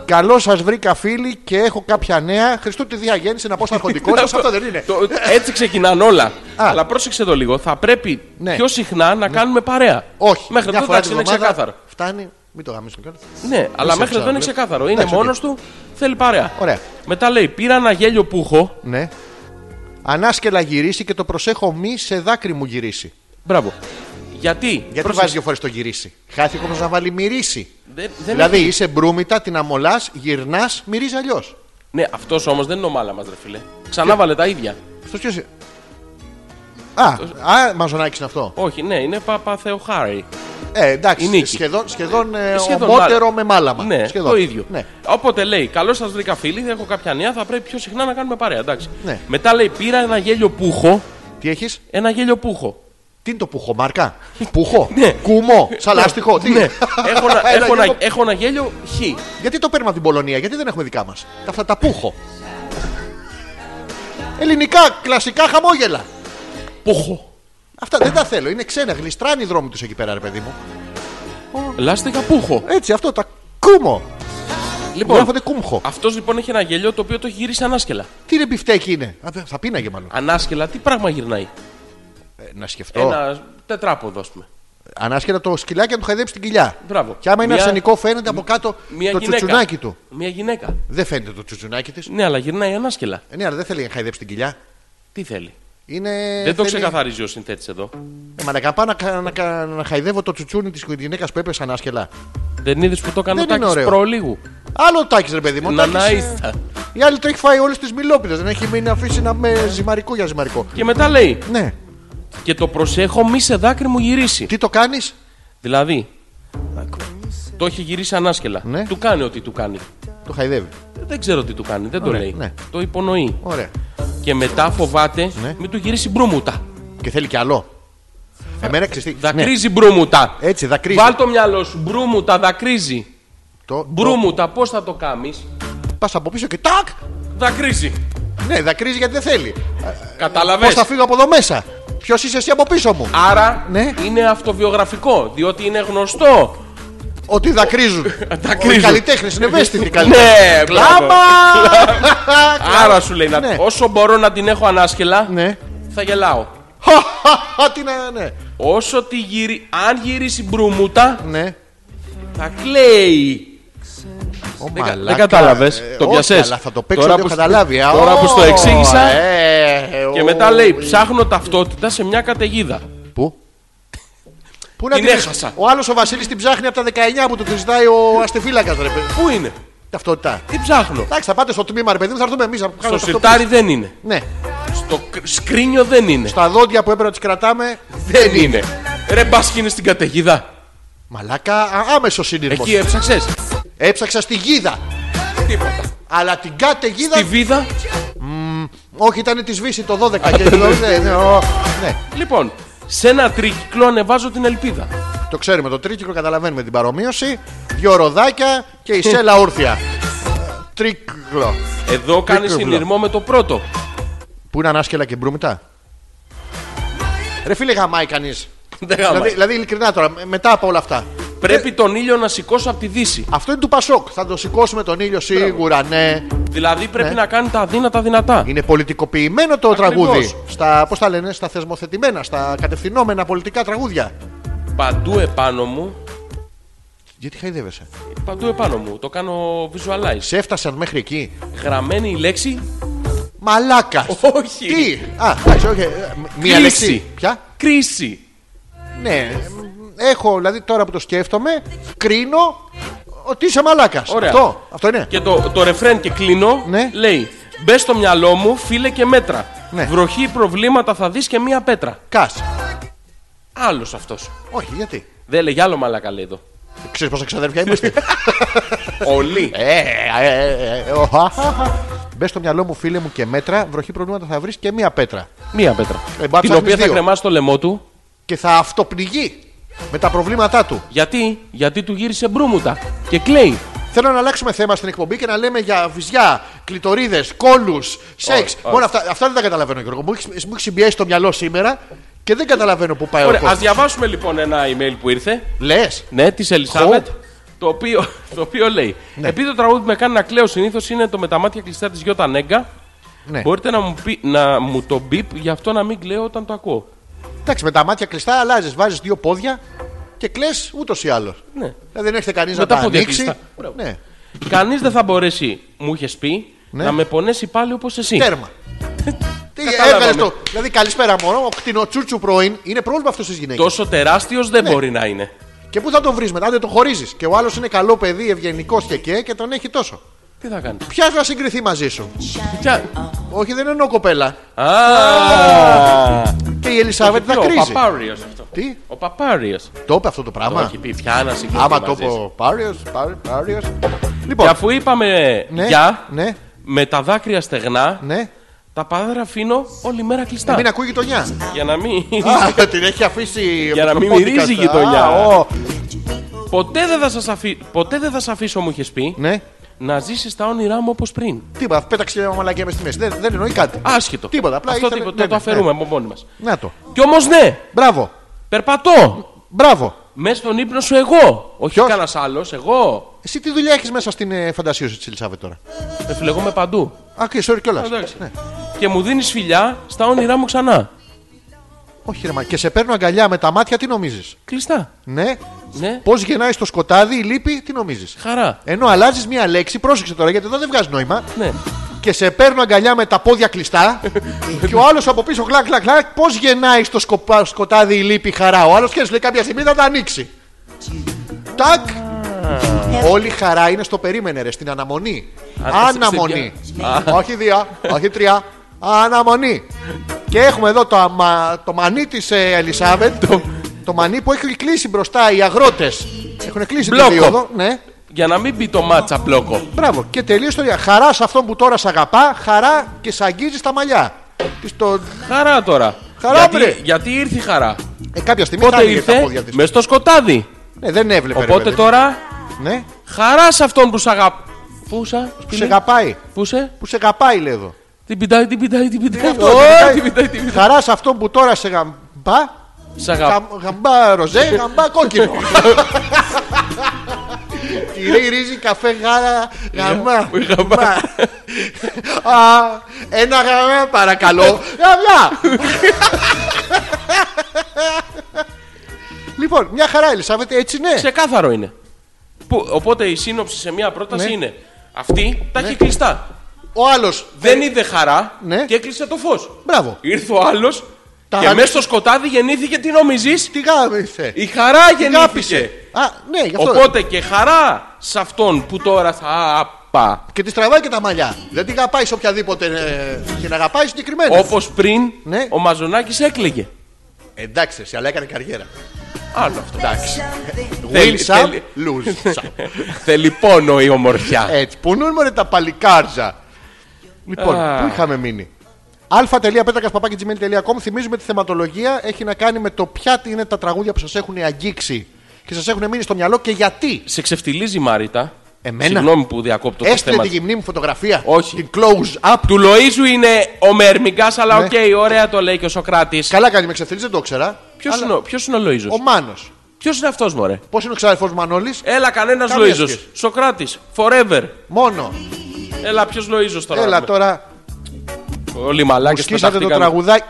Καλό σας βρήκα φίλοι και έχω κάποια νέα. Χριστού τη διαγέννηση να πω *laughs* στα αρχοντικό σα. Αυτό δεν είναι. Το- έτσι ξεκινάνε όλα. Α. Αλλά πρόσεξε το λίγο. Θα πρέπει Ναι. πιο συχνά να κάνουμε παρέα. Όχι. Μέχρι μια εδώ φορά εντάξει την είναι εβδομάδα ξεκάθαρο. Φτάνει. Μην το γαμίσουν κιόλας. Ναι, αλλά σε μέχρι εδώ είναι ψάχνω. ξεκάθαρο. Είναι Εντάξει, οκ. μόνος του, θέλει παρέα. Ωραία. Μετά λέει: Πήρα ένα γέλιο που έχω. Ναι. Ανάσκελα γυρίσει και το προσέχω μη σε δάκρυ μου γυρίσει. Μπράβο. Γιατί. Γιατί Πρόσεξε. βάζει δύο φορές το γυρίσει. Χάθηκε όμω να βάλει μυρίσει. Δεν, δεν δηλαδή έχει- είσαι μπρούμητα, την αμολάς, γυρνάς, μυρίζει αλλιώς. Ναι, αυτός όμως δεν είναι ο μάλα μα, ρε φίλε. Ξανά βάλε τα ίδια. Αυτός ποιος είναι. Α, α μαζονάκι είναι αυτό. Όχι, ναι, είναι Παπα Θεοχάρη. Ε, Η εντάξει. νίκη. Σχεδόν, σχεδόν, ε, Σχεδόν ομότερο μάλλον. με μάλαμα. Ναι, σχεδόν. το ίδιο. Ναι. Οπότε λέει: Καλώς σας βρήκα, φίλοι. Δεν έχω κάποια νέα. Θα πρέπει πιο συχνά να κάνουμε παρέα. Εντάξει. Ναι. Μετά λέει: Πήρα ένα γέλιο πουχο. Τι έχεις, Ένα γέλιο *laughs* πουχο. τι είναι το πουχο, *laughs* μάρκα. Πουχο, Ναι. κουμό, σαλάστιχο. τι? Ναι. έχω, *laughs* ένα, Ένα έχω, ένα, γέλιο- έχω ένα γέλιο χ. Γιατί το παίρνουμε από την Πολωνία, γιατί δεν έχουμε δικά μας. Αυτά τα πουχο. Ελληνικά, κλασικά χαμόγελα. Πουχο. Αυτά δεν τα θέλω. Είναι ξένα. Γλιστράνε οι δρόμοι τους εκεί πέρα, ρε παιδί μου. Λάστιχα πουχο. Έτσι, αυτό τα κούμο. Λοιπόν, Γράφονται κούμχο. αυτός λοιπόν έχει ένα γέλιο το οποίο το έχει γυρίσει ανάσκελα. Τι είναι μπιφτέκι είναι. Α, δε- Θα πίναγε μάλλον. Ανάσκελα, τι πράγμα γυρνάει. Ε, να σκεφτώ. Ένα τετράποδο, ας πούμε. Ανάσχετα το σκυλάκι να του χαϊδέψει την κοιλιά. Μπράβο. Και άμα είναι Μια- αρσενικό, φαίνεται από κάτω Μια το γυναίκα. τσουτσουνάκι του. Μια γυναίκα. Δεν φαίνεται το τσουτσουνάκι της. Ναι, αλλά γυρνάει ανάσκελα. Ε, ναι, αλλά δεν θέλει να χαϊδέψει την κοιλιά. Τι θέλει. Είναι... Δεν το Ε, θέλει- ξεκαθαρίζει ο συνθέτης εδώ. Ε, μα να καπά να, κα- να, κα- να χαϊδεύω το τσουτσούνι της γυναίκας που έπεσε ανάσκελα. Δεν είδε που το έκανε ο Δεν είναι Τάκης ωραίο. προλίγου. Άλλο τάκι, ρε παιδί μου. ο Να να Τάκης, ε, ήστα. Η άλλη το έχει φάει όλες τις μιλόπιδες. Δεν έχει μείνει να αφήσει να με ζυμαρικό για ζυμαρικό. Και μετά λέει: Ναι. Και το προσέχω, μη σε δάκρυ μου γυρίσει. Τι το κάνεις, Δηλαδή, το έχει γυρίσει ανάσκελα. Ναι. Του κάνει ό,τι του κάνει. το χαϊδεύει. Δεν ξέρω τι του κάνει, δεν το Ωραία, λέει. ναι. Το υπονοεί. Ωραία. Και μετά φοβάται Ναι. μην του γυρίσει μπρούμουτα. Και θέλει κι άλλο. Εμένα ξεστή. Δακρύζει μπρούμουτα. Έτσι, δακρύζει. Ε, Βάλ το μυαλό σου, μπρούμουτα, δακρύζει. Το... Μπρούμουτα, πώς θα το κάνεις. Πας από πίσω και τάκ! Δακρύζει. Ναι, δακρύζει γιατί δεν θέλει. Κατάλαβες. Πώς Ε, θα φύγω από εδώ μέσα. Ποιος είσαι εσύ από πίσω μου. Άρα Ναι. είναι αυτοβιογραφικό, διότι είναι γνωστό. Ότι δακρύζουν. *laughs* Δακρύζουν. Οι καλλιτέχνες είναι ευαίσθητοι καλλιτέχνε. Ναι, Κλάμα! μπράβο. *laughs* Άρα σου λέει, να- Ναι. όσο μπορώ να την έχω ανάσκελα, Ναι. *laughs* θα γελάω. Χαχαχα, τι να ναι. Όσο τη γυρι... αν γυρίσει μπρούμουτα, Ναι. θα κλαίει. Ο κα- μαλάκα, δεν κατάλαβες, ε, το όχι, πιασες. Αλλά θα το παίξω Τώρα τώρα που που σ- καταλάβει. Α, τώρα που ω, στο εξήγησα. ε, Και ω, μετά λέει, ε, ψάχνω ταυτότητα σε μια καταιγίδα. Πού? Πού να Την την έχασα. Ο άλλος ο Βασίλης την ψάχνει από τα 19 που του τη ζητάει ο αστεφύλακας. Πού είναι, Ταυτότητα. τι ψάχνω. Εντάξει, θα πάτε στο τμήμα, ρε παιδί μου, θα έρθουμε εμείς. Στο σιρτάρι δεν είναι. Ναι. Στο κ- σκρίνιο δεν είναι. Στα δόντια που έπρεπε να τις κρατάμε. Δεν είναι. Ρε μπας και είναι στην καταιγίδα. Μαλάκα, άμεσος σύνειρμος. Εκεί έψαξες. Έψαξα στη γίδα. Τίποτα. Αλλά την κάτε γίδα. Τη βίδα. Όχι, ήταν τη σβήση το 12 και το. ναι, ναι, ο- ναι, Λοιπόν, σε ένα τρίκυκλο ανεβάζω την ελπίδα. το ξέρουμε το τρίκυκλο, καταλαβαίνουμε την παρομοίωση. Δύο ροδάκια και η σέλα όρθια. Τρίκυκλο. Εδώ κάνει Τρίκυκλο. συνειρμό με το πρώτο. Πού είναι ανάσκελα και μπρούμητα. Ρε φίλε, γαμάει κανείς. Δεν γάμα. Δηλαδή, δηλαδή, ειλικρινά τώρα, με- μετά από όλα αυτά. Πρέπει τον ήλιο να σηκώσω από τη δύση. Αυτό είναι του Πασόκ. Θα το σηκώσουμε τον ήλιο σίγουρα, ναι. Δηλαδή πρέπει να κάνει τα αδύνατα δυνατά. Είναι πολιτικοποιημένο το Ακριβώς. τραγούδι. Στα, πώς τα λένε, στα θεσμοθετημένα, στα κατευθυνόμενα πολιτικά τραγούδια. Παντού επάνω μου. Γιατί χαϊδεύεσαι. Παντού επάνω μου. Το κάνω visualize. Σε έφτασαν μέχρι εκεί. Γραμμένη η λέξη. Μαλάκας. Όχι. Τι. Α, εντάξει, όχι. ε, μ- Μία Κρίση. λέξη. Ποια. Κρίση. Ναι. μ, Έχω, δηλαδή τώρα που το σκέφτομαι, κρίνω ότι είσαι μαλάκας. Ωραία. Αυτό. Αυτό είναι. Και το, το ρεφρέν και κλείνω. Ναι. Λέει. Μπες στο μυαλό μου, φίλε και μέτρα. Ναι. Βροχή προβλήματα θα δεις και μία πέτρα. Κας. Άλλος αυτός. Όχι, γιατί. Δεν λέει άλλο μαλακά λέει εδώ. Ξέρεις πόσα ξαδέρφια *laughs* είμαστε. Όλοι. Ε, ε, ε, ε, ο, α, α, α. Μπες στο μυαλό μου, φίλε μου, και μέτρα. Βροχή προβλήματα θα βρεις και μία πέτρα. Μία πέτρα. Ε, μπα, την ψάχνεις οποία θα δύο. κρεμάσει το λαιμό του. Και θα αυτοπνιγεί με τα προβλήματά του. Γιατί, γιατί του γύρισε μπρούμουτα και κλαίει. Θέλω να αλλάξουμε θέμα στην εκπομπή και να λέμε για βυζιά, κλητορίδες, κόλους, σεξ. Όχι, όχι. Όλα αυτά, αυτά δεν τα καταλαβαίνω, Γιώργο. Μου έχεις- εσύ μου έχεις συμπιέσει το μυαλό σήμερα και δεν καταλαβαίνω που πάει Ε, ο Ωραία, α κόσμο. διαβάσουμε λοιπόν ένα email που ήρθε. Λες. Ναι, της Ελισάβετ. Το οποίο, το οποίο λέει: Ναι. Επειδή το τραγούδι που με κάνει να κλαίω συνήθως είναι το με τα μάτια κλειστά της Γιώτα Νέγκα, Ναι. μπορείτε να μου, πει, να μου το μπιπ γι' αυτό να μην κλαίω όταν το ακούω. Εντάξει, με τα μάτια κλειστά αλλάζεις. Βάζεις δύο πόδια και κλε ούτως ή άλλως. Ναι. Δηλαδή δεν έχετε κανείς Με να τα τα πόδια ανοίξει. κλειστά. Μπράβο. Ναι. Κανείς δεν θα μπορέσει, μου είχες πει, Ναι. να με πονέσει πάλι όπως εσύ. *laughs* Τέρμα. Τι Καταλάβαμε. έβγαλε το. Δηλαδή καλησπέρα μόνο. Ο κτηνοτσούτσου πρώην είναι πρόβλημα αυτός στι γυναίκε. Τόσο τεράστιος δεν Ναι. μπορεί να είναι. Και πού θα τον βρεις μετά, δεν τον χωρίζεις. Και ο άλλος είναι καλό παιδί, ευγενικός και και και τον έχει τόσο. Τι θα κάνεις. Ποια να συγκριθεί μαζί σου. Ποια- Όχι, δεν εννοώ κοπέλα. Α, Και η Ελισάβετ ποιο, δακρύζει. παπάριος αυτό. Τι, Ο Παπάριος. το είπε αυτό το Το πράγμα. έχει πει πια ένα συγκεκριμένο. Άμα το πω Πάριο, Πάριο. Και Λοιπόν, αφού είπαμε ναι, γεια, ναι, με τα δάκρυα στεγνά, ναι. τα πάδρα αφήνω όλη μέρα κλειστά. Μην ακούει η γειτονιά. Για να μην. Α, την έχει αφήσει. Για με να το μην podcast. μυρίζει η γειτονιά. Α, ω. Ποτέ δεν θα, σας αφή... Ποτέ δεν θα σ' αφήσω, μου είχε πει, Ναι. να ζήσεις τα όνειρά μου όπως πριν. Τίποτα, πέταξε μια μαλακία μες στη μέση. Δεν, δεν εννοεί κάτι. Άσχετο. Τίποτα, απλά Αυτό ήθελε- τίποτα, ναι, το ναι, αφαιρούμε από μόνοι μας. Να το. Κι όμως ναι, Μπράβο. περπατώ. Μπράβο. Μέσα στον ύπνο σου εγώ. Όχι Ποιος? κανένας άλλος, εγώ. Εσύ τι δουλειά έχεις μέσα στην ε, φαντασία σου της Ελισάβετ τώρα. Με φυλεγόμαι παντού. Α, και sorry Ναι. κιόλας. Εντάξει. Και μου δίνεις φιλιά στα όνειρά μου ξανά. Όχι, ρε, μα και σε παίρνω αγκαλιά με τα μάτια, τι νομίζεις. Κλειστά. Ναι. Ναι, Πώς γεννάει στο σκοτάδι η λύπη, τι νομίζεις. χαρά. Ενώ αλλάζεις μία λέξη, πρόσεξε τώρα γιατί εδώ δεν βγάζει νόημα. Ναι. Και σε παίρνω αγκαλιά με τα πόδια κλειστά. *laughs* και ο άλλος από πίσω, κλακ, κλακ, κλακ. Πώς γεννάει στο σκοπα- σκοτάδι η λύπη η χαρά. Ο άλλος και λέει κάποια στιγμή θα τα ανοίξει. Τάκ. Όλη η χαρά είναι στο περίμενε, ρε, στην αναμονή. Α, σε- Αναμονή. σε ποια- όχι δύο, όχι τρία. Αναμονή. Και έχουμε εδώ το, αμα- το μανί της Ελισάβετ. το μανί που έχει κλείσει μπροστά οι αγρότες. Έχουν κλείσει την Μπλόκο. περίοδο. Ναι. Για να μην μπει το μάτσα μπλόκο. Μπράβο. Και τελείως ιστορία. Χαρά σε αυτόν που τώρα σ' αγαπά, χαρά και σ' αγγίζει στα μαλλιά. Τι Στο... Χαρά τώρα. Χαρά, βρε. γιατί, γιατί ήρθε η χαρά. Ε, κάποια στιγμή θα Πότε άνοιγε τα πόδια ήρθε, της. μες στο σκοτάδι. Ναι, δεν έβλεπε. ρε, Οπότε παιδί. τώρα, Ναι, χαρά σε αυτόν που σ' αγαπούσα. που σε αγαπάει. Πού σε. Που σε αγαπάει, λέει εδώ. Την πιτάει, την πιτάει, την πιτάει. αυτό, Ω, την πιτάει. Την πιτάει, την πιτάει. Χαρά σε αυτόν που τώρα σε γαμπά. Σ' αγαπά. Γαμ- Γαμπά ροζέ, γαμπά κόκκινο. Τυρί, ρύζι, καφέ, γάρα, γαμά. γαμά. Μα. Α, Ένα γαμά παρακαλώ. Γαμιά. Λοιπόν, μια χαρά Ελισάβετ, έτσι ναι. Ξεκάθαρο είναι. Που, οπότε η σύνοψη σε μια πρόταση Ναι. είναι αυτή τα έχει κλειστά. Ο άλλος. Δεν είδε χαρά Ε. Ναι. και έκλεισε το φως. Μπράβο. Ήρθε ο άλλος Τα και άνοιξε. μέσα στο σκοτάδι γεννήθηκε. Τι νομίζεις, Τι γάμισε. η χαρά Γάπησε. γεννήθηκε. Α, ναι, γι' αυτό. Οπότε και χαρά σε αυτόν που τώρα θα απα. Και τη τραβάει και τα μαλλιά. Δεν την αγαπάει σε οποιαδήποτε. ε, Την αγαπάει συγκεκριμένα. Όπως πριν Ναι. ο Μαζονάκης έκλαιγε. Εντάξει, εσύ, αλλά έκανε καριέρα. Άλλο αυτό. Εντάξει. Win Θέλει- some, θέλει- lose some. Θέλει πόνο η ομορφιά. *laughs* Έτσι, πονούν μωρέ τα παλικάρζα. Λοιπόν, Α. πού είχαμε μείνει. α.πέτρακα.gmail.com Θυμίζουμε τη θεματολογία έχει να κάνει με το ποια είναι τα τραγούδια που σας έχουν αγγίξει και σας έχουν μείνει στο μυαλό και γιατί. Σε ξεφτιλίζει η Μαρίτα. Εμένα? Συγγνώμη που διακόπτω το Έστειλε θέμα. τη γυμνή μου φωτογραφία. Όχι. Την close up. Του Λοίζου είναι ο Μερμιγκάς, αλλά Ναι. οκ, ωραία το λέει και ο Σοκράτης. Καλά κάνει με ξεφτυλίζει, δεν το ήξερα. Ποιο είναι, ο- ποιος είναι ο Λοίζο. Ο Μάνος. Ποιος είναι αυτός, Μωρέ. Πώς είναι ο ξαδερφός Μανώλης. Έλα, κανένας Καμία Λοίζο. σχέση. Σοκράτης, forever. Μόνο. Έλα, ποιος Λοίζο τώρα. Έλα λέμε. τώρα. Όλοι μαλάκε Σκίσατε το τραγουδάκι.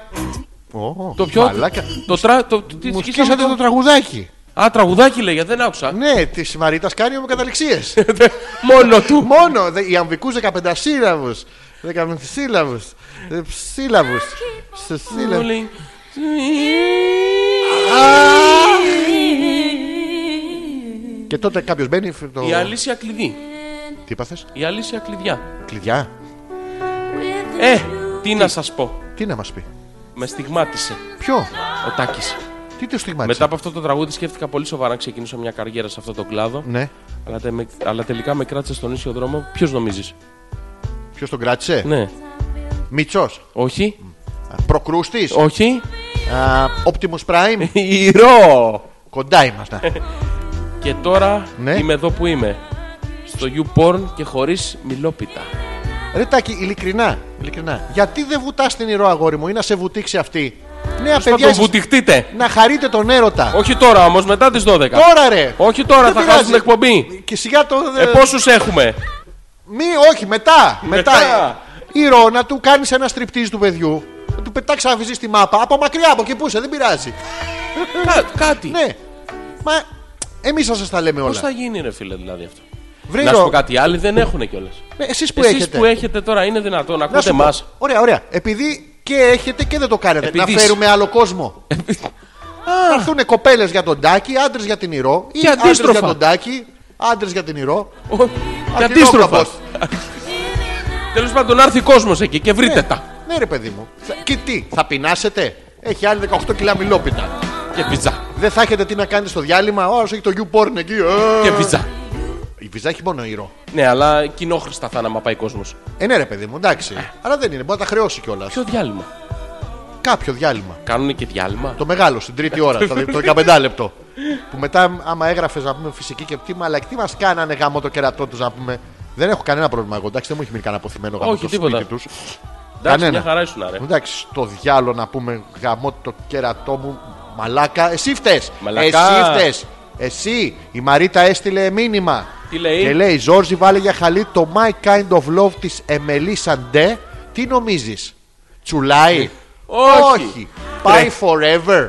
Ω, Το ποιο. μαλάκα. Το τρα... το... τι- Μου σκίσαμε σκίσατε το τραγουδάκι. Α, τραγουδάκι λέγε, δεν άκουσα. Ναι, τη Μαρίτας Κάριο με καταληξίε. Ε, Μόνο του. Μόνο δε- οι αμβικούς 15 σύλλαβου. 15 σύλλαβου. Σύλλαβου. Ε, Σε σύλλαβου. Όλοι. Και τότε κάποιος μπαίνει. φ- Το... Η αλήθεια κλειδί. Τι είπαθες, Η αλήθεια κλειδιά. κλειδιά. Ε, τι να σας πω. Τι να μας πει. Με στιγμάτισε Ποιο, ο Τάκης. τι το στιγμάτισε. Μετά από αυτό το τραγούδι σκέφτηκα πολύ σοβαρά να ξεκινήσω μια καριέρα σε αυτό το κλάδο. Ναι, Αλλά, τε- με- αλλά τελικά με κράτησε στον ίσιο δρόμο. Ποιος νομίζεις. ποιος τον κράτησε. Ναι. Μητσός. Όχι. Προκρούστης. Όχι. Optimus Prime. Ηρώ. Κοντά Ε. ήμασταν. Και τώρα Ναι. είμαι εδώ που είμαι. Στο YouPorn και χωρίς μιλόπιτα. Ρε Τάκη, ειλικρινά. ειλικρινά. Γιατί δεν βουτάς την ηρώα, αγόρι μου, ή να σε βουτήξει αυτή. Νέα Θα παιδιά, τον εσείς- βουτυχτείτε. να χαρείτε τον έρωτα. Όχι τώρα όμως, μετά τις 12. Τώρα ρε. Όχι τώρα, Δεν θα πειράζει. χάσουμε εκπομπή. Και σιγά το. Ε, πόσους έχουμε. Μη, όχι, μετά. Μετά. Η Ρο να του κάνεις ένα στριπτή του παιδιού. Να του πετάξεις να βυζεί στη μάπα. Από μακριά, από εκεί που είσαι, δεν πειράζει. Κά- κάτι. ναι. Μα εμείς θα σας τα λέμε Πώς όλα. θα γίνει, ρε φίλε, δηλαδή αυτό. Βρε, Να σου Ρο, πω κάτι, οι άλλοι δεν έχουν κιόλας. ε, εσείς που Εσείς έχετε. που έχετε τώρα είναι δυνατόν να να ακούτε σου πω. εμά. Ωραία, ωραία. Επειδή και έχετε και δεν το κάνετε. Επειδή Να φέρουμε άλλο κόσμο. Να έρθουν κοπέλες για τον Τάκη, άντρες για την Ηρώ. Ή Και άντρε για αντίστροφα. τον Τάκη, άντρες για την Ηρώ. Και Αντιλόγαβος. αντίστροφα. Τέλος πάντων, να έρθει κόσμος εκεί και βρείτε τα. Ναι, ρε παιδί μου. Θα- Και τι, θα πεινάσετε. Έχει άλλη 18 κιλά μιλόπιτα. Και βυζά. Δεν θα έχετε τι να κάνετε στο διάλειμμα. Ω, έχει το γιου πόρν εκεί. ε. Και βυζά. Η βυζά έχει μόνο ήρω. Ναι, αλλά κοινόχρηστα θα είναι άμα πάει κόσμος. Ε, ναι, ρε παιδί μου, εντάξει. Άρα δεν είναι, μπορεί να τα χρεώσει κιόλας. Ε. Ποιο διάλειμμα. Κάποιο διάλειμμα. Κάνουν και διάλειμμα. Το μεγάλο, στην τρίτη ώρα, στα δε- το 15 λεπτό. Που μετά, άμα έγραφες να πούμε φυσική και πτήμα, αλλά τι μα κάνανε γάμο το κερατό τους να πούμε. Δεν έχω κανένα πρόβλημα εγώ, εντάξει, δεν μου έχει μείνει κανένα αποθυμένο γάμο Όχι, το τίποτα. σπίτι τους. Εντάξει, κανένα. μια χαρά ήσουν, ρε. Εντάξει, στο διάλο να πούμε γαμό το κερατό μου, μαλάκα, εσύ φτε. Μαλακά. Εσύ φταίς. Εσύ, η Μαρίτα έστειλε μήνυμα. Τι λέει? Και λέει, Ζόρζι, βάλε για χαλί το My Kind of Love της Εμελή Σαντέ. Τι νομίζεις, Τσουλάει. Ε, Όχι. Πάει forever.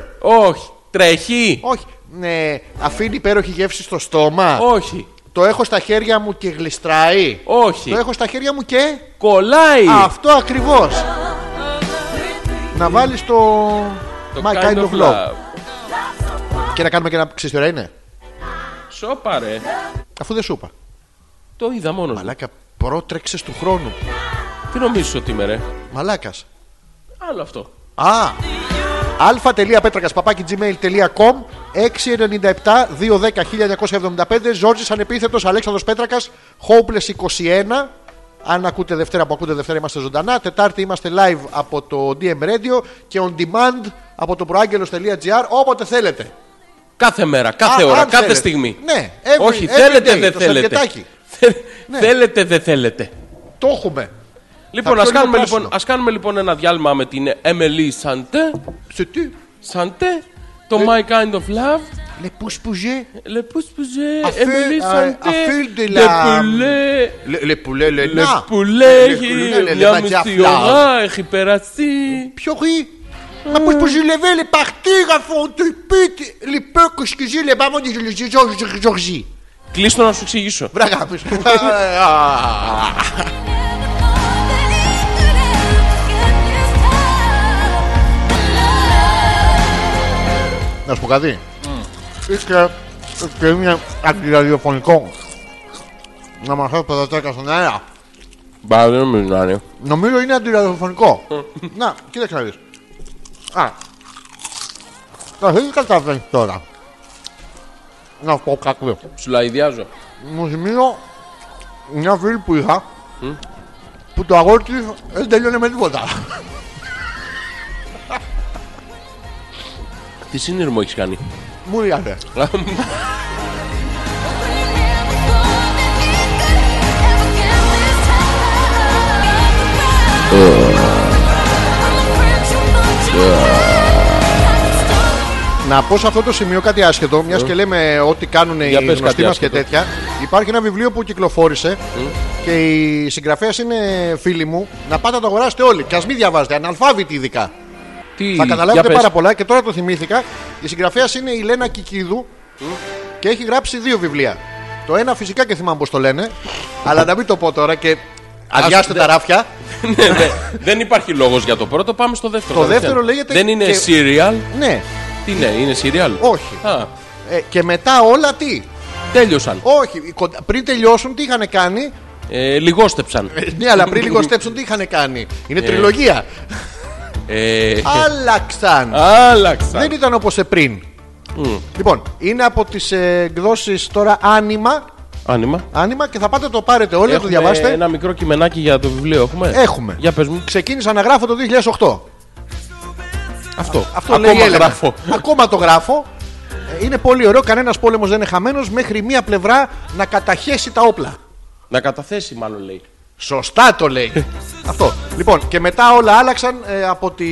Όχι. Τρέχει. Όχι. Ναι, αφήνει υπέροχη γεύση στο στόμα. Όχι. Το έχω στα χέρια μου και γλιστράει. Όχι. Το έχω στα χέρια μου και. Κολλάει. Αυτό ακριβώς. Να βάλεις το. Το My kind of love. Και να κάνουμε και ένα. Ξέρεις τι ωραία είναι. Σόπα, ρε. Αφού δεν σου είπα. Το είδα μόνος. Μαλάκα, πρότρεξες του χρόνου. Τι νομίζεις ότι είμαι, ρε. Μαλάκας. Άλλο αυτό. Α! αλφα.πέτρακα παπάκι gmail.com 697-210-1975 Ζόρζης ανεπίθετος Αλέξανδρος Πέτρακας Hopeless 21. Αν ακούτε Δευτέρα που ακούτε Δευτέρα είμαστε ζωντανά. Τετάρτη είμαστε live από το DM Radio και on demand από το προάγγελο.gr όποτε θέλετε. Κάθε μέρα, κάθε Α, ώρα, αν κάθε θέλετε. στιγμή. Ναι, every- Όχι, every θέλετε, day, δεν το θέλετε. σερκετάκι. Θε- Ναι. Θέλετε, δεν θέλετε. Το έχουμε. Λοιπόν, πιω ας λίγο κάνουμε πράσινο. λοιπόν, ας κάνουμε λοιπόν ένα διάλειμμα με την Emily Sante. Σε τι. Sante. Το Ε. My Kind of Love. Le pouce bouger. Le pouce pouce, I feel- Emily I- I Sante. feel de Le la- poulet. Le, le poulet, le, Le na. poulet Le poulet, le- έχει le μια bazar μισή flan. ώρα, έχει περάσει. Πιο γρή. Μα πώς που ζηλεύε, les partir avant de pute, les peuples que j'ai, les mamans de Georgie- Georgie. Κλείστο να σου εξηγήσω. Βράγα, πες. Α, Να σου πω κάτι. Είστε ευκαιρία αντιραδιοφωνικό να μαθαίνω παιδατέκα στον αέρα. Μπα, δεν νομίζω να είναι. Νομίζω είναι αντιραδιοφωνικό. Να, κοίταξε να δεις. Α. Τα τι καταφέρνεις τώρα. Να σου πω κάτι. Σου λαϊδιάζω. Μου θυμίζω μια φίλη που είχα που το αγόρι της δεν τελειώνε με τίποτα. Τι σύνειρμο έχεις κάνει. Μου ήρθε. Να πω σε αυτό το σημείο κάτι άσχετο, μιας και λέμε ό,τι κάνουν οι Για πες γνωστοί κάτι μα και άσχετο. τέτοια. Υπάρχει ένα βιβλίο που κυκλοφόρησε και η συγγραφέας είναι φίλη μου. Να πάτε να το αγοράσετε όλοι. Και ας μην διαβάζετε, αναλφάβητοι ειδικά. Τι, Θα για καταλάβετε πες. πάρα πολλά και τώρα το θυμήθηκα. Η συγγραφέας είναι η Λένα Κικίδου και έχει γράψει δύο βιβλία. Το ένα φυσικά και θυμάμαι πώς το λένε, αλλά να μην το πω τώρα και αδειάστε δε- τα ράφια. *laughs* Ναι, ναι. Δεν υπάρχει λόγος για το πρώτο, πάμε στο δεύτερο. Το Δεν δεύτερο ξέρω. λέγεται Δεν είναι και- serial. Ναι, Τι είναι, είναι serial. όχι. Α, Ε, και μετά όλα τι. τέλειωσαν. Όχι, κοντα- πριν τελειώσουν τι είχαν κάνει. Ε, λιγόστεψαν. Ναι, αλλά πριν λίγο στέψουν τι είχαν κάνει. Είναι τριλογία. Ε, Άλλαξαν. Άλλαξαν. Δεν ήταν όπως σε πριν. Λοιπόν, είναι από τις εκδόσεις τώρα άνοιμα. Άνοιγμα. Άνοιμα και θα πάτε το πάρετε όλοι, να το Έχουμε διαβάσετε. ένα μικρό κειμενάκι για το βιβλίο, έχουμε. Έχουμε. Για πες μου. Ξεκίνησα να γράφω το 2008. Αυτό. Αυτό Ακόμα λέει η Έλενα. γράφω. Ακόμα το γράφω. Ε, Είναι πολύ ωραίο, κανένας πόλεμος δεν είναι χαμένος μέχρι μία πλευρά να καταχέσει τα όπλα. Να καταθέσει, μάλλον λέει. Σωστά το Ε. λέει. Αυτό. Λοιπόν, και μετά όλα άλλαξαν ε, από τη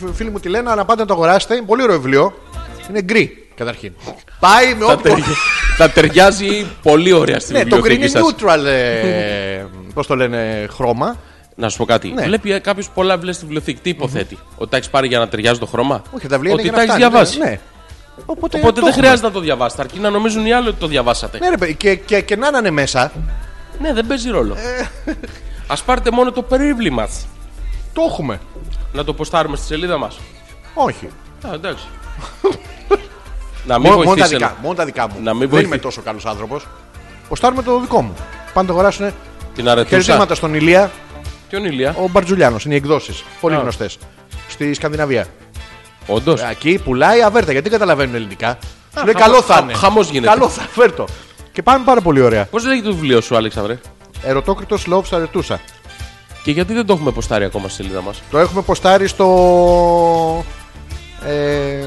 φ- φίλη μου τη Λένα να πάτε να το αγοράσετε. Είναι πολύ ωραίο βιβλίο. Είναι γκρι καταρχήν. Πάει με Θα, όποιο. ταιρι- θα ταιριάζει πολύ ωραία στη Ναι, το green βιβλιοθήκη είναι σας. neutral. Ε, Πώς το λένε, χρώμα. Να σου πω κάτι. Ναι. Βλέπει κάποιος πολλά βιβλία στη βιβλιοθήκη. Τι υποθέτει. Ότι τα έχεις πάρει για να ταιριάζει το χρώμα. Όχι, τα βιβλία Ότι είναι για τα να έχεις φτάνει, διαβάσει. Ναι. ναι. Οπότε, Οπότε το δεν έχουμε. χρειάζεται να το διαβάσετε. Αρκεί να νομίζουν οι άλλοι ότι το διαβάσατε. Ναι, ρε, παιδί, και, και, και να είναι μέσα. Ναι, δεν παίζει ρόλο. Ε. Ας πάρετε μόνο το περίβλημα. Το έχουμε. Να το ποστάρουμε στη σελίδα μας. Όχι. Α, εντάξει. να μην Μόνο, μόνο, τα βοηθήσει. δικά, μόνο τα δικά μου. Να μην Δεν βοηθεί. είμαι τόσο καλός άνθρωπος. Ποστάρουμε το δικό μου. Πάνε το αγοράσουν. Την αρετούσα. Χαιρετήματα στον Ηλία. Ποιον ηλία. Ο Μπαρτζουλιάνος. Είναι οι εκδόσεις. Πολύ Α. γνωστές. Στη Σκανδιναβία. Ε, Όντω. Εκεί πουλάει αβέρτα γιατί δεν καταλαβαίνουν ελληνικά. Σου λέει χαμός- καλό θα χα- είναι. χαμός γίνεται. Καλό θα φέρτο. Και πάμε πάρα πολύ ωραία. Πώς λέγεται το βιβλίο σου, Αλέξανδρε, Ερωτόκριτο Love στα ρετούσα. και γιατί δεν το έχουμε ποστάρει ακόμα στη σελίδα μας. Το έχουμε ποστάρει στο. Ε,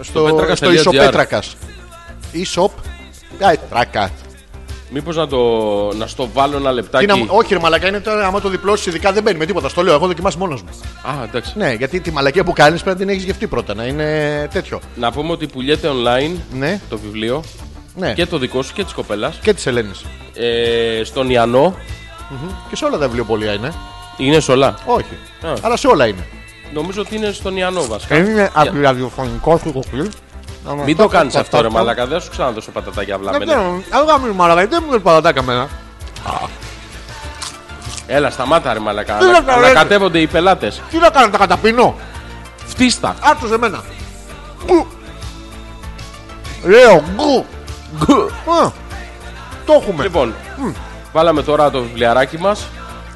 στο πέτρακας.gr. στο ισοπέτρακα. Ισοπ. ε, Πέτρακας. Μήπως να το να στο βάλω ένα Τι λεπτάκι. να μου- Όχι, ρε μαλακά είναι τώρα. Άμα το διπλώσεις, ειδικά δεν μπαίνει με τίποτα. Στο λέω, έχω δοκιμάσει μόνος μου. Α, εντάξει. Ναι, γιατί τη μαλακία που κάνεις πρέπει να την έχεις γευτεί πρώτα. Να είναι τέτοιο. Να πούμε ότι πουλιέται online Ναι, το βιβλίο ναι. και Και, το δικό σου και της κοπέλας και της Ελένης. ε, στον Ιαννό. Και σε όλα τα βιβλιοπολία είναι. Είναι σε όλα. Όχι. Α. Αλλά σε όλα είναι. Νομίζω ότι είναι στον Ιαννό βασικά. Ε, Είναι ραδιοφωνικό σου κουκλί. Ε, Μην το κάνει αυτό, ρε Μαλάκα. Δεν θα σου ξαναδώσω πατατάκια Ναι, βλαμμένα. Αλλά μην μαλακά, δεν μου λέει παρατάκα μένα. Έλα, σταμάτα, ρε Μαλάκα. Τι να Ανα- κάνω, Ανακατεύονται οι πελάτες. Τι να κάνω, τα καταπίνω. Φτίστα. Άρτο σε μένα. Γκου. Λέω γκου. Α, Το έχουμε. Λοιπόν, βάλαμε τώρα το βιβλιαράκι μας.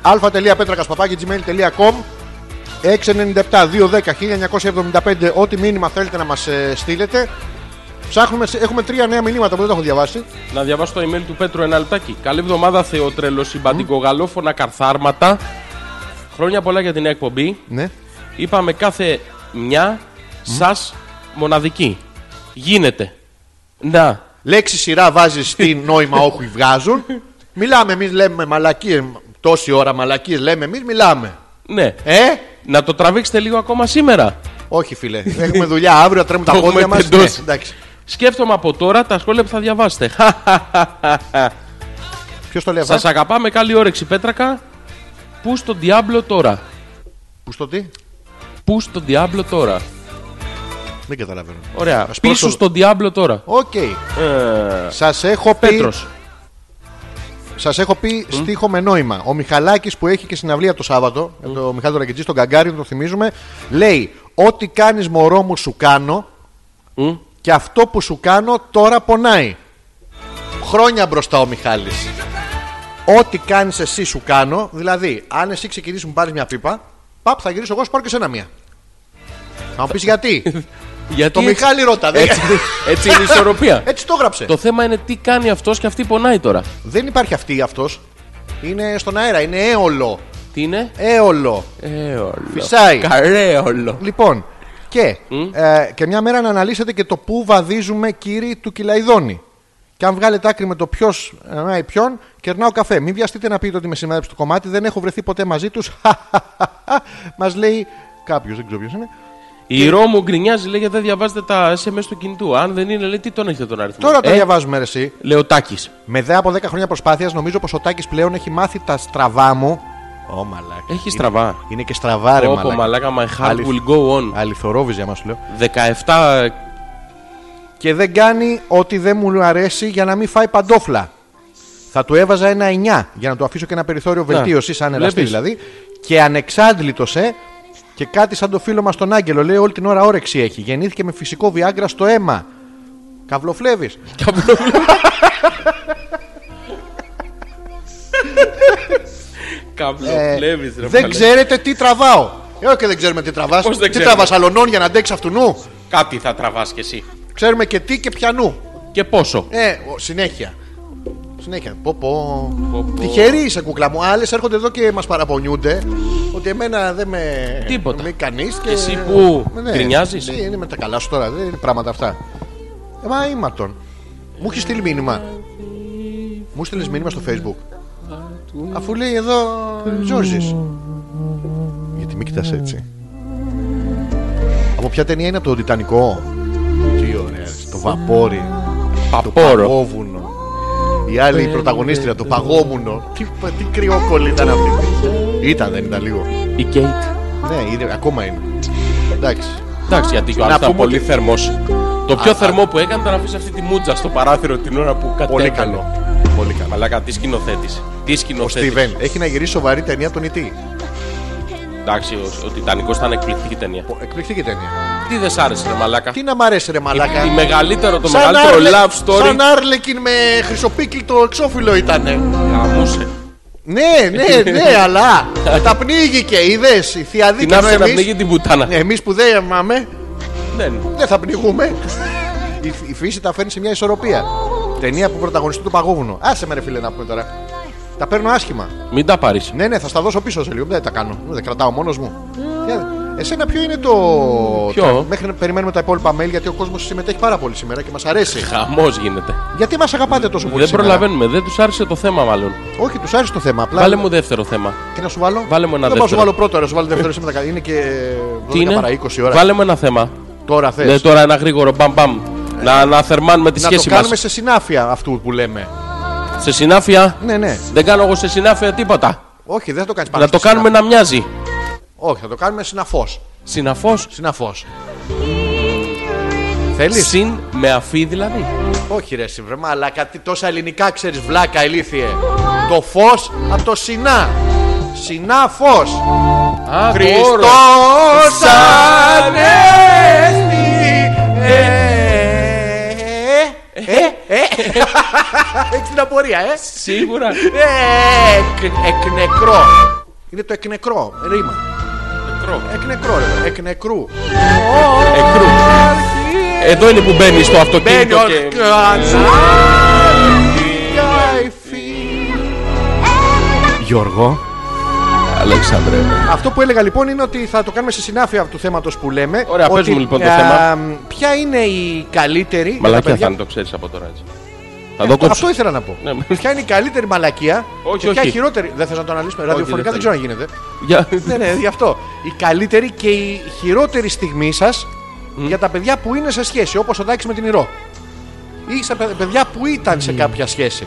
α.πέτρακας.gmail.com 697-210-1975 Ό,τι μήνυμα θέλετε να μας ε, στείλετε Ψάχνουμε, σε- έχουμε τρία νέα μηνύματα που δεν τα έχω διαβάσει Να διαβάσω το email του Πέτρου ένα λεπτάκι. Καλή εβδομάδα, Θεοτρέλο, συμπαντικό γαλόφωνα, καρθάρματα. Χρόνια πολλά για την εκπομπή. Ναι Είπαμε κάθε μια σας μοναδική. Γίνεται. Να. Λέξη σειρά βάζεις τι νόημα όχι βγάζουν Μιλάμε εμείς λέμε μαλακίες Τόση ώρα μαλακίες λέμε εμείς μιλάμε Ναι. Ε Να το τραβήξετε λίγο ακόμα σήμερα. όχι φίλε, έχουμε δουλειά αύριο, τρέμουν τα Το πόδια έχουμε μας ναι, τεντώσει. εντάξει. Σκέφτομαι από τώρα τα σχόλια που θα διαβάσετε. *laughs* Ποιος το λέει αυτό, Σας αγαπάμε, καλή όρεξη Πέτρακα. Πού στον διάβλο τώρα. που στο τι, Πού στον διάβλο τώρα. δεν καταλαβαίνω. Ωραία. Ας Πίσω πρόσω- στον διάβλο τώρα. Οκ, Ε, σας έχω πει... Πέτρος. Σας έχω πει στίχο με νόημα. Ο Μιχαλάκης που έχει και συναυλία το Σάββατο, με το Μιχάλη Ρακετζή, στον Καγκάριο, το θυμίζουμε, λέει: Ό,τι κάνεις μωρό μου σου κάνω Μμ. και αυτό που σου κάνω τώρα πονάει. Χρόνια μπροστά ο Μιχάλης. Ό,τι κάνεις εσύ σου κάνω, δηλαδή, αν εσύ ξεκινήσεις μου πάρεις μια πίπα, παπ, θα γυρίσω εγώ, σου πάρω και σένα μια. Θα μου πεις *laughs* γιατί. Γιατί το έτσι- Μιχάλη ρώτα. δεν- Έτσι, έτσι είναι η ισορροπία. Έτσι το έγραψε. Το θέμα είναι τι κάνει αυτός και αυτή πονάει τώρα. Δεν υπάρχει αυτή αυτός. Είναι στον αέρα, είναι έολο. Τι είναι. Έολο. Έολο. Φυσάει. Καρέολο. Λοιπόν, και, ε, και μια μέρα να αναλύσετε και το πού βαδίζουμε κύριοι του Κυλαϊδόνη. Και αν βγάλετε άκρη με το ποιος ή ποιον, κερνάω καφέ. Μην βιαστείτε να πείτε ότι με συνάδελφε στο κομμάτι, δεν έχω βρεθεί ποτέ μαζί τους. *laughs* Μας λέει κάποιος, δεν ξέρω ποιος είναι. Η Ρώμου γκρινιάζει, λέει, γιατί δεν διαβάζετε τα SMS του κινητού. Αν δεν είναι, λέει, τι τον έχετε τον αριθμό. Τώρα το διαβάζουμε, ρε, εσύ. Λέω Τάκης. Με δέα από 10 χρόνια προσπάθειας, νομίζω πως ο Τάκης πλέον έχει μάθει τα στραβά μου. Ω, μαλάκα. Έχει Είναι- στραβά. Είναι και στραβά, ρε, Όπω μαλάκα. μαλάκα, my heart Αληθ- will go on. Αληθορόβιζε, άμα σου λέω. 17. Ε, Και δεν κάνει ό,τι δεν μου αρέσει για να μην φάει παντόφλα. Θα του έβαζα ένα 9 για να του αφήσω και ένα περιθώριο βελτίωση, αν εραστεί βλέπεις. δηλαδή. Και ανεξάντλητος, ε. Και κάτι σαν το φίλο μας τον Άγγελο. Λέει όλη την ώρα όρεξη έχει. Γεννήθηκε με φυσικό βιάγκρα στο αίμα. Ε, Καυλοφλεύει. Καβλοβλεύει, ρε δεν Δεν ξέρετε τι τραβάω. Ε, όχι, δεν ξέρουμε τι τραβάς. Πώς δεν Τι ξέρουμε. τραβάς αλωνών για να αντέξεις αυτού νου. Κάτι θα τραβάς κι εσύ. Ξέρουμε και τι και πιανού. Και πόσο. Ε, ο- συνέχεια. Συνέχεια. Πω, πω. Πω, πω. Τυχερή είσαι κούκλα μου. Άλλες έρχονται εδώ και μας παραπονιούνται ότι εμένα δεν με. Τίποτα. Με κανείς και. εσύ που γκρινιάζεις. Ναι, είναι με τα καλά σου τώρα, δεν είναι πράγματα αυτά. Ε, μα ήμαρτον. Μου έχεις στείλει μήνυμα. Μου στείλεις μήνυμα στο facebook. Αφού λέει εδώ Τζόρζης. Γιατί με κοιτάς έτσι. Από ποια ταινία είναι από το Τιτανικό. Τι ωραία. Το βαπόρι. Το Παπόρο. παγόβουνο. Η άλλη η πρωταγωνίστρια, το παγόμουνο. Τι, τι κρυόκολλη ήταν αυτή. Ήταν, δεν ήταν λίγο. Η Kate. Ναι, είναι, ακόμα είναι. Εντάξει. Εντάξει, γιατί και ο άλλος Να ήταν πούμε πολύ θερμός. Το πιο θερμό που έκανε ήταν να αφήσει αυτή τη μούτζα στο παράθυρο την ώρα που κατέβαινε. Πολύ καλό. Πολύ καλό. Μαλάκα, τι σκηνοθέτης. Τι σκηνοθέτης. Στίβεν, έχει να γυρίσει σοβαρή ταινία τον E Ιτή. Εντάξει, ο, ο Τιτανικός ήταν εκπληκτική ταινία. Εκπληκτική ταινία. Τι δεν σ' άρεσε, ρε Μαλάκα. Τι να μ' αρέσει, ρε Μαλάκα. Η μεγαλύτερο, το Σαν μεγαλύτερο Άρλε- love story. Σαν Άρλεκιν με χρυσοπίκλι το εξώφυλλο ήταν. Γαμούσε. Ναι, Ε, ναι, ναι, αλλά τα πνίγηκε, είδες. Η θεία Την δίκαιο άφησε να εμείς. Ναι. πνίγει την πουτάνα. Εμείς που δεν αμάμε. Δεν. Δεν θα πνιγούμε. η, φ- η φύση τα φέρνει σε μια ισορροπία. Ταινία που πρωταγωνιστεί το παγόβουνο. Άσε με ρε φίλε να πούμε τώρα. Τα παίρνω άσχημα. Μην τα πάρεις. Ναι, ναι, θα στα δώσω πίσω σε λίγο. Δεν τα κάνω. Δεν κρατάω μόνος μου. Για- Εσένα ποιο είναι το. Ποιο? το- Μέχρι να περιμένουμε τα υπόλοιπα mail γιατί ο κόσμος συμμετέχει πάρα πολύ σήμερα και μας αρέσει. Χαμός γίνεται. Γιατί μας αγαπάτε τόσο Ναι. πολύ. Δεν σήμερα? προλαβαίνουμε, δεν τους άρεσε το θέμα μάλλον. Όχι, τους άρεσε το θέμα. Απλά Βάλε μου δεύτερο θέμα. τι να σου βάλω. βάλε μου ένα Δεν μπορώ να σου δεύτερο. βάλω πρώτο, ρε, σου βάλω δεύτερο. σήμερα τα- Είναι και 12 Τι είναι, παρά 20 ώρα. βάλε μου ένα θέμα. Τώρα θε. Ναι, τώρα ένα γρήγορο μπαμ μπαμ. Να, να θερμάνουμε τη Ε. Να το σχέση κάνουμε μας. σε συνάφεια αυτού που λέμε. Σε συνάφεια. Ναι, ναι. Δεν κάνω εγώ σε συνάφεια τίποτα. Όχι, δεν θα το κάνεις να το κάνουμε να μοιάζει. Όχι, θα το κάνουμε συναφώς. Συναφώς. Συναφώς. Θέλεις. Συν με αφή δηλαδή. Όχι, ρε συμβρεμά, αλλά κάτι τόσα ελληνικά ξέρεις, βλάκα, ηλίθιε. Το φως από το συνά. Συνά φω. Α, Χριστός τώρα. ανέστη. Ε, ε, ε. Έχεις την απορία, ε. Σίγουρα. Ε, εκ- Εκνεκρό. Είναι το εκνεκρό, ρήμα. Εκνεκρό, ρε. Εκνεκρού. Εκρού. Εδώ είναι που μπαίνει στο Μπαίνει αυτοκίνητο ο και. Ε, Γιώργο. Αλέξανδρε. Αυτό που έλεγα λοιπόν είναι ότι θα το κάνουμε σε συνάφεια του θέματος που λέμε. Ωραία, πες ότι, μου, λοιπόν, το α, θέμα. μ, Ποια είναι η καλύτερη. για τα Μαλακιά παιδιά- Ε, θα είναι, το ξέρεις από τώρα έτσι. Θα το κόψω. Αυτό ήθελα να πω. Ναι, με- Ποια είναι η καλύτερη μαλακία Όχι, και ποια όχι. χειρότερη. Δεν θες να το αναλύσουμε. Ραδιοφωνικά δεν δεν ξέρω αν γίνεται. Για- ναι, ναι, γι' αυτό. Η καλύτερη και η χειρότερη στιγμή σας για τα παιδιά που είναι σε σχέση, όπως ο Δάκη με την Ηρώ. Ή στα παι- παιδιά που ήταν σε κάποια σχέση.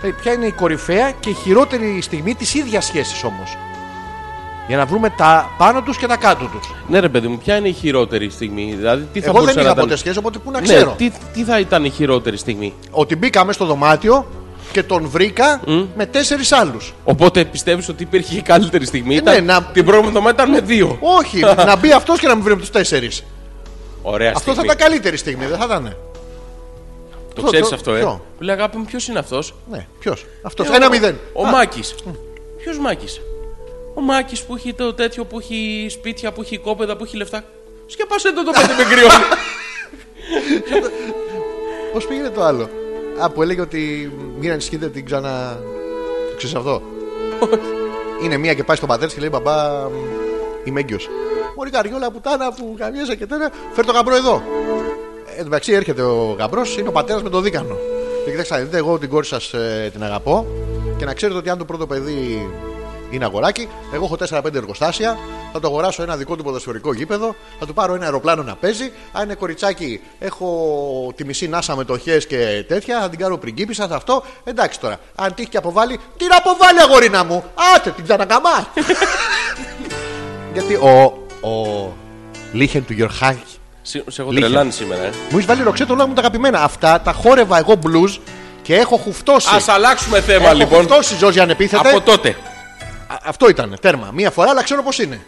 Δηλαδή, ποια είναι η κορυφαία και η χειρότερη στιγμή της ίδιας σχέσης όμως. Για να βρούμε τα πάνω τους και τα κάτω τους. Ναι, ρε παιδί μου, ποια είναι η χειρότερη στιγμή. Δηλαδή, τι θα Εγώ μπορούσε δεν είχα να ποτέ ήταν. σχέση, οπότε πού να ξέρω. Ναι, τι, τι θα ήταν η χειρότερη στιγμή. Ότι μπήκαμε στο δωμάτιο και τον βρήκα με τέσσερις άλλους. Οπότε πιστεύεις ότι υπήρχε η καλύτερη στιγμή. Ε, Ήταν... ναι, να- Την πρώτη εβδομάδα ήταν με δύο. Όχι, *laughs* να μπει αυτός και να μην βρει με τους τέσσερις. Ωραία Αυτό θα στιγμή. ήταν καλύτερη στιγμή, δεν θα ήταν. Το ποιο- ξέρεις το- αυτό, ε. ποιο? Λέει αγάπη μου, ποιος είναι αυτός. Ναι, ποιος. Αυτός. Ένα μηδέν. Ε, Ο Μάκη. Ποιος Μάκης. Ο Μάκης που έχει το τέτοιο, που έχει σπίτια, που έχει κόπεδα, που έχει λεφτά. Σκεπάσε το το παιδί με κρυό. Πώς πήγαινε το άλλο. Α, που έλεγε ότι μην ανησυχείτε την ξανα. Το ξέρεις αυτό. Είναι μία και πάει στον πατέρα της και λέει Μπαμπά, μ, είμαι έγκυος. Μωρή καριόλα πουτάνα που καμιέσαι και τέτοια. Φέρ το γαμπρό εδώ. Ε, Εν τω μεταξύ έρχεται ο γαμπρός, είναι ο πατέρας με το δίκανο. Και κοιτάξτε, να δείτε, εγώ την κόρη σας την αγαπώ. Και να ξέρετε ότι αν το πρώτο παιδί είναι αγοράκι, εγώ έχω 4-5 εργοστάσια. Θα το αγοράσω ένα δικό του ποδοσφαιρικό γήπεδο. Θα του πάρω ένα αεροπλάνο να παίζει. Αν είναι κοριτσάκι, έχω τη μισή νάσα μετοχέ και τέτοια. Θα την κάνω πριγκίπισσα θα αυτό. Εντάξει τώρα. Αν τύχει και αποβάλει, την αποβάλει αγορίνα μου. Άτε, την ξανακαμά. Γιατί ο. ο... Λίχεν του Γιωργάκη Σε σε έχω Λύχε. τρελάνει σήμερα, ε. μου έχεις βάλει ροξέτο όλα μου τα αγαπημένα. Αυτά τα χόρευα εγώ blues και έχω χουφτώσει. Ας αλλάξουμε θέμα έχω λοιπόν. χουφτώσει, Ζόζι, ανεπίθετε. Από τότε. Α, αυτό ήταν τέρμα. Μία φορά, αλλά ξέρω πώς είναι.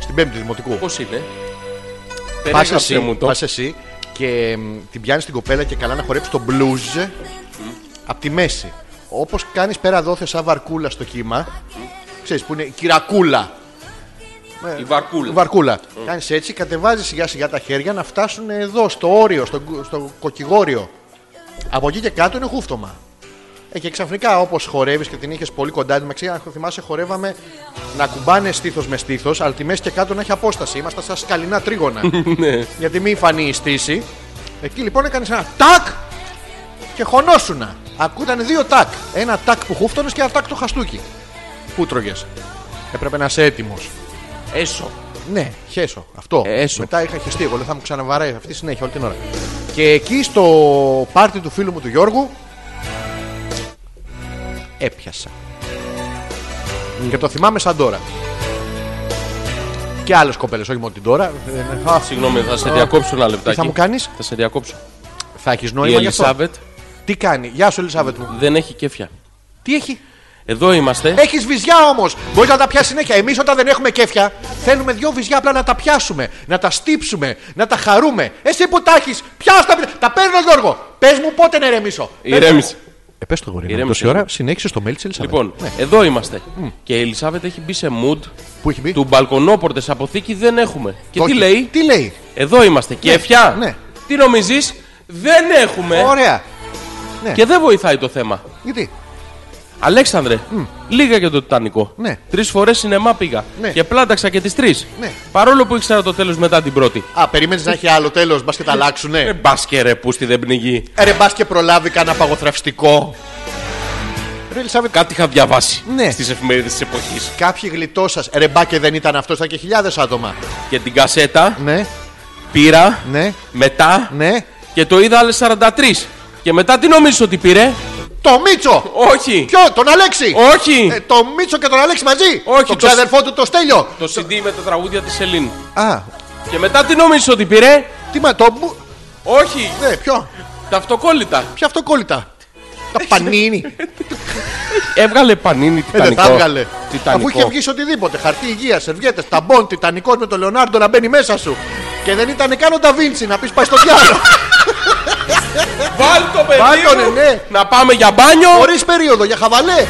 Στην πέμπτη δημοτικού. Πώς είναι. Πας Περίγραψε εσύ, μου το. πας εσύ και μ, την πιάνεις την κοπέλα και καλά να χορέψεις το blues από τη μέση. Όπως κάνεις πέρα δόθε σαν βαρκούλα στο κύμα. Ξέρεις που είναι η κυρακούλα. Η Η βαρκούλα. Βαρκούλα. Κάνεις έτσι, κατεβάζεις σιγά σιγά τα χέρια να φτάσουν εδώ, στο όριο, στο, κου- στο κοκκιγόριο. Από εκεί και κάτω είναι χούφτωμα. Ε, και ξαφνικά όπως χορεύεις και την είχες πολύ κοντά, την μεταξύ, αν θυμάσαι, χορεύαμε να κουμπάνε στήθος με στήθος, αλλά τη μέση και κάτω να έχει απόσταση. Ήμασταν σαν σκαλινά τρίγωνα. Γιατί μη φανεί η στήση. Εκεί λοιπόν έκανες ένα τάκ και χωνόσουνα. Ακούταν δύο τάκ. Ένα τάκ που χούφτωνες και ένα τάκ το χαστούκι. Πού τρώγες. Έπρεπε να είσαι έτοιμος. Έσω. Ναι, χέσω. Αυτό. Ε, έσω. Μετά είχα χεστεί. Εγώ λέω θα μου ξαναβαράει αυτή συνέχεια όλη την ώρα. Και εκεί στο πάρτι του φίλου μου του Γιώργου. Έπιασα. Και το θυμάμαι σαν τώρα. Και άλλες κοπέλες, όχι μόνο την τώρα. Ε, α, Συγγνώμη, θα σε διακόψω ένα λεπτάκι. Τι θα μου κάνεις? Θα σε διακόψω. Θα έχεις Η νόημα γι' αυτό. Ελισάβετ Τι κάνει, Γεια σου, Ελισάβετ μου. δεν έχει κέφια. Τι έχει. Εδώ είμαστε. Έχεις βυζιά όμως. Μπορεί να τα πιάσει συνέχεια. Εμείς όταν δεν έχουμε κέφια, θέλουμε δυο βυζιά απλά να τα πιάσουμε, να τα στύψουμε, να τα χαρούμε. Εσύ που τα έχεις, πιάστα. Τα παίρνω, Γιώργο. Πες μου πότε να ηρεμήσω. Ηρέμησε. Ε, πες το γορί. μου, Ηρέμησε. Τόση ώρα συνέχισε στο mail της Ελισάβετ. Λοιπόν, εδώ είμαστε. Και η Ελισάβετ έχει μπει σε mood. Πού έχει μπει? Του μπαλκονόπορτες αποθήκη δεν έχουμε. Και Το τι έχει. λέει, Τι λέει. εδώ είμαστε. Κέφια. ναι. Τι νομίζεις, δεν έχουμε. Ωραία. Και δεν βοηθάει το θέμα. Γιατί. Αλέξανδρε, λίγα για το Τιτανικό. Ναι. Τρεις φορές σινεμά πήγα. Ναι. Και πλάταξα και τις τρεις. Ναι. Παρόλο που ήξερα το τέλος μετά την πρώτη. Α, περίμενες να έχει άλλο τέλος. Μπας και τα Ε, αλλάξουνε. μπας και ρε, πούστη δεν πνιγεί. Ε, Ρε, μπας και προλάβει κανένα παγοθραυστικό. Ρε, Ελισάβετ, Κάτι είχα διαβάσει Ναι. στις εφημερίδες της εποχής. κάποιοι γλιτώσασαν. Ρε, μπα και δεν ήταν αυτός, ήταν και χιλιάδες άτομα. Και την κασέτα Ναι, πήρα ναι, μετά ναι. και το είδα άλλες 43. Και μετά τι νομίζεις ότι πήρε. Το Μίτσο! Όχι! Ποιο, τον Αλέξη! Όχι! Ε, το Μίτσο και τον Αλέξη μαζί! Όχι, τον το- ξαδερφό του, το Στέλιο! Το CD με τα τραγούδια της Σελήν. Α, Και μετά τι νομίζεις ότι πήρε. τι μα, το. μπου- Όχι! Ναι, ποιο, Τα αυτοκόλλητα. ποια αυτοκόλλητα. Τα πανίνι. Έβγαλε πανίνη Ε, δεν τιτανικό. θα έβγαλε. Αφού Τιτανικό. είχε βγει σε οτιδήποτε. Χαρτί υγείας, σερβιέτες, ταμπών, τιτανικό με τον Λεωνάρντο να μπαίνει μέσα σου. Και δεν ήταν καν ο Νταβίντσι να πεις πάει στο *laughs* διάλογο. Βάλ το παιδί Βάλ' τον, μου. ναι. Να πάμε για μπάνιο. Χωρίς περίοδο, για χαβαλέ. Ε.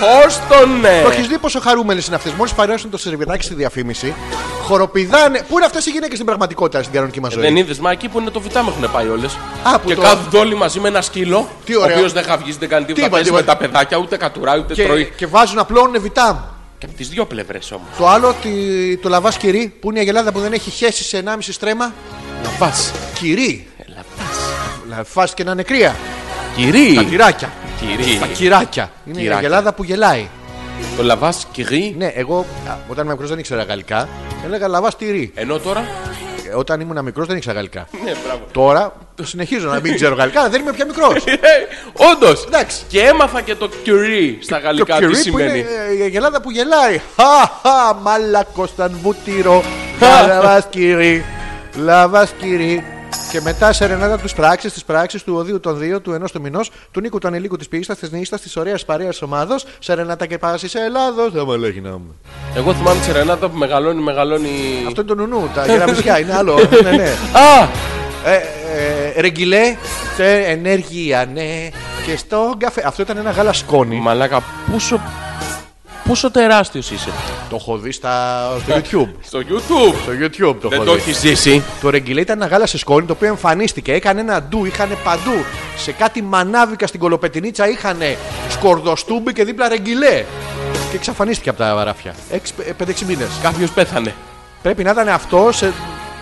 Πώς τον ναι. Το έχεις δει πόσο χαρούμενε είναι αυτές. Μόλις παρέσουν το σερβιετάκι στη διαφήμιση, χοροπηδάνε. Πού είναι αυτές οι γυναίκες στην πραγματικότητα στην κανονική μας ζωή. Ε, Δεν είδες, μα εκεί που είναι το βιτά με έχουν πάει όλες. Α, που Και το- κάθονται όλοι μαζί με ένα σκύλο. Τι ο ωραίο. οποίος δεν χαυγίζει, δεν κάνει τίποτα. Τίποτα, παίζει με τίποτα. τα παιδάκια, ούτε κατουράει, ούτε και, τρώει. και βάζουν απλώνουν βιτάμ. Και από τις δύο πλευρές όμως. Το άλλο, τη, το λαβάς κυρί, που είναι η αγελάδα που δεν έχει χέσεις σε 1,5 στρέμα. Να πα. Κυρί. Ε, Φάσει και να είναι κρύα. Τα Κυρί. κυράκια. Κυρί. Τα κυράκια. Είναι Κυράκια. η αγελάδα που γελάει. Το λαβάς κυρί. Ναι, εγώ α, όταν ήμουν μικρός δεν ήξερα γαλλικά. Έλεγα λαβάς τυρί. Ενώ τώρα. Ε, Όταν ήμουν μικρός δεν ήξερα γαλλικά. Ναι, μπράβο. Τώρα το συνεχίζω να *laughs* μην ξέρω γαλλικά, αλλά δεν είμαι πια μικρός. Όντως. Εντάξει. Και έμαθα και το κυρί στα γαλλικά τι που είναι σημαίνει. ε, η Αγελάδα που γελάει. Χαχα, μαλακό σαν *laughs* βούτυρο. Λαβάς κυρί. Λαβάς κυρί. Και μετά σε ρενάτα τους πράξεις, τη πράξη του οδείου των δύο, του ενός του μηνός, του νίκου του ανηλίκου της πίστα, τη νύστα, της ωραίας παρέας ομάδος, σε ρενάτα και πάση σε Ελλάδος. Δεν μου λέγει να μου. Εγώ θυμάμαι τη Ρενάτα που μεγαλώνει, μεγαλώνει. Αυτό είναι το νουνού, τα γεραμισιά, είναι άλλο. *laughs* ναι, ναι. Α! Ε, ε, ρεγγιλέ, σε ενέργεια, ναι. Και στον καφέ. Αυτό ήταν ένα γάλα σκόνη. Μαλάκα, πόσο. Πόσο τεράστιος είσαι. Το έχω δει στα- στο YouTube. Στο YouTube. *laughs* Στο YouTube το Δεν έχω το δει. έχεις ζήσει. Το ρεγγιλέ ήταν ένα γάλα σε σκόνη το οποίο εμφανίστηκε. Έκανε ένα ντου, είχαν παντού. Σε κάτι μανάβικα στην κολοπετινίτσα είχαν σκορδοστούμπι και δίπλα ρεγγιλέ. Και εξαφανίστηκε από τα βαράφια. 5-6 μήνες. Κάποιος πέθανε. Πρέπει να ήταν αυτό σε,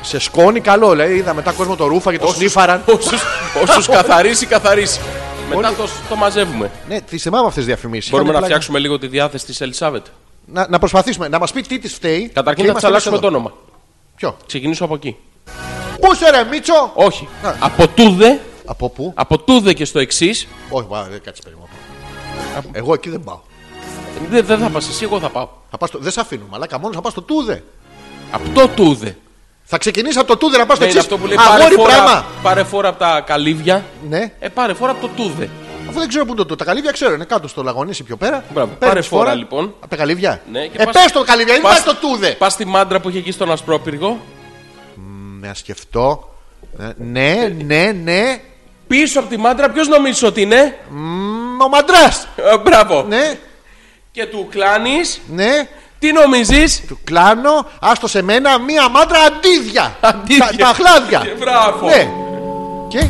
σε σκόνη καλό. Δηλαδή είδα μετά κόσμο το ρούφα και το σνίφαραν. Όσους, όσους καθαρίσει, καθαρίσει. Μετά Όλοι- το, το μαζεύουμε. Ναι, τι θυμάμαι αυτές τις διαφημίσεις. Μπορούμε να φτιάξουμε λίγο τη διάθεση της Ελισάβετ. Να, να προσπαθήσουμε να μας πει τι της φταίει. Καταρχήν και θα είμαστε της αλλάξουμε εμείς το εδώ. όνομα. Ποιο. Ξεκινήσω από εκεί. Πού σε ρε Μίτσο! Όχι. Α. Από τούδε, Από πού? από τούδε και στο εξής. Όχι, μα, δεν κάτσε περίμενα. Εγώ εκεί δεν πάω. Δεν δε θα πας εσύ, εγώ θα πάω. Θα πας στο... Δεν σε αφήνω, μαλάκα μόνος θα πας στο τούδε. Από το τούδε. Θα ξεκινήσει από το τούδε να πας στο Ναι, είναι εξή. αυτό που λέει πάρε Αγόρι φορά, πράγμα. πάρε φορά από τα καλύβια. Ναι, Ε, πάρε φορά από το τούδε. αφού δεν ξέρω πού είναι το τούδε. Τα καλύβια ξέρω, είναι κάτω στο λαγονίσι πιο πέρα. Μπράβο, Παίρνεις πάρε φορά, λοιπόν. Από τα καλύβια. Ναι, και ε, πας- πες το καλύβια, είναι πας... στο τούδε. Πας στη μάντρα που είχε εκεί στον Ασπρόπυργο. Να σκεφτώ. Ε, Ναι, ναι, ναι. Πίσω από τη μάντρα, ποιος νομίζεις ότι είναι. Μ, Ο μαντράς. Ε, Μπράβο. Ναι, Και του κλάνεις. ναι. Τι νομίζεις. Του κλάνω, άστο σε μένα, μία μάντρα αντίδια. Αντίδια. Τα, τα χλάδια. Και Ε, μπράβο. Ναι. Και.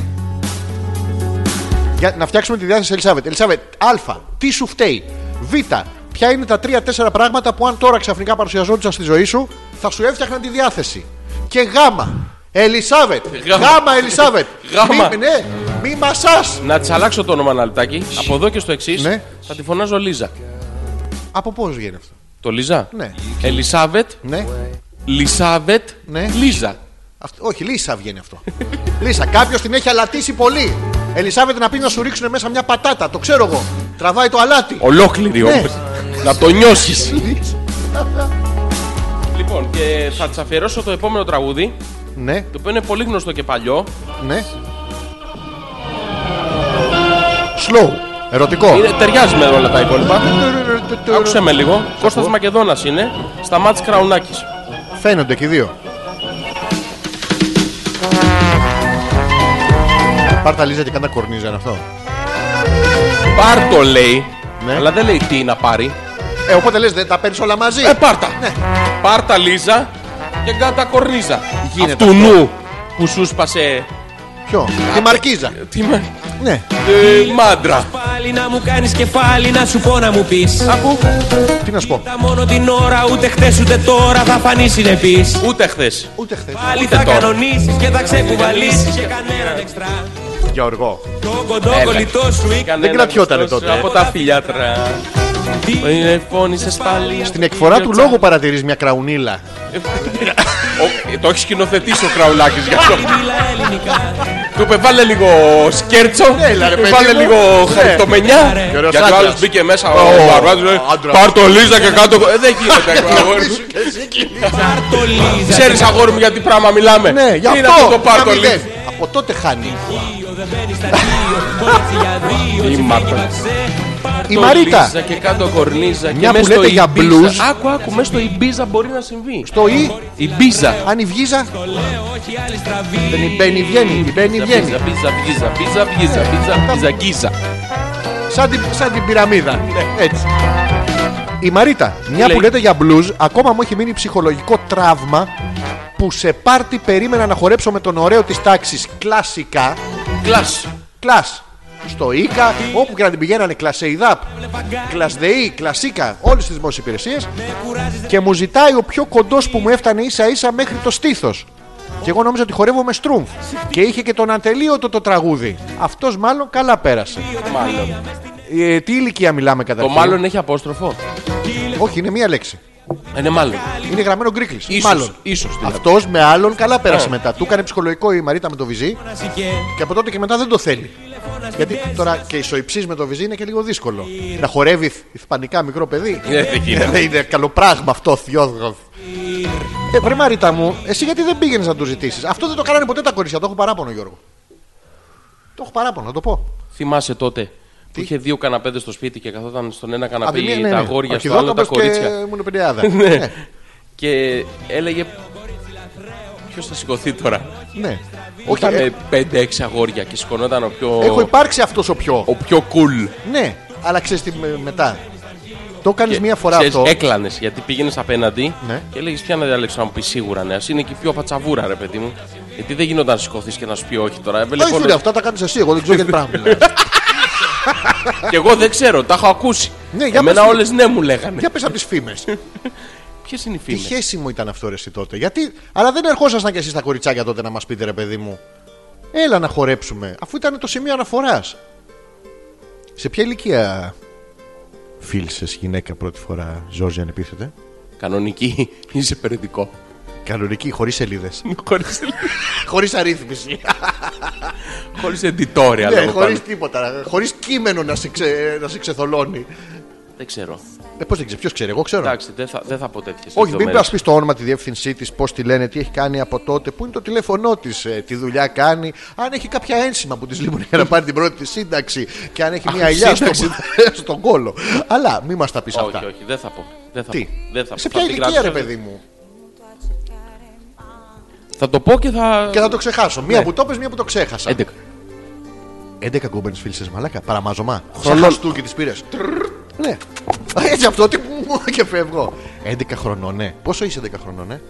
Για να φτιάξουμε τη διάθεση Ελισάβετ. Ελισάβετ, Α. Τι σου φταίει. Β. Ποια είναι τα τρία-τέσσερα πράγματα που αν τώρα ξαφνικά παρουσιαζόντουσαν στη ζωή σου θα σου έφτιαχναν τη διάθεση. Και Γ. Ελισάβετ. Γάμα. Γ. Ελισάβετ. Γάμα. Μη, ναι, μη μασάς. Να της αλλάξω το όνομα ένα λεπτάκι. Από εδώ και στο εξής Ναι. θα τη φωνάζω Λίζα. Από πώς βγαίνει αυτό. Το Λίζα. Ναι. Ελισάβετ, Ναι. Λισάβετ, Ναι. Λίζα. Αυτό, όχι, Λίσα βγαίνει αυτό. Λίσα, κάποιος την έχει αλατίσει πολύ. Ελισάβετ να πει να σου ρίξουν μέσα μια πατάτα, το ξέρω εγώ. Τραβάει το αλάτι. Ολόκληρη Ναι. όμως. Να το νιώσεις. *laughs* Λίσα. λοιπόν, και θα της αφιερώσω το επόμενο τραγούδι. ναι, Το οποίο είναι πολύ γνωστό και παλιό. ναι. Slow. Ερωτικό. Είναι, ε, ταιριάζει με όλα τα υπόλοιπα. Άκουσε με λίγο. Κώστας ακούω. Μακεδόνας είναι. Σταμάτης Κραουνάκης. Φαίνονται και οι δύο. Πάρτα Λίζα και κάνα κορνίζα είναι αυτό. Πάρ το λέει. Ναι. Αλλά δεν λέει τι να πάρει. Ε, οπότε λες δεν τα παίρνεις όλα μαζί. Ε, πάρτα. Ναι. Πάρτα Λίζα και κάτω κορνίζα. Γίνεται Αυτού νου που σου σπάσε Ποιο. Τη μαρκίζα. τη μα- Ναι. ε, μάντρα. Πάλι να μου κάνεις κεφάλι να σου πω να μου πεις Ακού. Τι να σου πω. Τα μόνο την ώρα ούτε χτες ούτε τώρα θα φανεί συνεπής Ούτε χθες. Ούτε χθες. Πάλι Ούτε θα τώρα. κανονίσεις και θα ξεκουβαλήσεις και κανέναν εξτρά Γεωργό. Το κοντό Έλα. Ε, κολλητό σου ή Δεν κρατιότανε τότε. Από τα φιλιάτρα. Τι Ε, Φώνησες πάλι. Στην εκφορά του λόγου παρατηρείς μια κραουνίλα. Ο- ε, Το έχεις σκηνοθετήσει ο Κραουλάκης γι' αυτό. μίλα ελληνικά Του είπε βάλε λίγο σκέρτσο. Ναι, έλα, ρε, του παιδί βάλε μου. λίγο Ναι. χαριτομενιά. Ρε. Και ωραίος Γιατί ο άλλος άντρας. μπήκε μέσα. Ω, Ο Βαρβάτης λέει άντρας. Πάρ το Λίζα και κάτω. Ε, Δεν *laughs* γίνεται. αγόρι μου. Παρτολίζα Ξέρεις αγόρι μου για τι πράγμα μιλάμε. Ναι, γι' Είναι αυτό το πάρ να το μην Λίζα. λες. Από τότε χάνει. Δύο δεν μπαίνεις στα δύο Μόνο έτσι για δύο Η τσιφένι Μάρτα. παξέ Η Το Μαρίτα. Λίζα και κάτω κορνίζα. Μια και μες που λέτε στο για Ibiza. blues. Άκου, άκου, μέσα στο Ιμπίζα μπορεί να συμβεί. Το ή, Η Μπίζα. αν η βγίζα, Όχι άλλη στραβή δεν η μπαίνει, βγαίνει. Η μπαίνει, βγαίνει. Μπίζα, μπίζα, μπίζα, μπίζα, μπίζα, μπίζα, μπίζα, γκίζα. Σαν την, σαν την πυραμίδα. Έτσι. Η Μαρίτα, μια λέει? που λέτε για blues, ακόμα μου έχει μείνει ψυχολογικό τραύμα που σε πάρτι περίμενα να χορέψω με τον ωραίο της τάξης κλασικά. Κλάσ. Κλασ. Στο ΙΚΑ, όπου και να την πηγαίνανε, κλασεϊδάπ, κλασδεή, κλασίκα, όλες τις δημόσιες υπηρεσίες και μου ζητάει ο πιο κοντός που μου έφτανε ίσα ίσα μέχρι το στήθος. Και εγώ νόμιζα ότι χορεύω με στρούμφ. Και είχε και τον ατελείωτο το τραγούδι. Αυτός μάλλον καλά πέρασε. Μάλλον. Ε, τι ηλικία μιλάμε κατά Το μάλλον έχει απόστροφο. Όχι, είναι μία λέξη. Ε, Ναι, μάλλον. Είναι γραμμένο γκρίκλι. Ίσως, Μάλλον. ίσως δηλαδή. Αυτό με άλλον καλά πέρασε Ε. μετά. Του έκανε ψυχολογικό η Μαρίτα με το βυζί και από τότε και μετά δεν το θέλει. Γιατί τώρα και ισοϊψής με το βυζί είναι και λίγο δύσκολο. Να χορεύει ισπανικά μικρό παιδί. Ε, δεν γίνεται. Ε, είναι καλό πράγμα αυτό, θειόδγο. Ε, βρε Μαρίτα μου, εσύ γιατί δεν πήγαινες να τους ζητήσεις. Αυτό δεν το κάνανε ποτέ τα κορίτσια. Το έχω παράπονο, Γιώργο. Το έχω παράπονο, να το πω. Θυμάσαι τότε που είχε δύο καναπέδες στο σπίτι και καθόταν στον ένα Απ' τη καναπέ μία, ναι, ναι. τα αγόρια, στο άλλο τα Αρχιδόκαμπος κορίτσια. Και ήμουν πεντεάδα. Ναι. Και έλεγε. Ποιος θα σηκωθεί τώρα. ναι. Όχι, Ήταν ε, ε, 5-6 αγόρια και σηκωνόταν ο πιο. έχω υπάρξει αυτός ο πιο. Ο πιο cool. Ναι, αλλά ξέρεις τι με- μετά. Το κάνεις Και μία φορά ξέρεις, αυτό. Έκλανες, γιατί πήγαινες απέναντι Ναι. και έλεγε πια να διαλέξω να μου πει σίγουρα ναι. Ας είναι και η πιο πατσαβούρα, ρε παιδί μου. Γιατί δεν γινόταν να σηκωθείς και να σου πει όχι τώρα. Όχι, Εμπελεκώνω. φίλε, αυτά τα κάνεις εσύ. Εγώ δεν ξέρω γιατί πράγμα. μιλάς. *laughs* Και εγώ δεν ξέρω, τα έχω ακούσει. Ναι, για Εμένα πες- όλες ναι μου λέγανε. Για πες από τις φήμες. Ποιες είναι οι Τι φήμες. χέσιμο ήταν αυτό ρε εσύ τότε. Γιατί... Αλλά δεν ερχόσασταν κι εσείς τα κοριτσάκια τότε να μας πείτε, ρε παιδί μου. Έλα να χορέψουμε, αφού ήταν το σημείο αναφοράς. Σε ποια ηλικία φίλησες γυναίκα πρώτη φορά, Ζόρζι, αν επίθετε. Κανονική, είσαι *laughs* περιτικό. Κανονική, χωρίς σελίδες. Χωρίς χωρίς αρρύθμιση. χωρίς εντιτόρια. ναι, λέγω χωρί πάνω. τίποτα. Χωρίς κείμενο να σε, ξε... να σε ξεθολώνει. Δεν ξέρω. Ε, πώς δεν ξέρεις, ποιος ξέρει, εγώ ξέρω. Εντάξει, δεν θα, δεν θα πω τέτοιες. Όχι, μην μα πεις το όνομα, τη διεύθυνσή της, πώς τη λένε, τι έχει κάνει από τότε, πού είναι το τηλέφωνό της, τι δουλειά κάνει, αν έχει κάποια ένσημα που της λείπουν για να πάρει την πρώτη τη σύνταξη και αν έχει μια Α, ηλιά στο, σύνταξη. *laughs* στον κόλο. Αλλά μην μας τα πεις αυτά. Όχι, όχι, δεν θα πω. Δεν θα Τι, πω. Δεν θα πω. σε Θα ποια την ηλικία, κρατήσω. ρε παιδί μου, Θα το πω και θα. και θα το ξεχάσω. Ναι. Μία που το πες, μία που το ξέχασα. 11. 11 γκόμενε φίλησε μαλάκα, παραμάζωμα. Χρονών. Χρονών του και τις πήρες. Ναι. *laughs* Έτσι αυτό τι μου και φεύγω. 11 χρονών, ναι. Πόσο είσαι 11 χρονών, ναι.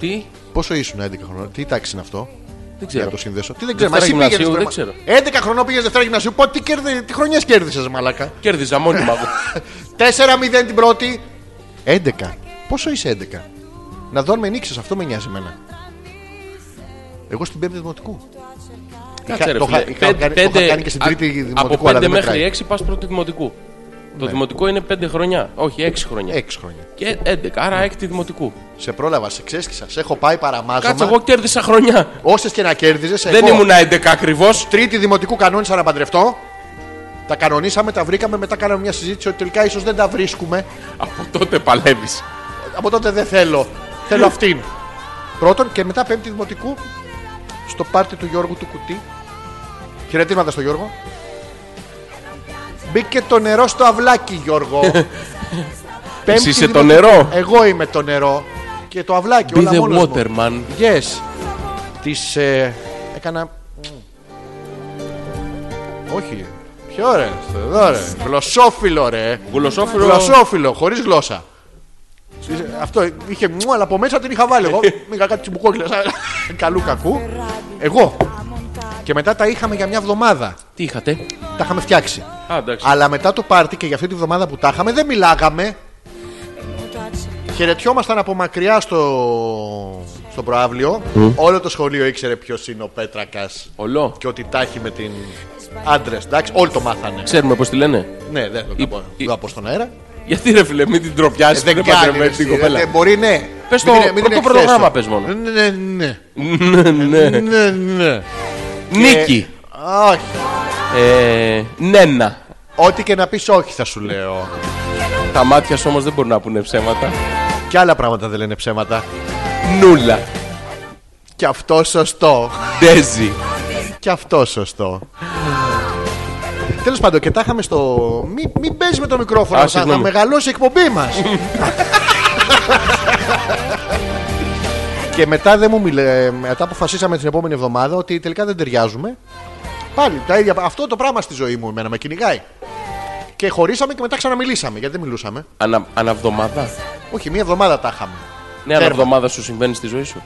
Τι. Πόσο ήσουν 11 χρονών, τι τάξη είναι αυτό. Δεν Για ξέρω. να το συνδέσω. Τι δεν ξέρω. Δευτέρα Μα εσύ πήγαινε. γυμνασίου, Δευτέρα- δεν ξέρω. 11 χρονών πήγες Δευτέρα γυμνασίου. Πότε τι, κέρδι, τι χρονιές κέρδισες, Μαλάκα. Κέρδιζα μόνιμα εγώ. 4-0 την πρώτη. 11. Πόσο είσαι 11. Να δω αν με νίξει, αυτό με νοιάζει εμένα. Εγώ στην πέμπτη δημοτικού. Κάτσε Είχα- ρε το είχα- φίλε. είχα Πέντε- κάνει- το είχα πέντε- κάνει και στην τρίτη α- δημοτικού, Από αλλά 5 δεν μέχρι μετράει. Ναι. 6 πας πρώτη δημοτικού. Το δημοτικό είναι 5 χρονιά. Όχι, 6 χρονιά. 6 χρόνια. Και 11, άρα Ναι. έκτη δημοτικού. Σε πρόλαβα, σε ξέσκησα. Σε έχω πάει Κάτσε, παραμάζωμα. εγώ κέρδισα χρονιά. Όσες και να κέρδιζες. Δεν ήμουν 11 ακριβώς. Τρίτη δημοτικού κανόνισα να παντρευτώ. Τα κανονίσαμε, τα βρήκαμε, μετά κάναμε μια συζήτηση ότι τελικά ίσως δεν τα βρίσκουμε. Από τότε παλεύεις. Από τότε δεν θέλω. θέλω αυτήν. Πρώτον και μετά πέμπτη δημοτικού στο πάρτι του Γιώργου του Κουτί. Χαιρετίσματα στο Γιώργο. Μπήκε το νερό στο αυλάκι, *laughs* Γιώργο. Πέμπτη είσαι το δημοτικού. νερό. Εγώ είμαι το νερό. Και το αυλάκι, Be όλα the μόνος water μου. man. Yes. Της ε, έκανα... Όχι. Ποιο ρε, στο εδώ ρε. Γλωσσόφιλο ρε. Γλωσσόφιλο. Γλωσσόφιλο, χωρίς γλώσσα. Είσαι- Αυτό είχε μου, αλλά από μέσα την είχα *laughs* βάλει εγώ. Μήκα κάτι τσιμπουκόκυλα, σαν καλού κακού. Εγώ. Και μετά τα είχαμε για μια εβδομάδα. Τι είχατε. Τα είχαμε φτιάξει. Α, εντάξει. Αλλά μετά το πάρτι και για αυτή τη βδομάδα που τα είχαμε δεν μιλάγαμε. Χαιρετιόμασταν από μακριά στο, στο προάβλιο. Όλο το σχολείο ήξερε ποιος είναι ο Πέτρακας. Ολό. Και ότι τα έχει με την άντρες. Εντάξει, όλοι το μάθανε. Ξέρουμε πώς τη λένε. Ναι, δεν θα το πω. η- Ε, Δεν θα πω στον αέρα. Γιατί ρε φίλε, μην την τροπιάσεις. Ε, δεν κάνει. ρε, εσύ, την Δεν κοπέλα. δεν μπορεί, ναι. Πες Μην το την- μην την πρώτο εκθέσω. πρόγραμμα, πες μόνο. Ναι, ναι. Ναι, ναι. Ναι, ναι. Νίκη. Ε, Όχι. Ε, Νένα. Ό,τι και να πεις, όχι, θα σου λέω. Τα μάτια σου όμως δεν μπορούν να πούνε ψέματα. Και άλλα πράγματα δεν λένε ψέματα. Νούλα. Και αυτό σωστό. Ντέζι. Και αυτό σωστό. Τέλος πάντων, και τα είχαμε στο. Μην μη παίζεις με το μικρόφωνο, Α, θα, θα συγγνώμη. μεγαλώσει η εκπομπή μας. και μετά, δεν μου μιλε... μετά αποφασίσαμε την επόμενη εβδομάδα ότι τελικά δεν ταιριάζουμε. Πάλι τα ίδια. Αυτό το πράγμα στη ζωή μου εμένα με κυνηγάει. Και χωρίσαμε και μετά ξαναμιλήσαμε γιατί δεν μιλούσαμε. Ανα, αναβδομάδα. Όχι, μία εβδομάδα τα είχαμε. Ναι, αναβδομάδα σου συμβαίνει στη ζωή σου.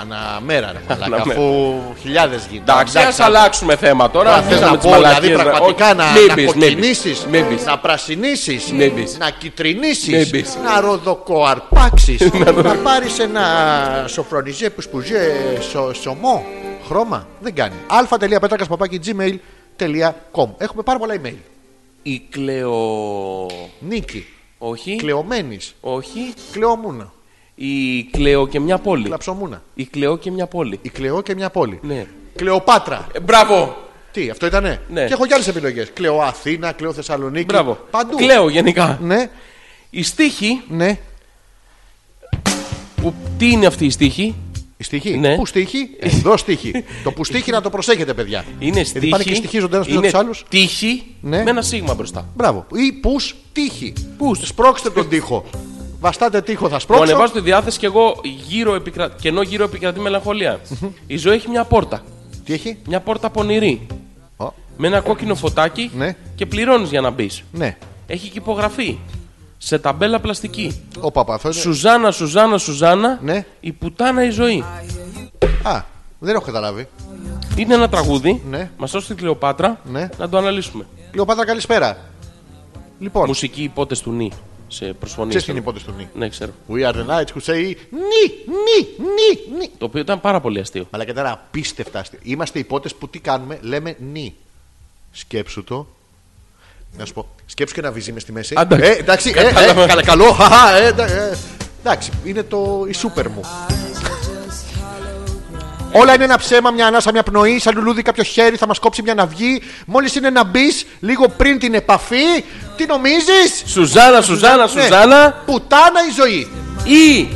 Αναμέρα, ρε μαλάκα, Αναμέρα. αφού χιλιάδες γίνονται. Εντάξει, ας αλλάξουμε θέμα τώρα. Τώρα Αφήσαμε θες να τις πω, δηλαδή μαλακίες, πραγματικά όχι, να, μην να πεις, μην πεις, κοκκινήσεις, μην πεις. να πρασινίσεις, Μην πεις. να Μην κυτρινίσεις, πεις. να ροδοκοαρπάξεις, *laughs* να πάρεις ένα σοφρονιζέ που σπουζέ σο, σωμό, χρώμα, δεν κάνει. α.πέτρακας παπάκι gmail.com Έχουμε πάρα πολλά email. Η κλεο. Νίκη, Όχι. κλεωμένης, Όχι. κλεωμούνα, Η κλεο και μια πόλη. κλαψομούνα, Η κλεο και μια πόλη. η κλεώ και μια πόλη. Ναι. Κλεοπάτρα. Ε, μπράβο. Τι, αυτό ήτανε. Ναι. Και έχω και άλλες επιλογές. Κλεώ Αθήνα, κλεώ Θεσσαλονίκη. Μπράβο. Παντού. Κλαίω γενικά. Ναι, Η στίχη. ναι. Που, τι είναι αυτή η στίχη. Η στοίχη. Ναι. Πού στοίχη. Εδώ στοίχη. το που στοίχη να το προσέχετε, παιδιά. Είναι στίχη. Γιατί πάνε και στοιχίζονται ένας πίσω είναι τους άλλους. Τύχη Ναι. με ένα σίγμα μπροστά. Μπράβο. Ή πους τύχη. Πους. Σπρώξτε τον τοίχο. Βαστάτε τοίχο, θα Μου σπρώξω. ανεβάζω λοιπόν, τη διάθεση και εγώ γύρω επικρα... και ενώ γύρω επικρατεί μελαγχολία. Η ζωή έχει μια πόρτα. Τι έχει. Μια πόρτα πονηρή. Ω, Με ένα κόκκινο φωτάκι Ναι. και πληρώνεις για να μπεις. ναι. Έχει και υπογραφή. Σε ταμπέλα πλαστική. Ο παπαθό. είναι- Σουζάνα, Σουζάνα, Σουζάνα. Ναι. Η πουτάνα η ζωή. Α, δεν έχω καταλάβει. Είναι ένα τραγούδι. Ναι. Μας έδωσε την Κλεοπάτρα. Ναι. Να το αναλύσουμε. Κλεοπάτρα, καλησπέρα. Λοιπόν, Μουσική υπότες του νη. Σε προσφωνή. ξέρεις την υπόθεση του νη. Ναι, ξέρω. We are the knights who say νι, νι, νι, νι. Το οποίο ήταν πάρα πολύ αστείο. Αλλά και τώρα απίστευτα αστεία. Είμαστε υπότες που τι κάνουμε, λέμε νι. Σκέψου το. Να σου πω, σκέψου και ένα βυζί μες στη μέση. Άντα. Ε, εντάξει, ε, ε, Κατάλαβα. καλά, καλό. χαχα, ε, εντά- ε. εντάξει, είναι το, η σούπερ μου. Όλα είναι ένα ψέμα, μια ανάσα, μια πνοή. Σαν λουλούδι, κάποιο χέρι θα μας κόψει μια ναυγή. Μόλις είναι να μπεις, λίγο πριν την επαφή, τι νομίζεις. Σουζάνα, Σουζάνα, Σουζάνα. Πουτάνα η ζωή. Ναι. Ή.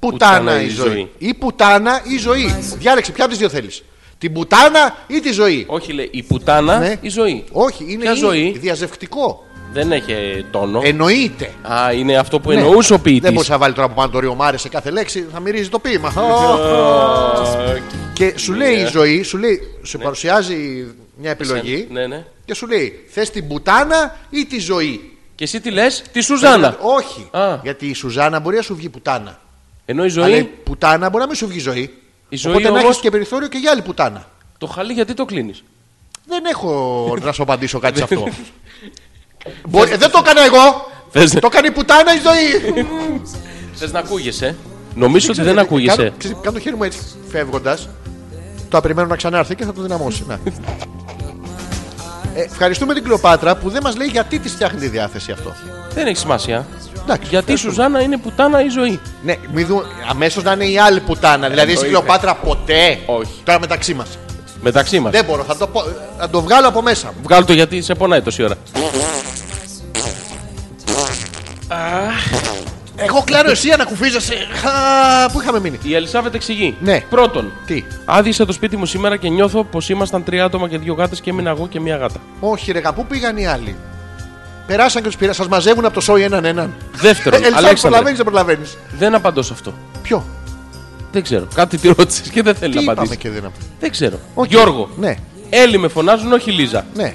Πουτάνα η ζωή. Ή πουτάνα ή ζωή. Διάλεξε, ποια από τις δύο θέλεις. Την πουτάνα ή τη ζωή. Όχι, λέει η πουτάνα Ναι. η ζωή. Όχι, είναι Ποια ή, ζωή? διαζευκτικό. Δεν έχει ε, τόνο. Εννοείται. Α, είναι αυτό που Ναι. εννοούσε ο ποιητής. Δεν μπορούσα να βάλει τώρα από πάνω το ριομάρι σε κάθε λέξη, θα μυρίζει το ποίημα. Ε, και σου λέει Ναι. η ζωή, σου, λέει, σου παρουσιάζει μια επιλογή Ναι, ναι. και σου λέει θες την πουτάνα ή τη ζωή. Και εσύ τι λες, τη Ναι. Σουζάνα. Όχι. Α. Γιατί η Σουζάνα μπορεί να σου βγει πουτάνα. Ενώ η ζωή, Αλλά η πουτάνα μπορεί να μην σου βγει ζωή. Η ζωή Οπότε να όμως- έχεις και περιθώριο και για άλλη πουτάνα. το χαλί γιατί το κλείνεις. Δεν έχω να σου απαντήσω κάτι σε αυτό. *laughs* Μπορεί- ε, Δεν το έκανα εγώ. Θες- Το κάνει η πουτάνα η ζωή. Θες να ακούγεσαι. Νομίζω ότι ε, δεν ακούγεσαι. Κάνω, ξέρεις, κάνω το χέρι μου έτσι φεύγοντας. Το απεριμένω να ξανάρθει και θα το δυναμώσει. Να. Ε, ευχαριστούμε την Κλεοπάτρα που δεν μας λέει γιατί της φτιάχνει τη διάθεση αυτό. Δεν έχει σημασία. Εντάξει, Γιατί η ευχαριστούμε. Σουζάνα είναι πουτάνα η ζωή. Ναι, μην δούμε. Αμέσως να είναι η άλλη πουτάνα. Δηλαδή, εσύ Ε, Εννοείται. Κλεοπάτρα ποτέ. Όχι. Τώρα μεταξύ μας. Μεταξύ μας. Δεν μπορώ, θα το, πω- θα το βγάλω από μέσα μου. Βγάλω το γιατί σε πονάει τόση ώρα. Εγώ κλαίω εσύ ανακουφίζεσαι. Χα, πού είχαμε μείνει. Η Ελισάβετ εξηγεί. Ναι. Πρώτον, Τι. άδεισα το σπίτι μου σήμερα και νιώθω πως ήμασταν τρία άτομα και δύο γάτες και έμεινα εγώ και μία γάτα. Όχι, ρε, γα, πού πήγαν οι άλλοι. Περάσαν και τους πήραν. Σας μαζεύουν από το σόι έναν έναν. Δεύτερον, Ελισάβη, Αλέξανδρε, προλαβαίνεις, δεν προλαβαίνεις. δεν απαντώ σε αυτό. Ποιο. Δεν ξέρω. Κάτι τη ρώτησες και δεν θέλει Τι να είπαμε απαντήσει. και δεν απαντήσει. Δεν ξέρω. Γιώργο. Ναι, Έλλη με φωνάζουν, όχι Λίζα. ναι.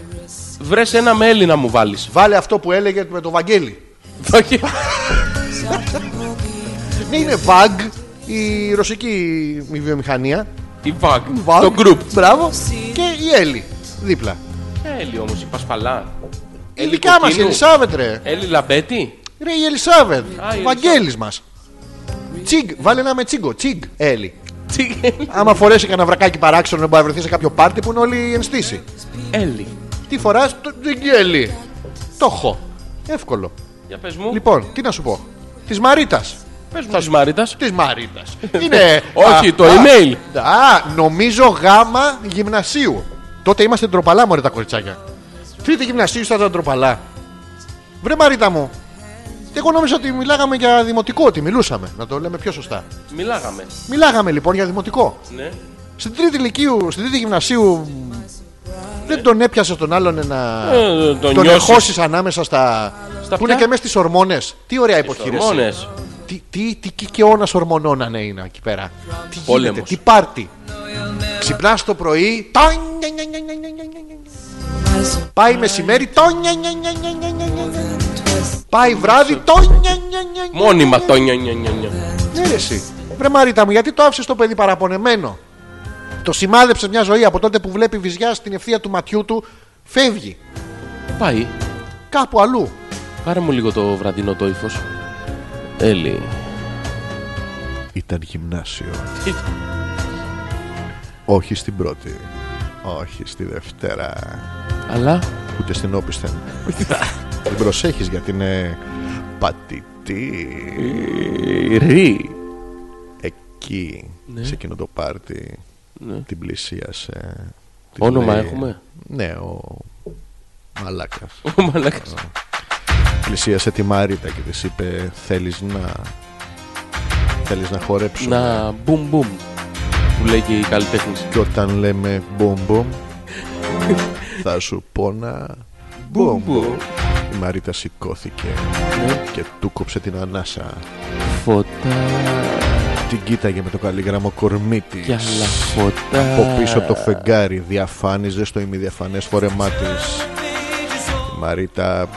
Βρες ένα με Έλληνα μου βάλεις. Βάλε αυτό που έλεγε με το Βαγγέλη. Ναι, είναι Βαγ η ρωσική η βιομηχανία. Η Βαγ. Βαγ, Το group. Μπράβο. Και η Έλλη. Δίπλα. Έλλη όμως, η Πασπαλά. Η δικιά μας η Κοκκίνου. Ελισάβετ, ρε. Έλλη Λαμπέτη. Ρε η Ελισάβετ. Α, η Βαγγέλης μας. Τσιγκ, βάλε ένα με τσίγκο. Τσιγκ, Έλλη. Τι Άμα φορέσεις κανένα βρακάκι παράξενο, μπορεί να βρεθείς σε κάποιο πάρτι που είναι όλοι ενστήσει. Έλλη. Τι φοράς, το τζιγκέλι. Το έχω. Εύκολο. Για πες μου. Λοιπόν, τι να σου πω. Της Μαρίτας. Πες μου. Θα σου μάριτας. Της Μαρίτας. *laughs* Είναι. Όχι, α, το α, email. Α, νομίζω γάμα γυμνασίου. Τότε είμαστε ντροπαλά, μωρέ τα κοριτσάκια. Τρίτη γυμνασίου στα ντροπαλά. Βρε Μαρίτα μου. Εγώ νόμιζα ότι μιλάγαμε για δημοτικό, ότι μιλούσαμε. Να το λέμε πιο σωστά. Μιλάγαμε. Μιλάγαμε λοιπόν για δημοτικό. Ναι. Στην τρίτη λυκείου, στην τρίτη γυμνασίου. Δεν τον έπιασες τον άλλον να Ε, τον τον νιώσεις. εχώσεις ανάμεσα στα. Στα που ποια? είναι και μέσα στις ορμόνες. Τι ωραία υποχείρεση. Χειρμόνες. Τι, τι, τι κυκαιώνα ορμονών να είναι εκεί πέρα. Τι Πόλεμος. γίνεται, τι πάρτι. Ξυπνάς το πρωί. τόνια, νια, νια, νια, νια, νια, νια, νια. Πάει μεσημέρι. τόνια, νια, νια, νια, νια, νια, νια, νια. Πάει βράδυ. τόνια, νια, νια, νια, νια. Μόνιμα το νιο νιο νιο νιο. Ναι, ρε, εσύ. Βρε Μαρίτα μου, γιατί το άφησες το παιδί παραπονεμένο. Το σημάδεψε μια ζωή από τότε που βλέπει βυζιά στην ευθεία του ματιού του. Φεύγει. Πάει. Κάπου αλλού. Πάρε μου λίγο το βραδινό το ύφο. Έλλη. Ήταν γυμνάσιο. Όχι στην πρώτη. Όχι στη δευτέρα. Αλλά. Ούτε στην *laughs* όπισθεν. Την προσέχεις γιατί είναι πατητή. Ρι. Εκεί, Ναι. σε εκείνο το πάρτι, την πλησίασε. Της Όνομα έχουμε? Ναι, ο Μαλάκας. Ο μαλάκας. πλησίασε τη Μαρίτα και της είπε θέλεις να... Θέλεις να χορέψουμε. Να μπουμ μπουμ. Που λέει και η καλλιτέχνη. Και όταν λέμε μπομ μπομ Θα σου πω να Μπομ μπομ Η Μαρίτα σηκώθηκε Και του κόψε την ανάσα Φώτα. Την κοίταγε με το καλλιγράμμο κορμί της Κι άλλα φώτα. Από πίσω από το φεγγάρι Διαφάνιζε στο ημιδιαφανές φορεμά της Η Μαρίτα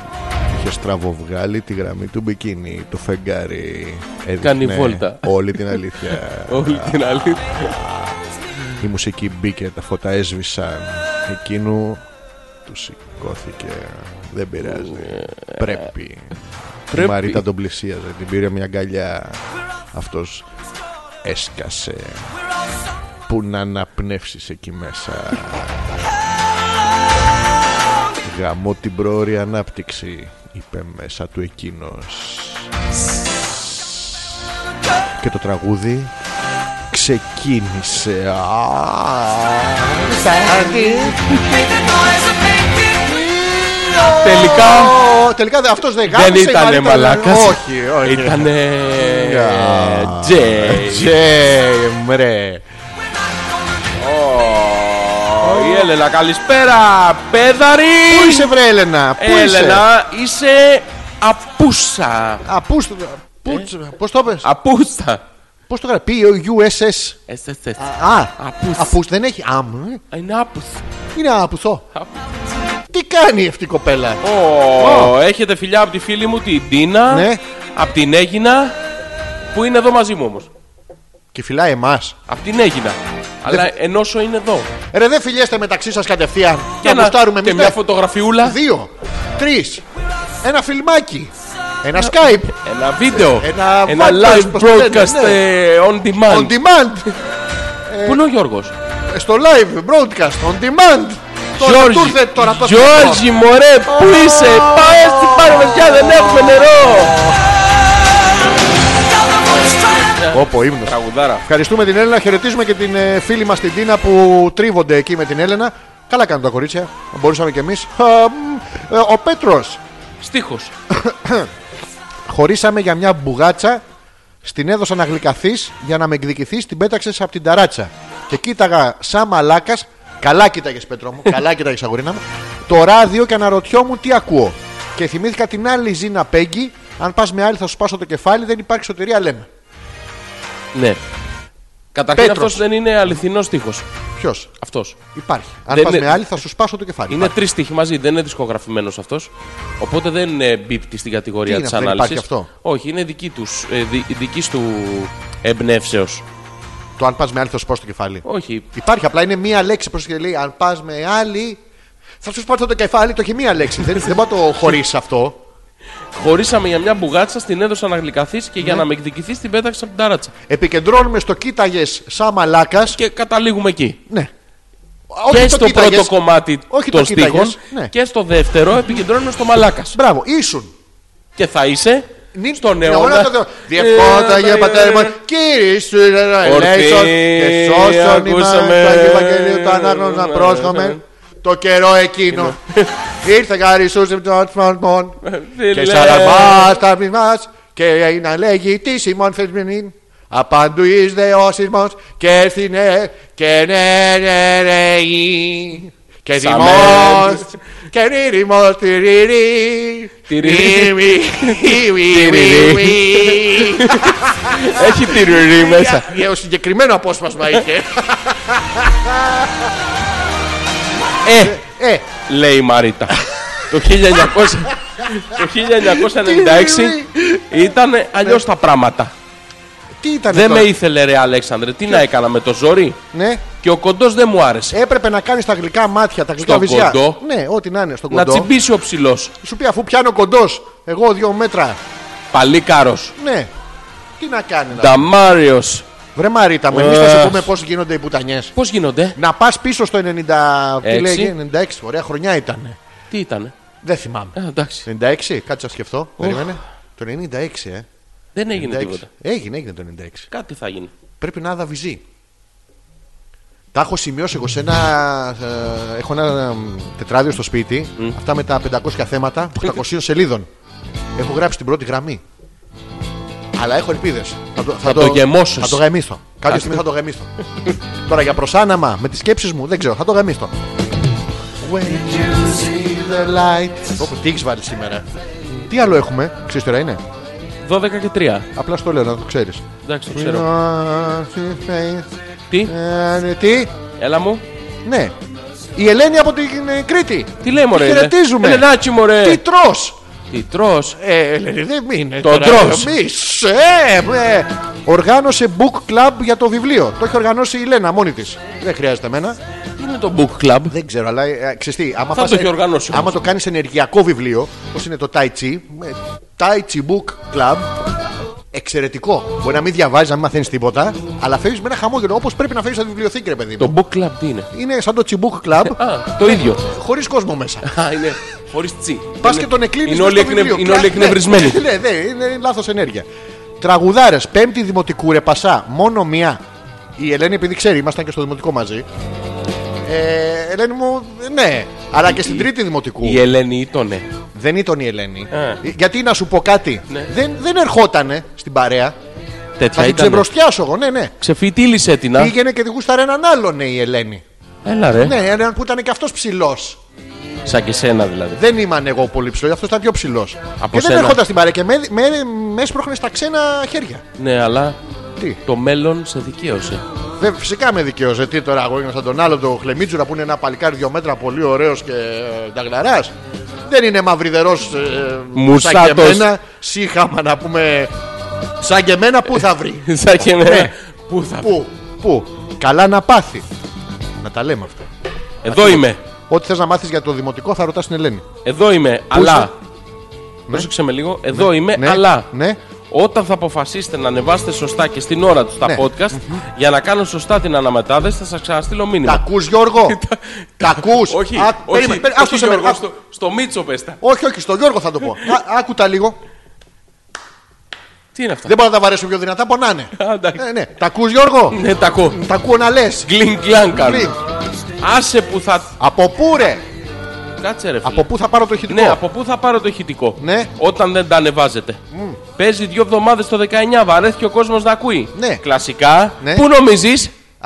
Είχε στραβοβγάλει τη γραμμή του μπικίνι Το φεγγάρι έδειχνε Κάνει βόλτα. Όλη την αλήθεια Όλη την αλήθεια. Η μουσική μπήκε, τα φώτα έσβησαν. Εκείνου του σηκώθηκε. Δεν πειράζει. Πρέπει. Η Πρέπει. Μαρίτα τον πλησίαζε. Την πήρε μια αγκαλιά. Αυτός έσκασε. Που να αναπνεύσεις εκεί μέσα. Γαμώ την προώρια ανάπτυξη, είπε μέσα του εκείνος. Και το τραγούδι ξεκίνησε. Τελικά. Τελικά αυτός δεν γάμισε. Δεν η Μαρίτα ήτανε δεν- μαλάκας. Όχι, όχι. Ήτανε. Γεια. Τζέι. Τζέιμ, ρε. Ω, Η Έλενα, καλησπέρα! Πέδαρη! Πού είσαι βρε Έλενα, πού είσαι. Έλενα, είσαι απούσα. Α, πούς- Ε? πούτς- Πώς το πες, Απούστα. πώς το γράφει, P-U-S-S. Εσύ, εσύ, εσύ. Α, Απούς. απούς δεν έχει. Αμ, ε. Είναι άπουστα. είναι απουθό. Απ- Τι κάνει αυτή η κοπέλα. Ω, Έχετε φιλιά από τη φίλη μου την Τίνα. Ναι. Από την Έγινα. Που είναι εδώ μαζί μου όμως. Και φυλάει εμάς. Από την Έγινα. Αλλά ενώσο είναι εδώ. Ρε, δεν φιλιέστε μεταξύ σας κατευθείαν. Και να ένα- γουστάρουμε και εμεί. μια φωτογραφιούλα. Δύο, τρεις, ένα φιλμάκι, ένα Skype. Ένα βίντεο. Ένα podcast, live πώς το λένε, broadcast ναι. ε, on demand. On demand. Ε, Πού είναι ο Γιώργος. Στο live broadcast. On demand. Τώρα του ήρθε τώρα το Γιώργη, μωρέ, πού είσαι, πάε στην παρεμεσιά, δεν έχουμε νερό. Όπω ύμνος. Τραγουδάρα. Ευχαριστούμε την Έλενα. Χαιρετίζουμε και την ε, φίλη μας την Τίνα που τρίβονται εκεί με την Έλενα. Καλά κάνουν τα κορίτσια. Μπορούσαμε κι εμείς. Ο Πέτρος. Στίχος. Χωρίσαμε για μια μπουγάτσα. Στην έδωσα να γλυκαθείς για να με εκδικηθείς. Την πέταξες από την ταράτσα. Και κοίταγα σαν μαλάκας. Καλά κοίταγες, Πέτρο μου. Καλά κοίταγες, αγορίνα μου. Το ράδιο και αναρωτιόμουν τι ακούω. Και θυμήθηκα την άλλη Ζήνα Πέγγι. Αν πας με άλλη θα σου σπάσω το κεφάλι. Δεν υπάρχει σωτηρία, λέμε. Ναι. Καταρχήν Πέτρος. αυτός δεν είναι αληθινός τείχο. Ποιος. Αυτός. Υπάρχει. Αν Δεν πας είναι- με άλλη, θα σου σπάσω το κεφάλι. Είναι τρει τείχοι μαζί, δεν είναι δισκογραφημένος αυτός. Οπότε δεν ε, μπίπτει στην κατηγορία Τι είναι της αυτό, δεν ανάλυση. υπάρχει αυτό? Όχι, είναι δική τους, ε, δι- δικής του εμπνεύσεως. Το αν πας με άλλη, θα σου σπάσω το κεφάλι. Όχι. Υπάρχει, απλά είναι μία λέξη που σου λέει αν πας με άλλη. Θα σου σπάσω το κεφάλι, το έχει μία λέξη. δεν δεν μπορεί να το χωρίσεις αυτό. Χωρίσαμε για μια μπουγάτσα, την έδωσα να γλυκαθείς και Ναι. για να με εκδικηθεί την πέταξα από την τάράτσα. Επικεντρώνουμε στο κοίταγες σαν μαλάκας. Και καταλήγουμε εκεί. Ναι. και Όχι το στο κοίταγες. πρώτο κομμάτι Όχι το των στίχων κοίταγες, ναι. και στο δεύτερο επικεντρώνουμε στο μαλάκας. Μπράβο, ήσουν. Και θα είσαι Νυν- στον Ναι, όλα τα αιώνα. δω- Διευκόνταγε Ε, πατέρα ε, μου, κύριε σου, ελέησον ε, και σώσον ημάς ακούσαμε. το Ευαγγελίο του ανάγνων να Ε, ε. πρόσχομαι το καιρό εκείνο. Ήρθε γαρισούς επί των θρονών τι και λες. σαραμάς τα μας και να λέγει τι ημών θεσμινήν. Απαντού εις δε ο σεισμός και έρθει ναι και ναι ναι ναι ή. και Σαμές. δημός και ρήριμος τη ρίρι Τυρίρι. Μη, *laughs* μη, μη, μη, μη. *laughs* Έχει τη ρουρή μέσα. Για το συγκεκριμένο απόσπασμα είχε. Ε, Ε, λέει η Μαρίτα. το 1900 το 1996 ήταν αλλιώς τα πράγματα. Ναι. τι ήταν Δεν αυτό. με ήθελε ρε Αλέξανδρε, τι να έκανα με το ζόρι. Ναι, Και ο κοντός δεν μου άρεσε. έπρεπε να κάνεις τα γλυκά μάτια, τα γλυκά Στον βυζιά. κοντό. Ναι, ό,τι να είναι στον Να κοντό. τσιμπήσει ο ψηλός. Σου πει αφού πιάνω κοντός, εγώ δύο μέτρα. Παλίκαρο. Ναι. Τι να κάνει. να- Νταμάριος. Βρε Μαρίτα, μου εμείς θα Αχ. σου πούμε πώς γίνονται οι πουτανιέ. Πώς γίνονται, Να πας πίσω στο 90. Τι Έξι. λέγε, 96, ωραία χρονιά ήταν. τι ήταν. Δεν θυμάμαι. Ε, εντάξει. 96, κάτσε να σκεφτώ. Περίμενε. Το 96, ε. Δεν έγινε 96. τίποτα. Έγινε, έγινε το 96. Κάτι θα γίνει. πρέπει να δαβιζεί. Τα έχω σημειώσει εγώ σε ένα. ε, έχω ένα ε, τετράδιο στο σπίτι. Αυτά με τα 500 θέματα 800 σελίδων. Έχω γράψει την πρώτη γραμμή. Αλλά έχω ελπίδες. Θα, το- το γεμώσεις. Θα το γεμίσω. Κάποια στιγμή θα το *laughs* γεμίσω. Τώρα για προσάναμα με τις σκέψεις μου δεν ξέρω. Θα το γεμίσω. When you see the light. Όπου τι έχεις βάλει σήμερα. Τι άλλο έχουμε, ξέρεις τώρα είναι. 12 και 3. Απλά στο λέω να το ξέρεις. Εντάξει, το ξέρω. Τι, Ε, Τι. έλα μου. Ναι. Η Ελένη από την ε, Κρήτη. Τι λέει μωρέ. Τη είναι. χαιρετίζουμε. Ελενάκι μωρέ. Τι τρως. Τι τρως. Ε, Ελένη, δεν είναι. Το τρως. εμείς. Ε, ε, Οργάνωσε book club για το βιβλίο. Το έχει οργανώσει η Λένα μόνη της. Δεν χρειάζεται εμένα. Τι είναι το book club. Δεν ξέρω, αλλά ε, ε, ξέρεις τι, άμα, Θα πας το ε, έχει οργανώσει άμα όμως. το κάνεις ενεργειακό βιβλίο, όπως είναι το Tai Chi, ε, Tai Chi Book Club, εξαιρετικό. Μπορεί να μην διαβάζεις, να μην μαθαίνεις τίποτα, αλλά φεύγεις με ένα χαμόγελο, όπως πρέπει να φεύγεις από τη βιβλιοθήκη, ρε παιδί μου. Το book club τι είναι. Είναι σαν το Chi Book *laughs* Club, Α, το ίδιο. χωρίς κόσμο μέσα. Α, είναι χωρίς τσι. Πας Είναι- και τον εκκλίνει. Είναι όλοι, εκνευ- είναι όλοι εκνευρισμένοι. Ναι, *laughs* ναι, είναι λάθος ενέργεια. Τραγουδάρες, πέμπτη δημοτικού, ρε πασά, μόνο μία. Η Ελένη, επειδή ξέρει, ήμασταν και στο δημοτικό μαζί. Ε, Ελένη μου, ναι, αλλά και στην τρίτη δημοτικού. Η Ελένη ήτονε. Δεν ήταν η Ελένη. Ε. Γιατί να σου πω κάτι, Ναι. δεν, δεν ερχότανε στην παρέα. Θα Τέτοια την ήταν. ξεμπροστιάσω εγώ, ναι, ναι. Ξεφυτίλησε την α. Ε. Πήγαινε και τη γούσταρε έναν άλλον, ναι, η Ελένη. Έλα ρε. Ναι, έναν που ήταν και αυτός ψηλός. Σαν και σένα δηλαδή. Δεν ήμουν εγώ πολύ ψηλός, αυτό ήταν πιο ψηλός. Από Και δεν σένα. ερχόταν στην παρέα και με, με, με έσπροχνε στα ξένα χέρια. Ναι, αλλά Τι. το μέλλον σε δικαίωσε. Δεν, φυσικά με δικαίωσε. Τι τώρα, εγώ είμαι σαν τον άλλο, το Χλεμίτσουρα που είναι ένα παλικάρι δύο μέτρα πολύ ωραίος και ε, ταγλαρά. Δεν είναι μαυριδερός ε, σαν και Μουσάτος. εμένα. Σύχαμα να πούμε. Σαν και εμένα, πού θα βρει. Σαν και εμένα. Ναι. Πού θα. πού, πού. Καλά να πάθει. Να τα λέμε αυτά. Εδώ είμαι. Ό,τι θες να μάθεις για το δημοτικό θα ρωτάς την Ελένη. Εδώ είμαι. Αλλά. Πρόσεξε με λίγο. Εδώ είμαι. Ναι, Αλλά. ναι. Όταν θα αποφασίσετε να ανεβάσετε σωστά και στην ώρα τους τα Ναι. podcast, για να κάνω σωστά την αναμετάδεση, θα σας ξαναστείλω Τα μήνυμα. ακούς, *laughs* Γιώργο. τα ακούς. Όχι, όχι, περίμενε. όχι, περίμενε, άστο σε μένα, Γιώργο, άστο. στο, στο Μίτσο πες τα. Όχι, όχι, στον Γιώργο θα το πω. Α, άκου τα λίγο. Τι είναι αυτά. Δεν μπορώ να τα βαρέσω πιο δυνατά, πονάνε. Α, εντάξει. ναι, ναι. Τα ακούς, Γιώργο. Ναι, τα ακούω. Τα ακούω να λες. Γκλιν γκλάν κάνουν. Άσε που θα. Από πού ρε, Κάτσε ρε φίλε. από πού θα πάρω το χειρικό. Ναι, από πού θα πάρω το ηχητικό. Ναι. Όταν δεν τα ανεβάζετε. Παίζει δύο εβδομάδες το 19, βαρέθηκε ο κόσμος να ακούει. Ναι. Κλασικά. Ναι. Πού νομίζεις.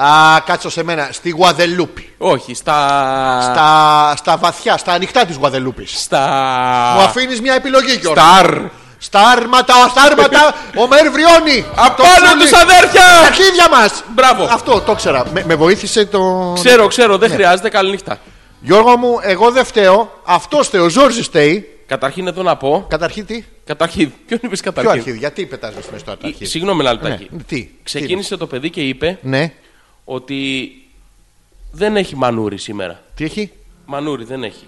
Α, κάτσω σε μένα, στη Γουαδελούπη. Όχι, στα. Στα, στα βαθιά, στα ανοιχτά της Γουαδελούπης. Στα. Μου αφήνεις μια επιλογή, Γιώργο. Σταρ. Στα άρματα, στα άρματα, ο Μέρ βριώνει. Απάνω ψώνει. τους αδέρφια! Τα αρχίδια μας! Μπράβο. Αυτό το ξέρα. Με, με βοήθησε το. Ξέρω, ξέρω, Ναι. δεν χρειάζεται. Καληνύχτα. Γιώργο μου, εγώ δεν φταίω. Αυτός φταίει, ο Ζόρζης φταίει. Καταρχήν εδώ να πω. Καταρχήν τι. Καταρχήν. Ποιον είπες Ποιο καταρχήν. αρχίδι, γιατί πετάζεις μέσα στο Ε, αρχίδι. Συγγνώμη ένα Ναι. λεπτάκι. Τι, Τι. Ξεκίνησε το παιδί και είπε Ναι, ότι δεν έχει μανούρι σήμερα. τι έχει. Μανούρι δεν έχει.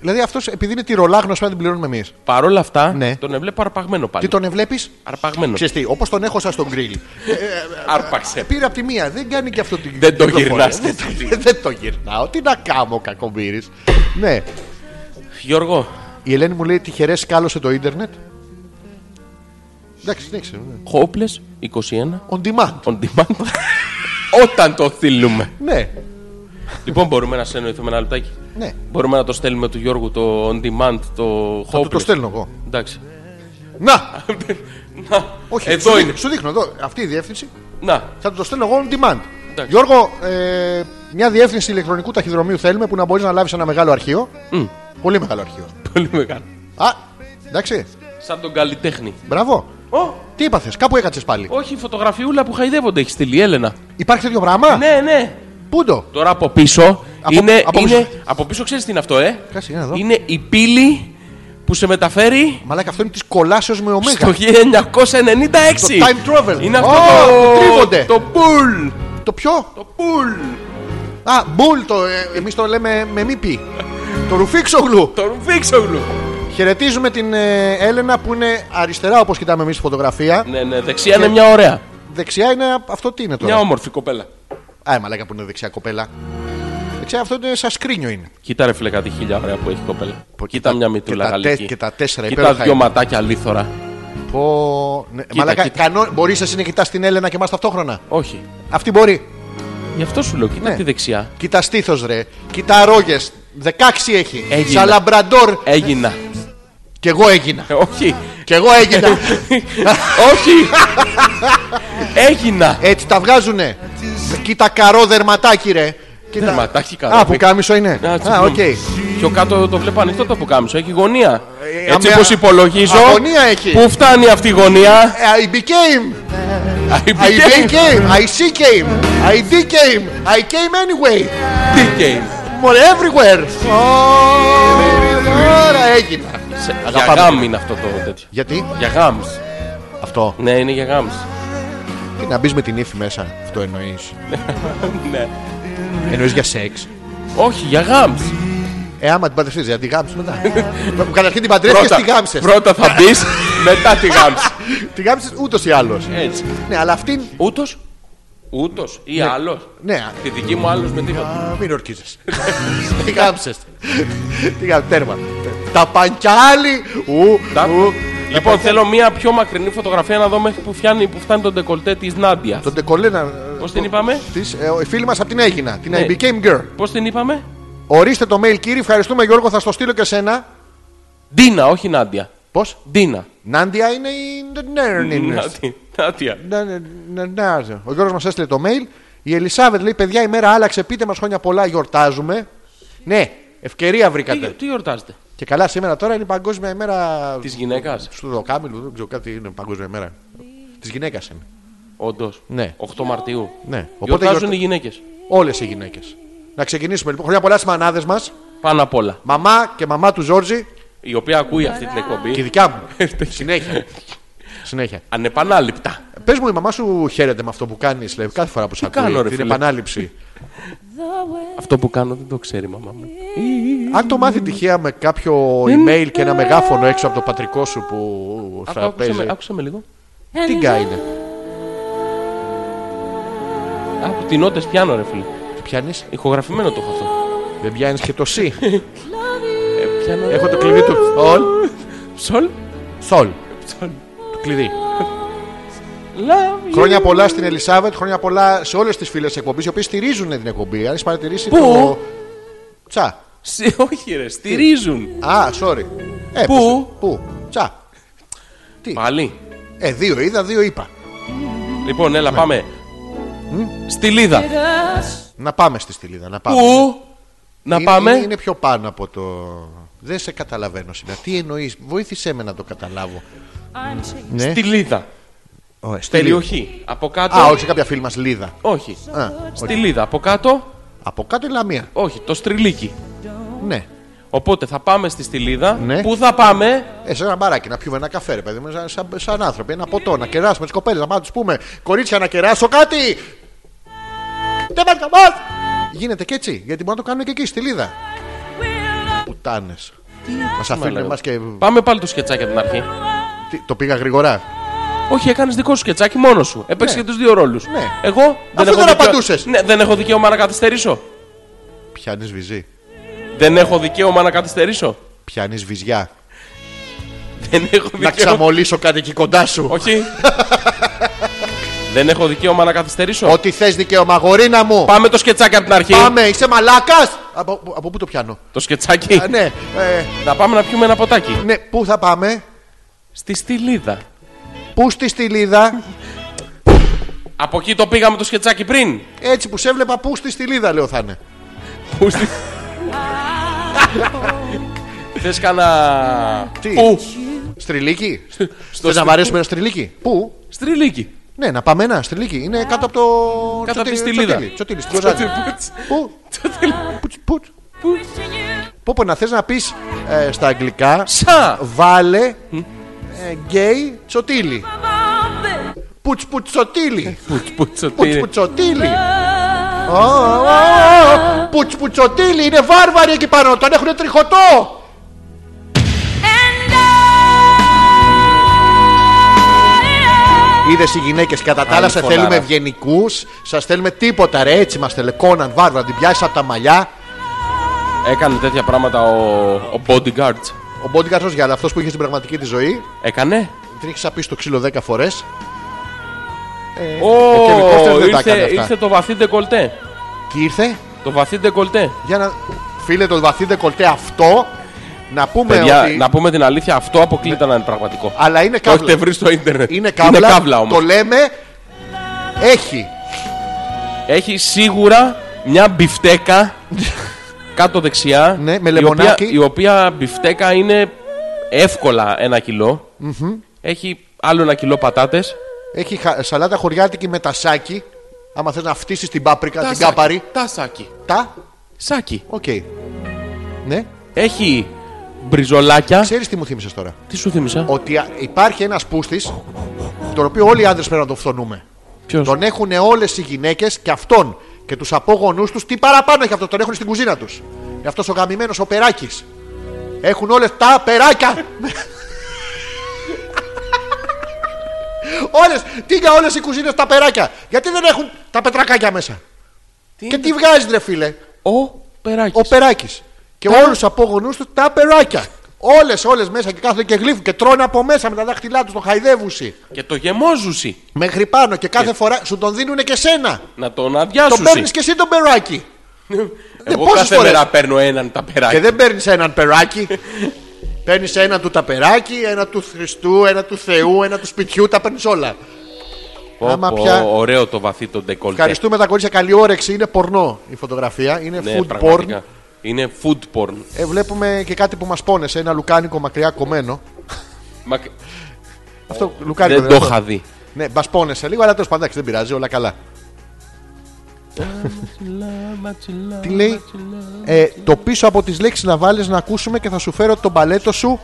Δηλαδή αυτός επειδή είναι τη ρολάγνο πρέπει να την πληρώνουμε εμείς. Παρ' όλα αυτά Ναι. τον έβλεπα αρπαγμένο πάλι. Τι τον ευλέπει. Αρπαγμένο. Ξέρεις τι, όπως τον έχω σαν στον γκριλ. Άρπαξε. Πήρε από τη μία, δεν κάνει και αυτό την Δεν το κυκλοφορία. γυρνάς. Δεν το- Δεν το γυρνάω. Τι να κάνω, κακομπύρης. Ναι. Γιώργο, Η Ελένη μου λέει τυχερές σκάλωσε το ίντερνετ. Εντάξει, συνέχισε. ναι. Hopeless 21 On demand. on demand. *laughs* Όταν το θέλουμε. Ναι, λοιπόν, μπορούμε να σε εννοηθούμε ένα λεπτάκι. ναι. Μπορούμε να το στέλνουμε του Γιώργου το on demand, το hopeless. Θα του το στέλνω εγώ. Εντάξει. *laughs* Να! Όχι, Εδώ σου, είναι. σου δείχνω εδώ. Αυτή η διεύθυνση Να, θα του το στέλνω εγώ on demand. Εντάξει. Γιώργο, ε, μια διεύθυνση ηλεκτρονικού ταχυδρομείου θέλουμε που να μπορείς να λάβεις ένα μεγάλο αρχείο. Πολύ μεγάλο αρχείο. πολύ μεγάλο. Α, εντάξει. Σαν τον καλλιτέχνη. Μπράβο. Ω, Τι είπα θες, κάπου έκατσες πάλι. όχι, η φωτογραφιούλα που χαϊδεύονται έχεις στείλει, η Έλενα. Υπάρχει τέτοιο πράγμα. Ναι, ναι. Πού το. Τώρα από πίσω Από- είναι. από πίσω. είναι, από πίσω ξέρεις τι είναι αυτό, ε. Κάτσε, για να δω. Είναι η πύλη που σε μεταφέρει Μαλάκα αυτό είναι της κολάσεως με ωμέγα. στο 1996. Το time travel. Είναι Ω, αυτό που τρίβονται. το. Το πουλ. Το πιο. Το πουλ. Α, μπουλ το. Ε, Εμείς το λέμε με μη πει. το ρουφίξογλου. Το ρουφίξογλου. Χαιρετίζουμε την ε, Έλενα που είναι αριστερά όπως κοιτάμε εμείς τη φωτογραφία. Ναι, ναι, δεξιά είναι μια ωραία. Δεξιά είναι αυτό τι είναι Μια τώρα. όμορφη κοπέλα. Α, η μαλάκα που είναι δεξιά κοπέλα. Δεξιά αυτό είναι σαν σκρίνιο είναι. Κοίτα ρε φίλε κάτι χίλια ωραία που έχει η κοπέλα. Πω, Κοίτα και μια τα- μητούλα και τα τε- γαλλική. και τα τέσσερα Κοίτα υπέροχα δυο είναι. ματάκια λίθωρα. Πω. Ναι, μαλάκα, κοίτα. κανό... μπορείς εσύ να κοιτάς την Έλενα και εμάς ταυτόχρονα. Όχι. Αυτή μπορεί. Γι' αυτό σου λέω, κοίτα Ναι. τη δεξιά. Κοιτά στήθος ρε. Κοιτά ρόγε. 16 έχει. Έγινα. Σαν λαμπραντόρ. Έγινα. Ναι. Κι εγώ έγινα. Ε, *laughs* Όχι. Κι εγώ έγινα. *laughs* *laughs* Όχι. Έγινα. Έτσι τα βγάζουνε. Κοίτα καρό δερματάκι ρε. Κοίτα. Δερματάκι καρό. Ναι. Α, που κάμισο είναι. Να, Α, τσιμπούμε. οκ. Ε, Πιο κάτω το βλέπω ανοιχτό το που κάμισο. Έχει γωνία. Έτσι Ε, αμέ- όπως υπολογίζω. α, γωνία έχει. Πού φτάνει αυτή η γωνία. I became, I I became became, I see came, I did came, I came anyway, became. more everywhere. Τώρα έγινα. Σε- Για Αγαπάμε. γάμ είναι αυτό το τέτοιο. Γιατί Για γάμς. αυτό, Ναι, είναι για γάμς. τι να μπεις με την ύφη μέσα, αυτό εννοείς. *laughs* Ναι. Εννοείς για σεξ. Όχι, για γάμς. Ε, άμα την παντρευτείς, δεν την γάμψεις *laughs* μετά. Καταρχήν την παντρεύτηκε, την γάμψε. πρώτα θα μπεις, *laughs* μετά τη γάμψη. Την γάμψε ούτως ή άλλως. Έτσι. Ναι, αλλά αυτήν. Ούτως. Ούτως ή άλλος. Ναι, Τη δική μου άλλος με τίποτα. Α, Μην ορκίζεσαι. *laughs* Τι γάμψε. Τι γάμψε. Τέρμα. Τα πανκιάλι. Ου, Ε, Τα- ου. Λοιπόν, θέλω μια πιο μακρινή φωτογραφία να δω μέχρι που, φτάνει, που φτάνει το ντεκολτέ της Νάντιας. Τον τεκολένα. Πώς την είπαμε, Της, ε, ο- η φίλη μας από την Έγινα. Την Ναι. I became girl. Πώς την είπαμε, Ορίστε το mail, κύριε. Ευχαριστούμε, Γιώργο. Θα στο στείλω και σένα. Ντίνα, όχι Νάντια. Πώς. Ντίνα. Νάντια είναι η. Νέρνινες. Νάντι- Νάντια. Να- να- να- να- Ο Γιώργος μας έστειλε το mail. Η Ελισάβετ λέει: Παιδιά, η μέρα άλλαξε. Πείτε μας χρόνια πολλά, γιορτάζουμε. Ναι, ευκαιρία Τι, βρήκατε. τι γιορτάζετε, Και καλά, σήμερα τώρα είναι η Παγκόσμια ημέρα της γυναίκας, Στου Δοκάμιλου, δεν ξέρω κάτι είναι Παγκόσμια ημέρα. Της γυναίκας είναι. όντως. Ναι. 8 Μαρτίου. Ναι. Οπότε Γιορτάζουν γιορτα- οι γυναίκες. Όλες οι γυναίκες. Να ξεκινήσουμε λοιπόν. Χρόνια πολλά στις μανάδες μας. Πάνω απ' όλα. Μαμά και μαμά του Ζόρζη Η οποία ακούει αυτή την και η εκπομπή δικιά *laughs* μου. Συνέχεια. Συνέχεια. ανεπανάληπτα. Πες μου, η μαμά σου χαίρεται με αυτό που κάνεις κάθε φορά που σε ακούει. κάνω, ρε, την φίλε. επανάληψη. Αυτό που κάνω δεν το ξέρει η μαμά μου. Αν το μάθει τυχαία με κάποιο Ε, email και ένα μεγάφωνο έξω από το πατρικό σου που ναι. Άκου- θα Άκουσε με, παίζει. άκουσε με λίγο. Τίγκα είναι. Άκου τι νότε πιάνω, ρε φίλε. Πιάνεις. Ηχογραφημένο το έχω αυτό. Δεν πιάνεις και το *laughs* C. Ε, πιάνω. Έχω το κλειδί του. All. Ψολ. Sol. Το κλειδί. Love you. Χρόνια πολλά στην Ελισάβετ, χρόνια πολλά σε όλες τις φίλες εκπομπής, οι οποίες στηρίζουν την εκπομπή. Αν έχεις παρατηρήσει. Πού? Το... Τσα. Σε- Όχι, ρε, στηρίζουν. Α, sorry. Ε, Πού? πώς- Πού. Τσα. Πάλι. Ε, δύο είδα, δύο είπα. Λοιπόν, έλα, πάμε. Στη Λίδα. Ναι. Να πάμε στη στυλίδα. Να πάμε. Πού? Να Είναι- πάμε. Είναι, είναι πιο πάνω από το. Δεν σε καταλαβαίνω σήμερα. Τι εννοείς, βοήθησέ με να το καταλάβω. Ναι. Στη Λίδα. Ω, στη Λίδα. Περιοχή. Από κάτω. Α, όχι σε κάποια φίλη μας Λίδα. Όχι. Α, όχι. Στη Λίδα. Από κάτω. Από κάτω η Λαμία. Όχι. Το Στριλίκι. Ναι. Οπότε θα πάμε στη Στυλίδα. Ναι. Πού θα πάμε. Ε, σε ένα μπαράκι να πιούμε ένα καφέ, ρε παιδί μου, σαν, σαν, σαν άνθρωποι. Ένα ποτό, να κεράσουμε τις κοπέλες, να πάμε να τους πούμε Κορίτσια, να κεράσω κάτι! Δεν μα καμπάς! Γίνεται και έτσι, γιατί μπορεί να το κάνουν και εκεί στη Λίδα. Πουτάνες. Μας αφήνουν εμάς και. Πάμε πάλι το σκετσάκι από την αρχή. Τι, Το πήγα γρήγορα. Όχι, έκανες δικό σου σκετσάκι μόνος σου. Έπαιξε Ναι. και τους δύο ρόλους. Ναι. Εγώ δεν δικαίω- απαντούσες. Ναι, δεν έχω δικαίωμα να καθυστερήσω. Πιάνεις βυζί. Δεν έχω δικαίωμα να καθυστερήσω. Πιάνεις βυζιά. Δεν έχω Να δικαίωμα. ξαμολύσω κάτι εκεί κοντά σου. Όχι. δεν έχω δικαίωμα να καθυστερήσω. Ό,τι θες δικαίωμα, αγορίνα μου. Πάμε το σκετσάκι από την αρχή. Πάμε, είσαι μαλάκας! Από, από πού το πιάνω. Το σκετσάκι. Α, ναι, ε, Να πάμε να πιούμε ένα ποτάκι. ναι, πού θα πάμε, Στη στυλίδα. πού στη στυλίδα. Από εκεί το πήγαμε το σκετσάκι πριν. Έτσι που σε έβλεπα, πού στη στυλίδα λέω θα είναι. Πού στη... *laughs* Θες κανένα... Τι? Πού? Στριλίκι. Στο Θες να βαρέσουμε ένα στριλίκι. Πού? Στριλίκι. Ναι, να πάμε ένα στριλίκι. Είναι κάτω από το. Κάτω από τη Τσοτήλι- στυλίδα. Τσοτήλι, Τσοτήλι, στην Κοζάνη. Τσοτιλπούτς. Πού? Πουτς, πουτς. Πω πω να θες να πεις ε, στα αγγλικά Σα. Βάλε ε, γκέι τσοτήλι Πουτς πουτσοτήλι Πουτς, πουτς, ότι Πουτς είναι. πουτσοτήλι Ε. Ω, ω, ω. Πουτς πουτσοτήλι Είναι βάρβαροι εκεί πάνω Τον έχουν τριχωτό Είδες οι γυναίκες κατά τα άλλα, Άλλη σε φωνάρα. θέλουμε ευγενικούς, σας θέλουμε τίποτα ρε. Έτσι μας τελεκώναν βάρβαρα, την πιάσεις από τα μαλλιά. Έκανε τέτοια πράγματα ο, ο bodyguard. Ο Μπόντιγκαρτ για αυτός που είχε στην πραγματική τη ζωή, Έκανε. την έχει σαπίσει το ξύλο 10 φορέ. Ω, ο κεμικός δεν τα έκανε ήρθε, αυτά. ήρθε το βαθύ ντεκολτέ. Και ήρθε Το βαθύ ντεκολτέ. για να. Φίλε, το βαθύ δεκολτέ αυτό να πούμε Παιδιά, ότι. να πούμε την αλήθεια, αυτό αποκλείται να είναι πραγματικό. Αλλά είναι Το έχετε καύλα. βρει στο ίντερνετ. Είναι καύλα, όμως. το λέμε. Έχει. Έχει σίγουρα μια μπιφτέκα κάτω δεξιά. Ναι, με η λεμονάκι. οποία- Η οποία, μπιφτέκα είναι εύκολα ένα κιλό. Έχει άλλο ένα κιλό πατάτες. Έχει χα- σαλάτα χωριάτικη με τασάκι. Άμα θες να φτύσεις την πάπρικα, την κάπαρη. Τα σάκι. Τα. Σάκι. Οκ. Ναι. Έχει μπριζολάκια. Ξέρεις τι μου θύμισες τώρα. Τι σου θύμισα. Ότι α- υπάρχει ένας πούστης, τον οποίο όλοι οι άντρες πρέπει να τον φθονούμε. Ποιος? Τον έχουν όλες οι γυναίκες και αυτόν και τους απόγονούς τους. Τι παραπάνω έχει αυτό, τον έχουν στην κουζίνα τους. Είναι αυτός ο γαμημένος ο περάκι. Έχουν όλες τα *laughs* περάκια. όλες, τι για όλες οι κουζίνες τα περάκια. Γιατί δεν έχουν τα πετρακάκια μέσα. Τι και είναι τι βγάζει, ρε φίλε, Ο περάκι. ο περάκι. Και όλους τους απόγονούς τους τα περάκια. Όλες, όλες μέσα και κάθονται και γλύφουν και τρώνε από μέσα με τα δάχτυλά τους, τον χαϊδεύουσι. Και το γεμόζουσι. Μέχρι πάνω και Ε. κάθε φορά σου τον δίνουν και σένα. Να τον Τον αδειάσουσι. παίρνεις και εσύ τον περάκι. Εγώ πόσες κάθε φορές? μέρα παίρνω έναν τα περάκια. Και δεν παίρνεις έναν *laughs* περάκι. παίρνεις ένα του ταπεράκι, ένα του Χριστού, ένα του Θεού, ένα του σπιτιού, τα παίρνεις Ναι. όλα. Πω, άμα πω, πια- Ωραίο το βαθύ το ντεκολτέ. Ευχαριστούμε τα κορίτσια. Καλή όρεξη. Είναι πορνό η φωτογραφία. Είναι Ναι, food πραγματικά. porn. Είναι food porn. Ε, βλέπουμε και κάτι που μας πόνεσε. Ένα λουκάνικο μακριά κομμένο. Μα... Αυτό λουκάνικο Δεν το είναι αυτό. είχα δει. Ναι, μας πόνεσε λίγο, αλλά τέλος πάντων εντάξει, δεν πειράζει, όλα καλά. Τι λέει, ε, το πίσω από τις λέξεις να βάλεις να ακούσουμε και θα σου φέρω τον παλέτο σου,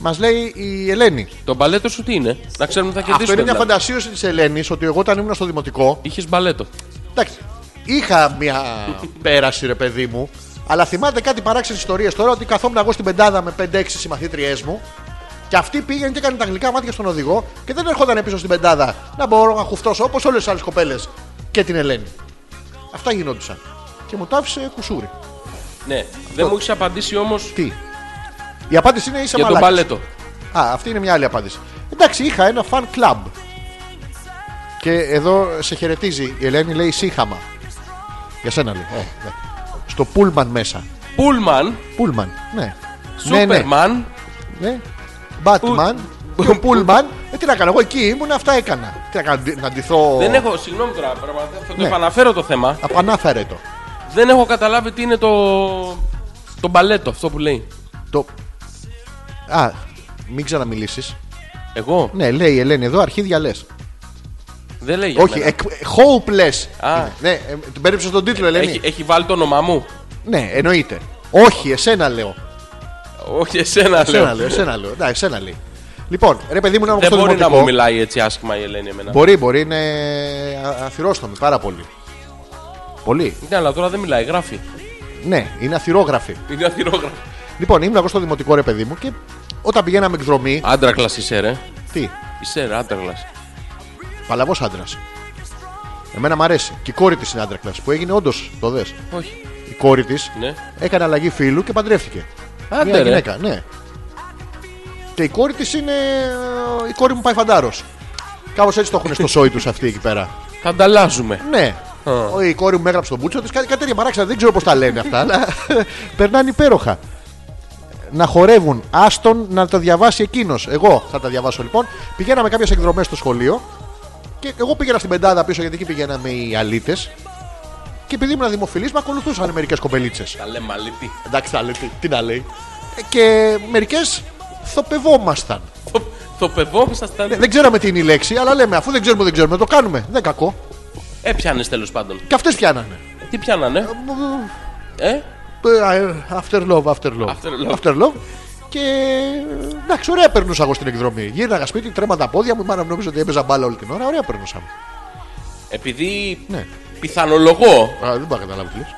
μα λέει η Ελένη. Το μπαλέτο σου τι είναι, να ξέρουμε θα Αυτό είναι κερδίσουμε. μια φαντασίωση της Ελένης ότι εγώ όταν ήμουν στο δημοτικό. Είχες μπαλέτο. Εντάξει, είχα μια πέραση, ρε παιδί μου, αλλά θυμάται κάτι παράξενες ιστορίες τώρα ότι καθόμουν εγώ στην πεντάδα με 5-6 συμμαθήτριές μου. Και αυτή πήγαινε και έκανε τα γλυκά μάτια στον οδηγό και δεν ερχόταν πίσω στην πεντάδα να μπορώ να χουφτώσω όπως όλες τις άλλες κοπέλες και την Ελένη. Αυτά γινόντουσαν. Και μου το άφησε κουσούρι. Ναι, δεν μου έχεις απαντήσει όμως Τι. Η απάντηση είναι είσαι για το μαλάκας. μπαλέτο. Α, αυτή είναι μια άλλη απάντηση. Εντάξει, είχα ένα fan club. Και εδώ σε χαιρετίζει η Ελένη, λέει σύχαμα. Για σένα λέει. Ε, ναι. Στο πούλμαν μέσα. Πούλμαν, Πούλμαν, ναι. Σούπερμαν, Ναι, ναι. Batman. Που- Και ο Πούλμαν. Ε, τι να κάνω, εγώ εκεί ήμουν, αυτά έκανα. Τι να κάνω, να ντυθώ. δεν έχω. Συγγνώμη τώρα, πραγματικά θα το Ναι. επαναφέρω το θέμα. Απανάφερε το. Δεν έχω καταλάβει τι είναι το. Το μπαλέτο αυτό που λέει. Το... Α, μην ξαναμιλήσεις. Εγώ Ναι, λέει η Ελένη εδώ, αρχίδια λες. δεν λέει. για Όχι, μένα. εκ- hopeless. Α. Ναι, ε, την πέριψε τον τίτλο, Ελένη. έχει, έχει βάλει το όνομά μου. Ναι, εννοείται. Όχι, εσένα λέω. Όχι, εσένα Εσένα λέω. λέω, εσένα λέω. Ναι, εσένα λέει. Λοιπόν, ρε παιδί μου, να μου Δεν στο μπορεί να δημοτικό. μου μιλάει έτσι άσχημα η Ελένη εμένα. Μπορεί, μπορεί, είναι α- αθυρόστομη πάρα πολύ. Πολύ. Ναι, αλλά τώρα δεν μιλάει, γράφει. Ναι, είναι αθυρόγραφη. Είναι αθυρόγραφο. Λοιπόν, ήμουν εγώ στο δημοτικό ρε παιδί μου και όταν πηγαίναμε εκδρομή. Άντρακλας είσαι, ρε. Τι, Είσαι, ρε, άντρακλας. παλαβός άντρας. Εμένα μου αρέσει. Και η κόρη της είναι άντρακλα που έγινε όντως το δες. Όχι. Η κόρη της Ναι. έκανε αλλαγή φίλου και παντρεύτηκε. Άντε, Μια ρε. γυναίκα, ναι. Και η κόρη της είναι. ε, Η κόρη μου πάει φαντάρος. Κάπως έτσι το έχουν στο σόι τους αυτοί εκεί πέρα. Θα ανταλλάζουμε. Ναι. Ο- Η κόρη μου έγραψε τον μπούτσο της. Κάτι, κάτι τέτοια παράξενα. Δεν ξέρω πώς τα λένε αυτά, αλλά *laughs* περνάνε υπέροχα. Να χορεύουν. Άστον να τα διαβάσει εκείνος. Εγώ θα τα διαβάσω λοιπόν. Πηγαίναμε κάποιες εκδρομές στο σχολείο και εγώ πήγαινα στην πεντάδα πίσω γιατί εκεί πηγαίναμε οι αλήτες. Και επειδή ήμουν δημοφιλής, με ακολουθούσαν μερικές κοπελίτσες. Τα λέμε αλήτη. Εντάξει, θα λέει, τι, τι να λέει. Ε, Και μερικές θοπευόμασταν. Το, το παιδόμασταν. Ε, Δεν ξέραμε τι είναι η λέξη, αλλά λέμε αφού δεν ξέρουμε, δεν ξέρουμε, το κάνουμε. Δεν είναι κακό. Έπιανε τέλο Ε, πάντων. Και αυτές πιάνανε. Τι πιάνανε. Ε, Ε, After love, after love. After love. love. Και εντάξει, ωραία περνούσα εγώ στην εκδρομή. Γύρναγα σπίτι, τρέμα τα πόδια μου, η μάνα μου νόμιζε ότι έπαιζα μπάλα όλη την ώρα. Ωραία περνούσα. επειδή Ναι. πιθανολογώ, Α, δεν μπορώ να καταλάβω τι λες.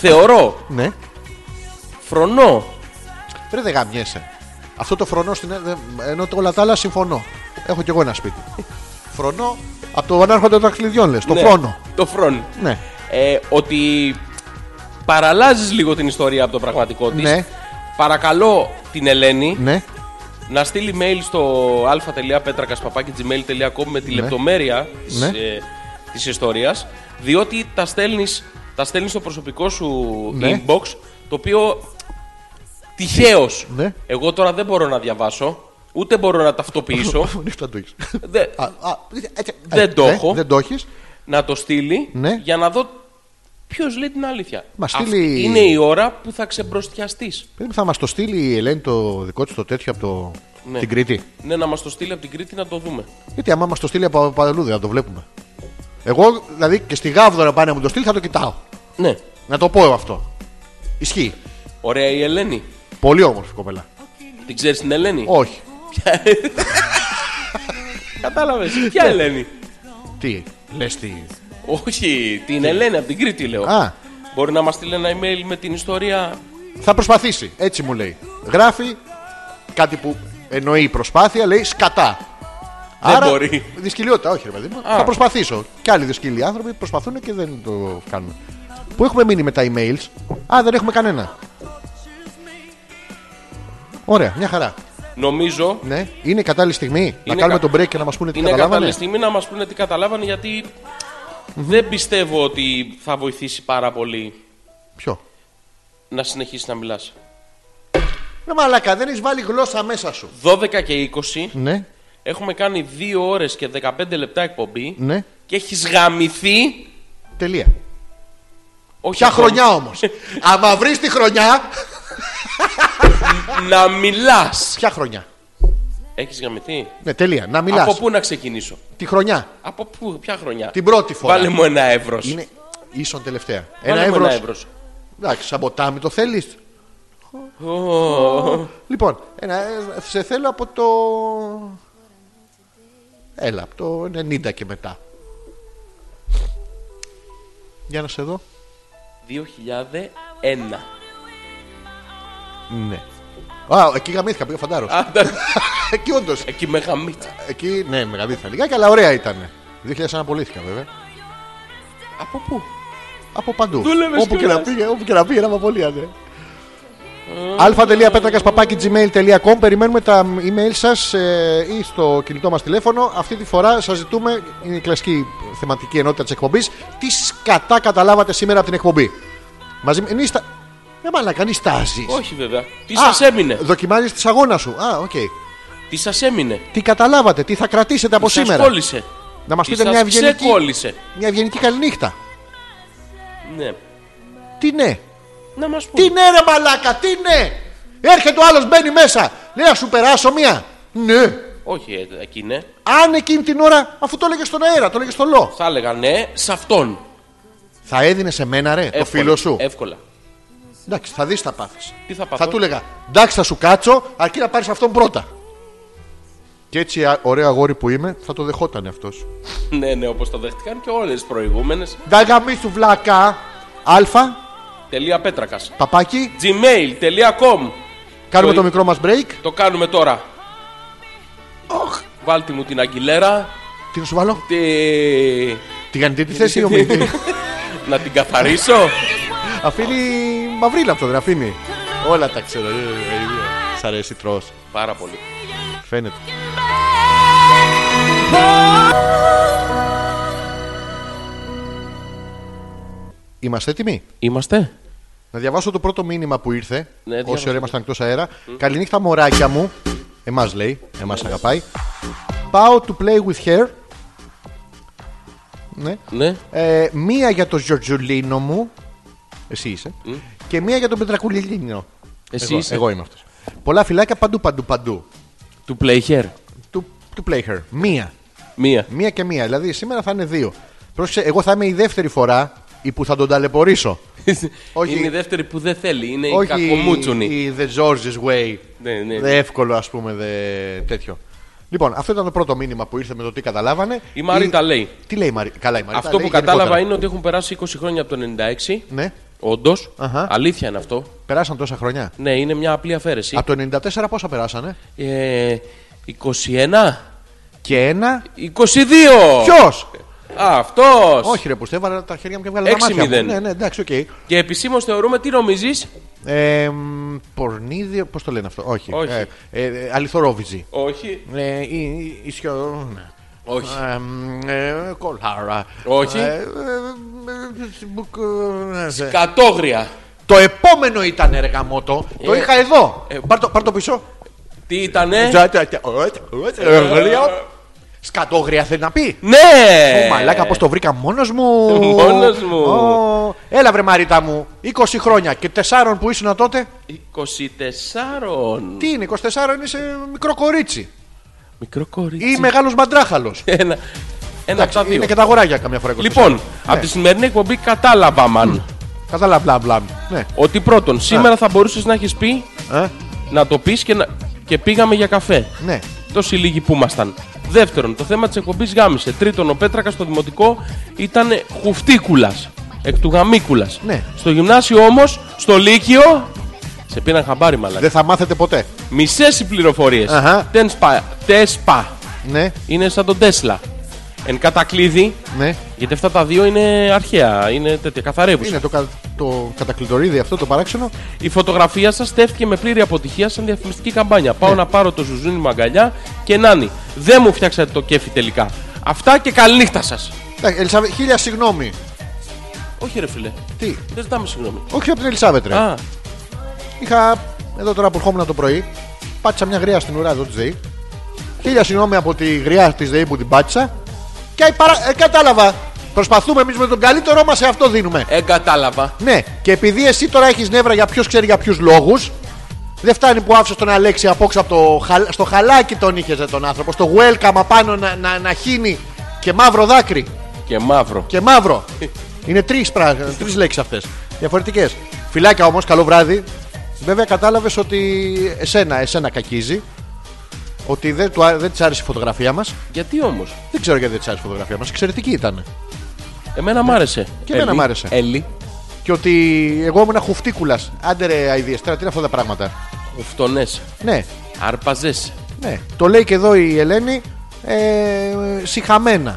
θεωρώ, Ναι. φρονώ. Ρε δεν γαμιέσαι. Αυτό το φρονό στην. ε, δεν- ενώ το- όλα τα άλλα συμφωνώ. Έχω κι εγώ ένα σπίτι. φρονό από το ανάρχοντα των δαχτυλιδιών λες. Το ναι, φρόνο. Το φρόν. Ναι. Ε, ότι παραλάζεις λίγο την ιστορία από το πραγματικό της. Ναι. Παρακαλώ την Ελένη Ναι. να στείλει mail στο α.πέτρακα.gmail.com με τη λεπτομέρεια της, Ναι. ε, της ιστορίας διότι τα στέλνεις, τα στέλνεις στο προσωπικό σου Ναι. inbox το οποίο τυχαίως Ναι. εγώ τώρα δεν μπορώ να διαβάσω ούτε μπορώ *laughs* να ταυτοποιήσω Νύχτα το έχεις. δε- Α, α, έτσι, Δεν το ναι, έχω. Δεν το έχεις. να το στείλει Ναι. για να δω ποιος λέει την αλήθεια. Μα Αυτή στείλει- είναι η ώρα που θα ξεμπροστιαστείς. Πρέπει Ε, θα μας το στείλει η Ελένη το δικό της το τέτοιο από το... Ναι. την Κρήτη. Ναι, να μας το στείλει από την Κρήτη να το δούμε. Γιατί άμα μας το στείλει από παντού δεν θα το βλέπουμε. Εγώ δηλαδή και στη Γάβδο να πάνε να μου το στείλει θα το κοιτάω. Ναι. Να το πω εγώ αυτό. Ισχύει. Ωραία η Ελένη. Πολύ όμορφη κοπέλα. Την ξέρεις την Ελένη. Όχι. Κατάλαβες. Ποια Ελένη. Τι. Λες τι. Όχι, την Ελένη από την Κρήτη λέω. Α. Μπορεί να μας στείλει ένα email με την ιστορία. Θα προσπαθήσει. Έτσι μου λέει. Γράφει κάτι που εννοεί η προσπάθεια, λέει σκατά. Δεν μπορεί. Δυσκολιότητα, όχι ρε παιδί μου. Α. Θα προσπαθήσω. Κι άλλοι δυσκύλοι άνθρωποι προσπαθούν και δεν το κάνουν. Πού έχουμε μείνει με τα emails. Α, δεν έχουμε κανένα. Ωραία, μια χαρά. Νομίζω Ναι, είναι η κατάλληλη στιγμή να Είναι κάνουμε κα- τον break και να μας πούνε τι είναι κατάλληλη καταλάβανε. στιγμή να μας πούνε τι καταλάβανε γιατί δεν πιστεύω ότι θα βοηθήσει πάρα πολύ Ποιο. να συνεχίσει να μιλάς. Ναι, μαλάκα, δεν έχεις βάλει γλώσσα μέσα σου. 12 και 20 Ναι, Έχουμε κάνει 2 ώρες και 15 λεπτά εκπομπή ναι, και έχεις γαμηθεί. τελεία. Όχι Ποια ακόμα, χρονιά όμως. Άμα βρεις τη χρονιά. Να μιλάς. Ποια χρονιά. Έχεις γαμηθεί. Ναι, τελεία. Να μιλάς. Από πού να ξεκινήσω. Τη χρονιά. Από πού, ποια χρονιά. Την πρώτη φορά. Βάλε μου ένα εύρος. Είναι ίσον τελευταία. Βάλε Ένα μου ευρώ. ένα εύρος. Εντάξει, σαν ποτάμι το θέλεις. Λοιπόν, ένα, ε, σε θέλω από το. Έλα, από το 90 και μετά. Για να σε δω. 2001. Ναι. Α, εκεί γαμήθηκα, πήγα φαντάρος. Άντα, *laughs* εκεί όντως. Εκεί με γαμίτσα. Εκεί, ναι, μεγαλύτερα λιγάκι, αλλά ωραία ήταν. 2001 απολύθηκα βέβαια. Από πού. Από παντού. Δούλευες Όπου και να κιόλας. πήγε, όπου και να πήγε, να με απολύανε. gmail.com Περιμένουμε τα email σας ε, ή στο κινητό μας τηλέφωνο. Αυτή τη φορά σας ζητούμε, είναι η κλασική θεματική ενότητα της εκπομπής, τι σκατά καταλάβατε σήμερα από την εκπομπή. Μαζί με... Νίστα... Ε, μαλάκα, νη στάζεις. Όχι βέβαια. Τι Α, σας έμεινε. Δοκιμάζεις τη αγώνα σου. Α, οκ. Τι σας έμεινε. Τι καταλάβατε, τι θα κρατήσετε από Τι σας σήμερα. κόλλησε. Να μας Τι πείτε μια σας ευγενική, ξεκόλλησε. μια ευγενική καληνύχτα. Ναι. Τι ναι. Να μας Τι πει. ναι, ρε μαλάκα, τι ναι. Έρχεται ο άλλος, μπαίνει μέσα. Λέει, να σου περάσω μία. Ναι. Όχι, ε, εκεί ναι. Αν εκείνη την ώρα, αφού το έλεγες στον αέρα, το έλεγες στο λό. Θα έλεγα ναι σε αυτόν. Θα έδινε σε μένα, ρε, το Εύκολα. φίλο σου. Εύκολα. Εντάξει, θα δεις τα πάθει. Τι θα πάθω. Θα του έλεγα, εντάξει, θα σου κάτσω, αρκεί να πάρεις αυτόν πρώτα. Και έτσι, α- ωραίο αγόρι που είμαι, θα το δεχόταν αυτός. Ναι, ναι, όπως το δέχτηκαν και όλες τις προηγούμενες. Δαγαμή του βλάκα. Αλφα, Τελεία πέτρακας. παπάκι, gmail.com κάνουμε Το- το μικρό μας break. Το κάνουμε τώρα. Βάλτε μου την αγγιλέρα. Τι να σου βάλω, Τη... τη γανιτή *laughs* τη θέση, ο Μιχτήρης. Να την καθαρίσω. Αφήνει μαυρίλα αυτό, δεν αφήνει. Όλα τα ξέρω. ε, ε, ε. Σ' αρέσει, τρώ. Πάρα πολύ. Φαίνεται. Είμαστε έτοιμοι. Είμαστε. Να διαβάσω το πρώτο μήνυμα που ήρθε. Ναι, διάβασε. όση ώρα ήμασταν εκτός αέρα. Καληνύχτα, μωράκια μου. Εμάς λέει, εμάς αγαπάει. Πάω to play with her. Ναι. Ναι. Ε, μία για το Γιωργιουλίνο μου. Εσύ είσαι. Και μία για τον Πετρακουλιλίνο. Εσύ εγώ, είσαι. εγώ είμαι αυτός. Πολλά φυλάκια παντού, παντού, παντού. Του play here. To, to play her. Μία. Μία. Μία και μία. Δηλαδή σήμερα θα είναι δύο. Πρόσεξε, εγώ θα είμαι η δεύτερη φορά η που θα τον *laughs* ταλαιπωρήσω. Όχι. Είναι η δεύτερη που δεν θέλει. Είναι η κακομούτσουνη. η The George's Way. Ναι, ναι. Δε εύκολο, ας πούμε, δε τέτοιο. Λοιπόν, αυτό ήταν το πρώτο μήνυμα που ήρθε με το τι καταλάβανε. Η Μαρίτα λέει. Τι λέει η Μαρίτα. Καλά, η Μαρίτα. Αυτό λέει που κατάλαβα γενικότερα. είναι ότι έχουν περάσει 20 χρόνια από το 96. Ναι, Όντως. Αχα. Αλήθεια είναι αυτό. περάσαν τόσα χρόνια. Ναι, είναι μια απλή αφαίρεση. Από το 94 πόσα περάσανε. Ε, 21. Και ένα. 22! Ποιο! Αυτός! Όχι, ρε, που στέβαλα τα χέρια μου και βγάλα τα Έξι μάτια μου. μηδέν. Ναι, ναι, εντάξει, οκ. Και επισήμως θεωρούμε τι νομίζεις. Ε, μ, πορνίδι, πώς το λένε αυτό. Όχι. Όχι. Ε, ε, ε, αληθορόβιζι. Όχι. Ε, η- η- ισιο- ναι. Όχι. Ε, μ, ε, κολάρα. Όχι. Ε, ε, ε, ε, μπουκ, ε, ε. Κατόγρια. Το επόμενο ήταν εργαμότο. Το Ε, είχα εδώ. Ε, Πάρ το- πάρ το πίσω. Τι ήτανε. Τσα- τσα- τσα- ε, ε, ε, εργαλείο. Σκατόγρια θέλει να πει. Ναι! Ω, Μαλάκα, πώ το βρήκα μόνο μου. Μόνος μου. Ω, Έλα, βρε Μαρίτα μου. 20 χρόνια και 4 που ήσουν τότε. 24. Τι είναι, 24 είναι σε μικρό κορίτσι. Μικρό κορίτσι. Ή μεγάλος μαντράχαλος. Ένα, ένα από τα δύο. Ε, Είναι και τα αγοράκια καμιά φορά. 24. Λοιπόν, ναι. από τη σημερινή εκπομπή κατάλαβα, μαν, Κατάλαβα, μπλα, μπλα. Ναι. ότι πρώτον, σήμερα θα μπορούσες να έχεις πει Ε, να το πεις και, να... και πήγαμε για καφέ. ναι. Τόσοι λίγοι που ήμασταν. Δεύτερον, το θέμα της εκπομπής γάμισε. Τρίτον, ο Πέτρακας στο δημοτικό ήταν χουφτίκουλας. Εκ του γαμίκουλας. Ναι. Στο γυμνάσιο όμως, στο Λύκειο. Σε πήραν χαμπάρι, μαλάκα. Δεν θα μάθετε ποτέ. Μισές οι πληροφορίες. Αχα. Τέσπα. Τέσπα. Ναι, Είναι σαν τον Τέσλα. Εν κατακλείδη, ναι. γιατί αυτά τα δύο είναι αρχαία, είναι τέτοια, καθαρεύουσα. Είναι το, κα, το κατακλειτορίδι αυτό το παράξενο. Η φωτογραφία σας στέφτηκε με πλήρη αποτυχία σαν διαφημιστική καμπάνια. Ναι. Πάω να πάρω το ζουζούνι μου αγκαλιά και νάνι. Δεν μου φτιάξατε το κέφι τελικά. Αυτά και καληνύχτα σας. Εντάξει, Ελισάβε- χίλια συγγνώμη. Όχι, ρε φίλε. Τι, Δεν ζητάμε συγγνώμη. όχι από την Ελισάβετ, ρε. Α, Είχα εδώ τώρα που ερχόμουν το πρωί, πάτησα μια γριά στην ουρά εδώ της ΔΕΗ. Χίλια συγγνώμη από τη γριά της ΔΕΗ που την πάτησα. Και η παρα... ε, κατάλαβα. Προσπαθούμε εμείς με τον καλύτερό μας, σε αυτό δίνουμε. ε, κατάλαβα. Ναι, και επειδή εσύ τώρα έχεις νεύρα για ποιος ξέρει για ποιους λόγους, δεν φτάνει που άφησες τον Αλέξη απόξω από το χαλ- στο χαλάκι τον είχες τον άνθρωπο. Στο welcome απάνω να, να, να χύνει και μαύρο δάκρυ Και μαύρο. και μαύρο. Είναι τρεις τρεις λέξεις αυτές. Διαφορετικές. Φιλάκια όμως, καλό βράδυ. Βέβαια, κατάλαβες ότι εσένα, εσένα κακίζει. Ότι δεν, του, α- δεν της άρεσε η φωτογραφία μας. Γιατί όμως. Δεν ξέρω γιατί δεν της άρεσε η φωτογραφία μας. Εξαιρετική ήταν. Εμένα μ' άρεσε. Και εμένα μ' άρεσε. Έλλη. Και ότι εγώ ήμουν χουφτίκουλας. Άντε ρε, αηδίες, τώρα τι είναι αυτά τα πράγματα. Ουφτονέ. Ναι, Αρπαζέ. ναι. Το λέει και εδώ η Ελένη. Ε, συχαμένα.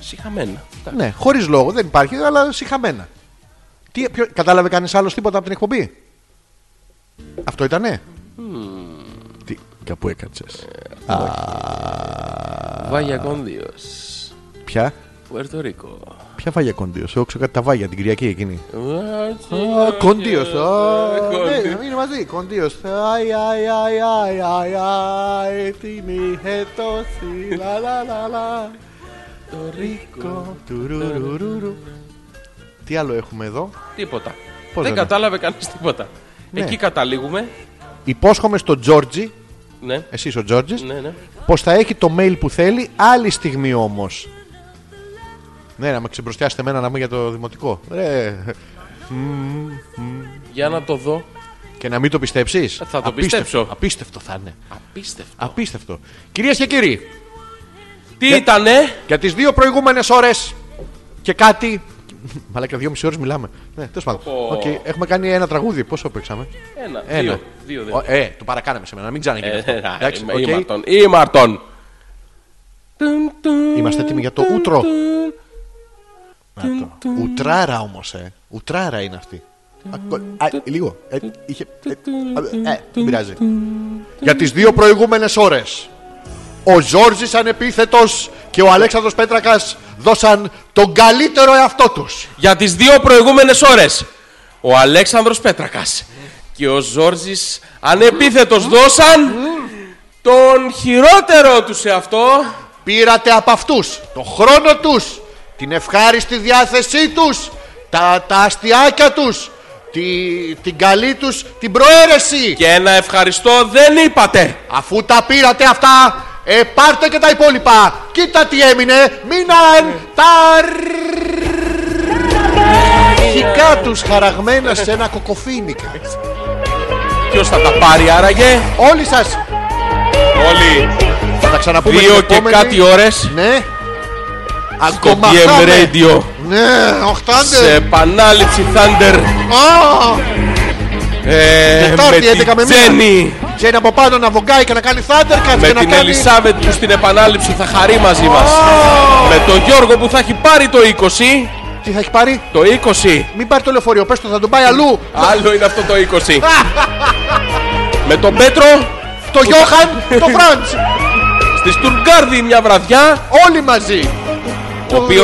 Συχαμένα. Τα- Ναι, χωρίς λόγο, δεν υπάρχει, αλλά συχαμένα. Τι, ποιο, κατάλαβε κανείς άλλος τίποτα από την εκπομπή. Αυτό ήτανε. Τι, κάπου έκατσε. Βάγια κονδύος. Ποια, Πουερτορίκο. ποια βάγια κοντίο. Εγώ ξέρω κάτι τα βάγια την Κυριακή εκείνη. Κοντίο. ναι, Είναι μαζί. Κοντίο. Αϊ, αϊ, αϊ, αϊ, αϊ, αϊ. Την είχε τόση. Λα, λα, λα, λα. Το ρίκο. τουρουρουρουρου. Τι άλλο έχουμε εδώ. Τίποτα. Πώς δεν δεν κατάλαβε κανείς τίποτα. Ναι. Εκεί καταλήγουμε. Υπόσχομαι στον Τζόρτζι, Ναι, εσείς ο Τζόρτζης, ναι, ναι. πως θα έχει το mail που θέλει άλλη στιγμή όμως. Ναι, να με ξεμπροστιάσετε εμένα να μου για το δημοτικό. Ρε. Για να το δω. Και να μην το πιστέψεις. Ε, Θα το Απίστευτο. πιστέψω. Απίστευτο θα είναι. Απίστευτο. Απίστευτο. Κυρίες και κύριοι, Τι ήτανε. για τις δύο προηγούμενες ώρες και κάτι... *laughs* Μαλάκα, δύο μισή ώρες μιλάμε. Ναι, τέλος πάντων. Πω. Ε, Οκ, Έχουμε κάνει ένα τραγούδι. Πόσο παίξαμε. Ένα, Ένα. δύο. δύο, Ο- δύο. ε, το παρακάναμε σε μένα, να μην ξαναγίνει Ε, αυτό. ε, Εντάξει, είμαι- οκ. Ήμαρτον. Ήμαρτον. Τουν, τουν, Είμαστε έτοιμοι για το τουν, ούτρο. τουν. Να το. Ουτράρα όμως, ε. Ουτράρα είναι αυτή. Ακο- α, Λίγο. Ε, είχε- ε, ε, ε, Δεν πειράζει. Για τις δύο προηγούμενες ώρες. Ο Ζόρζης ανεπίθετος και ο Αλέξανδρος Πέτρακας δώσαν τον καλύτερο εαυτό τους. Για τις δύο προηγούμενες ώρες Ο Αλέξανδρος Πέτρακας Και ο Ζόρζης Ανεπίθετος δώσαν Τον χειρότερο τους εαυτό Πήρατε από αυτούς το χρόνο τους, την ευχάριστη διάθεσή τους, τα, τα αστιάκια τους, τη, την καλή τους, την προαίρεση. Και ένα ευχαριστώ δεν είπατε Αφού τα πήρατε αυτά, ε, πάρτε και τα υπόλοιπα. Κοίτα τι έμεινε. Μείναν τα αρχικά τους χαραγμένα σε ένα κοκοφίνικα. Ποιος θα τα πάρει άραγε Όλοι σας Όλοι θα τα ξαναπούμε Δύο την και επόμενη. κάτι ώρες Ναι. Το Ακόμα DM χάμε. Radio Ναι, Σε οχτάντε. επανάληψη Thunder Α, ε, Τετάρτη, Με 11 με την μήνα. Τζένι Τζένι από πάνω να βογκάει και να κάνει Thundercats Με και να την κάνει... Ελισάβετ που στην επανάληψη θα χαρεί μαζί μας Με τον Γιώργο που θα έχει πάρει το 20 Τι θα έχει πάρει. Το 20 Μην πάρει το λεωφορείο, πες το θα τον πάει αλλού. Άλλο είναι αυτό το 20. Με τον Πέτρο Το *laughs* Γιώχαν, το Φραντς. στη Στουργκάρδη μια βραδιά, Όλοι μαζί. ο οποίος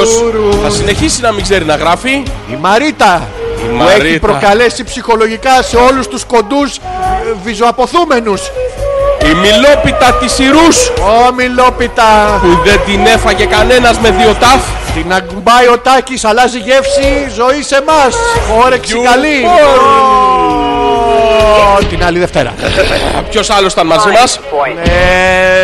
θα συνεχίσει να μην ξέρει να γράφει. Η Μαρίτα που έχει Μαρίτα. προκαλέσει ψυχολογικά σε όλους τους κοντούς ε, βυζοαποθούμενους. Η μιλόπιτα της Ιρούς Ω Μιλόπιτα, που δεν την έφαγε κανένας με δύο τάφ. την ακουμπάει ο Τάκης, αλλάζει γεύση, ζωή σε μας. Όρεξη καλή. Ω, Την άλλη Δευτέρα. Ποιος άλλος ήταν μαζί μας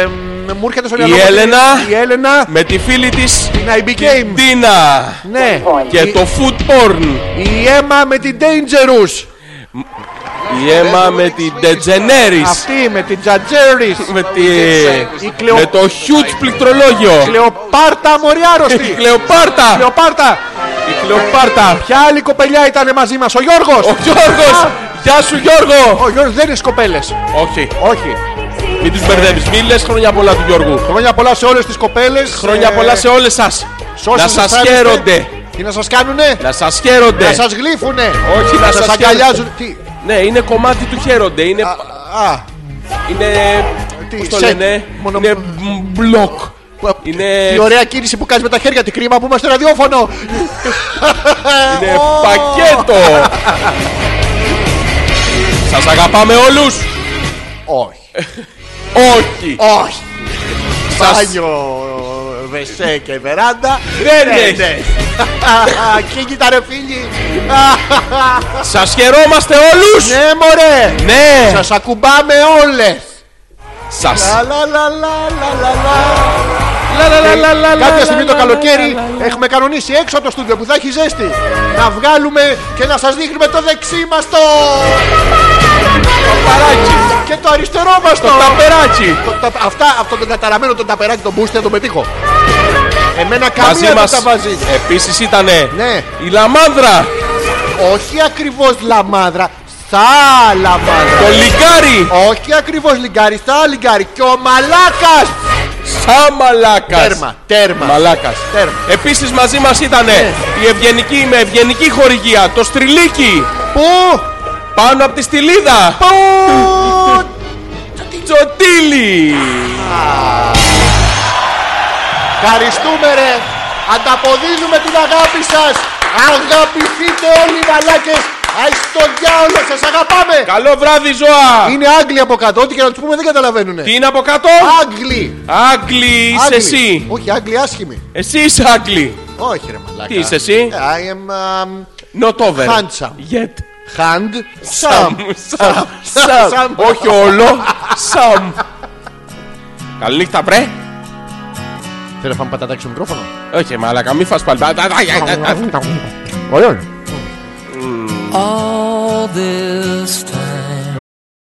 Ε, Μου έρχεται στο μυαλό Η μου ότι- Έλενα. Η Έλενα. με τη φίλη της Την IB Game. Τίνα Ναι. και Η- το food porn. Η Έμα με την Dangerous. Η αίμα με την Degeneris. Αυτή με την Τζατζέρις. Με, τη... Η Κλεο- με το huge πληκτρολόγιο. Κλεοπάρτα Η Μοριάρωστη. Κλεοπάρτα. Κλεοπάρτα. Η Κλεοπάρτα. Ποια άλλη κοπελιά ήταν μαζί μας, ο Γιώργος. Ο Γιώργος! Γεια σου Γιώργο! Ο Γιώργος δεν είναι στις κοπέλες. Όχι, Όχι. μην τους μπερδεύεις. Μην λες χρόνια πολλά του Γιώργου. Χρόνια πολλά σε όλες τις κοπέλες. Χρόνια Ε, πολλά σε όλες σας. σε όσους Να σας αισθάνεστε. χαίρονται. Τι να σας κάνουνε. Να σας Να χαίρονται. σας γλύφουνε. Όχι, να σας αγκαλιάζουν. Τι. Ναι, είναι κομμάτι του χαίρονται. Είναι... Α, είναι... τι, Πώς το σε- λένε, μονο- είναι μ- μπλοκ. Είναι, Η ωραία κίνηση που κάνεις με τα χέρια, τι κρίμα που είμαστε ραδιόφωνο. είναι πακέτο. σας αγαπάμε όλους. Όχι. Όχι. Όχι. Σας- Μπάνιο, βεσέ και βεράντα. Δεν Ναι, έχει. ναι. Και κοίτα ρε φίλοι. Σας χαιρόμαστε όλους. Ναι μωρέ. Ναι. Σας ακουμπάμε όλες. Σας. Λα, λα, λα, λα, λα, λα, λα. Κάποια στιγμή το καλοκαίρι έχουμε κανονίσει έξω από το στούντιο που θα έχει ζέστη να βγάλουμε και να σας δείχνουμε το δεξί μας το παράκι και το αριστερό μας το Ταπεράκι. Το- τα- Αυτά, αυτό το καταραμένο το ταπεράκι, το μπούστι, θα το πετύχω. Εμένα Μαζί καμία δεν μας τα βάζει. επίσης ήτανε Ναι. η Λαμάνδρα, Ε, Όχι ακριβώς λαμάδρα, σα το λαμάδρα. Λιγκάρι, Όχι ακριβώς λιγκάρι, σα λιγκάρι. Και ο μαλάκας. σαν Μαλάκας. Τέρμα, τέρμα. Μαλάκας. Τέρμα. Ναι. Επίσης μαζί μας ήτανε η ευγενική με ευγενική χορηγία, το Στριλίκι, Πού, πάνω από τη Στυλίδα, πού, Τζοτήλι. Ευχαριστούμε ρε. Ανταποδίδουμε την αγάπη σας. Αγαπηθείτε όλοι οι μαλάκες. Άι στον διάολο σας αγαπάμε. Καλό βράδυ ζώα. Είναι Άγγλοι από κάτω. Ό,τι και να τους πούμε δεν καταλαβαίνουνε. Τι είναι από κάτω. Άγγλοι. Άγγλοι είσαι Άγγλοι. εσύ. Όχι, Άγγλοι άσχημοι. Εσύ είσαι Άγγλοι. Όχι, ρε μαλάκα. Ε, Τι είσαι εσύ? I am. um, Not over. Handsome. Yet. hand. Sam. Some. Sam. Sam. Sam. Όχι όλο. Sam. Καληνύχτα, βρε. Θέλω να πάμε πατατάκι στο μικρόφωνο. Όχι, μαλάκα, μη φας πάλι. Ωραίο είναι. all this time.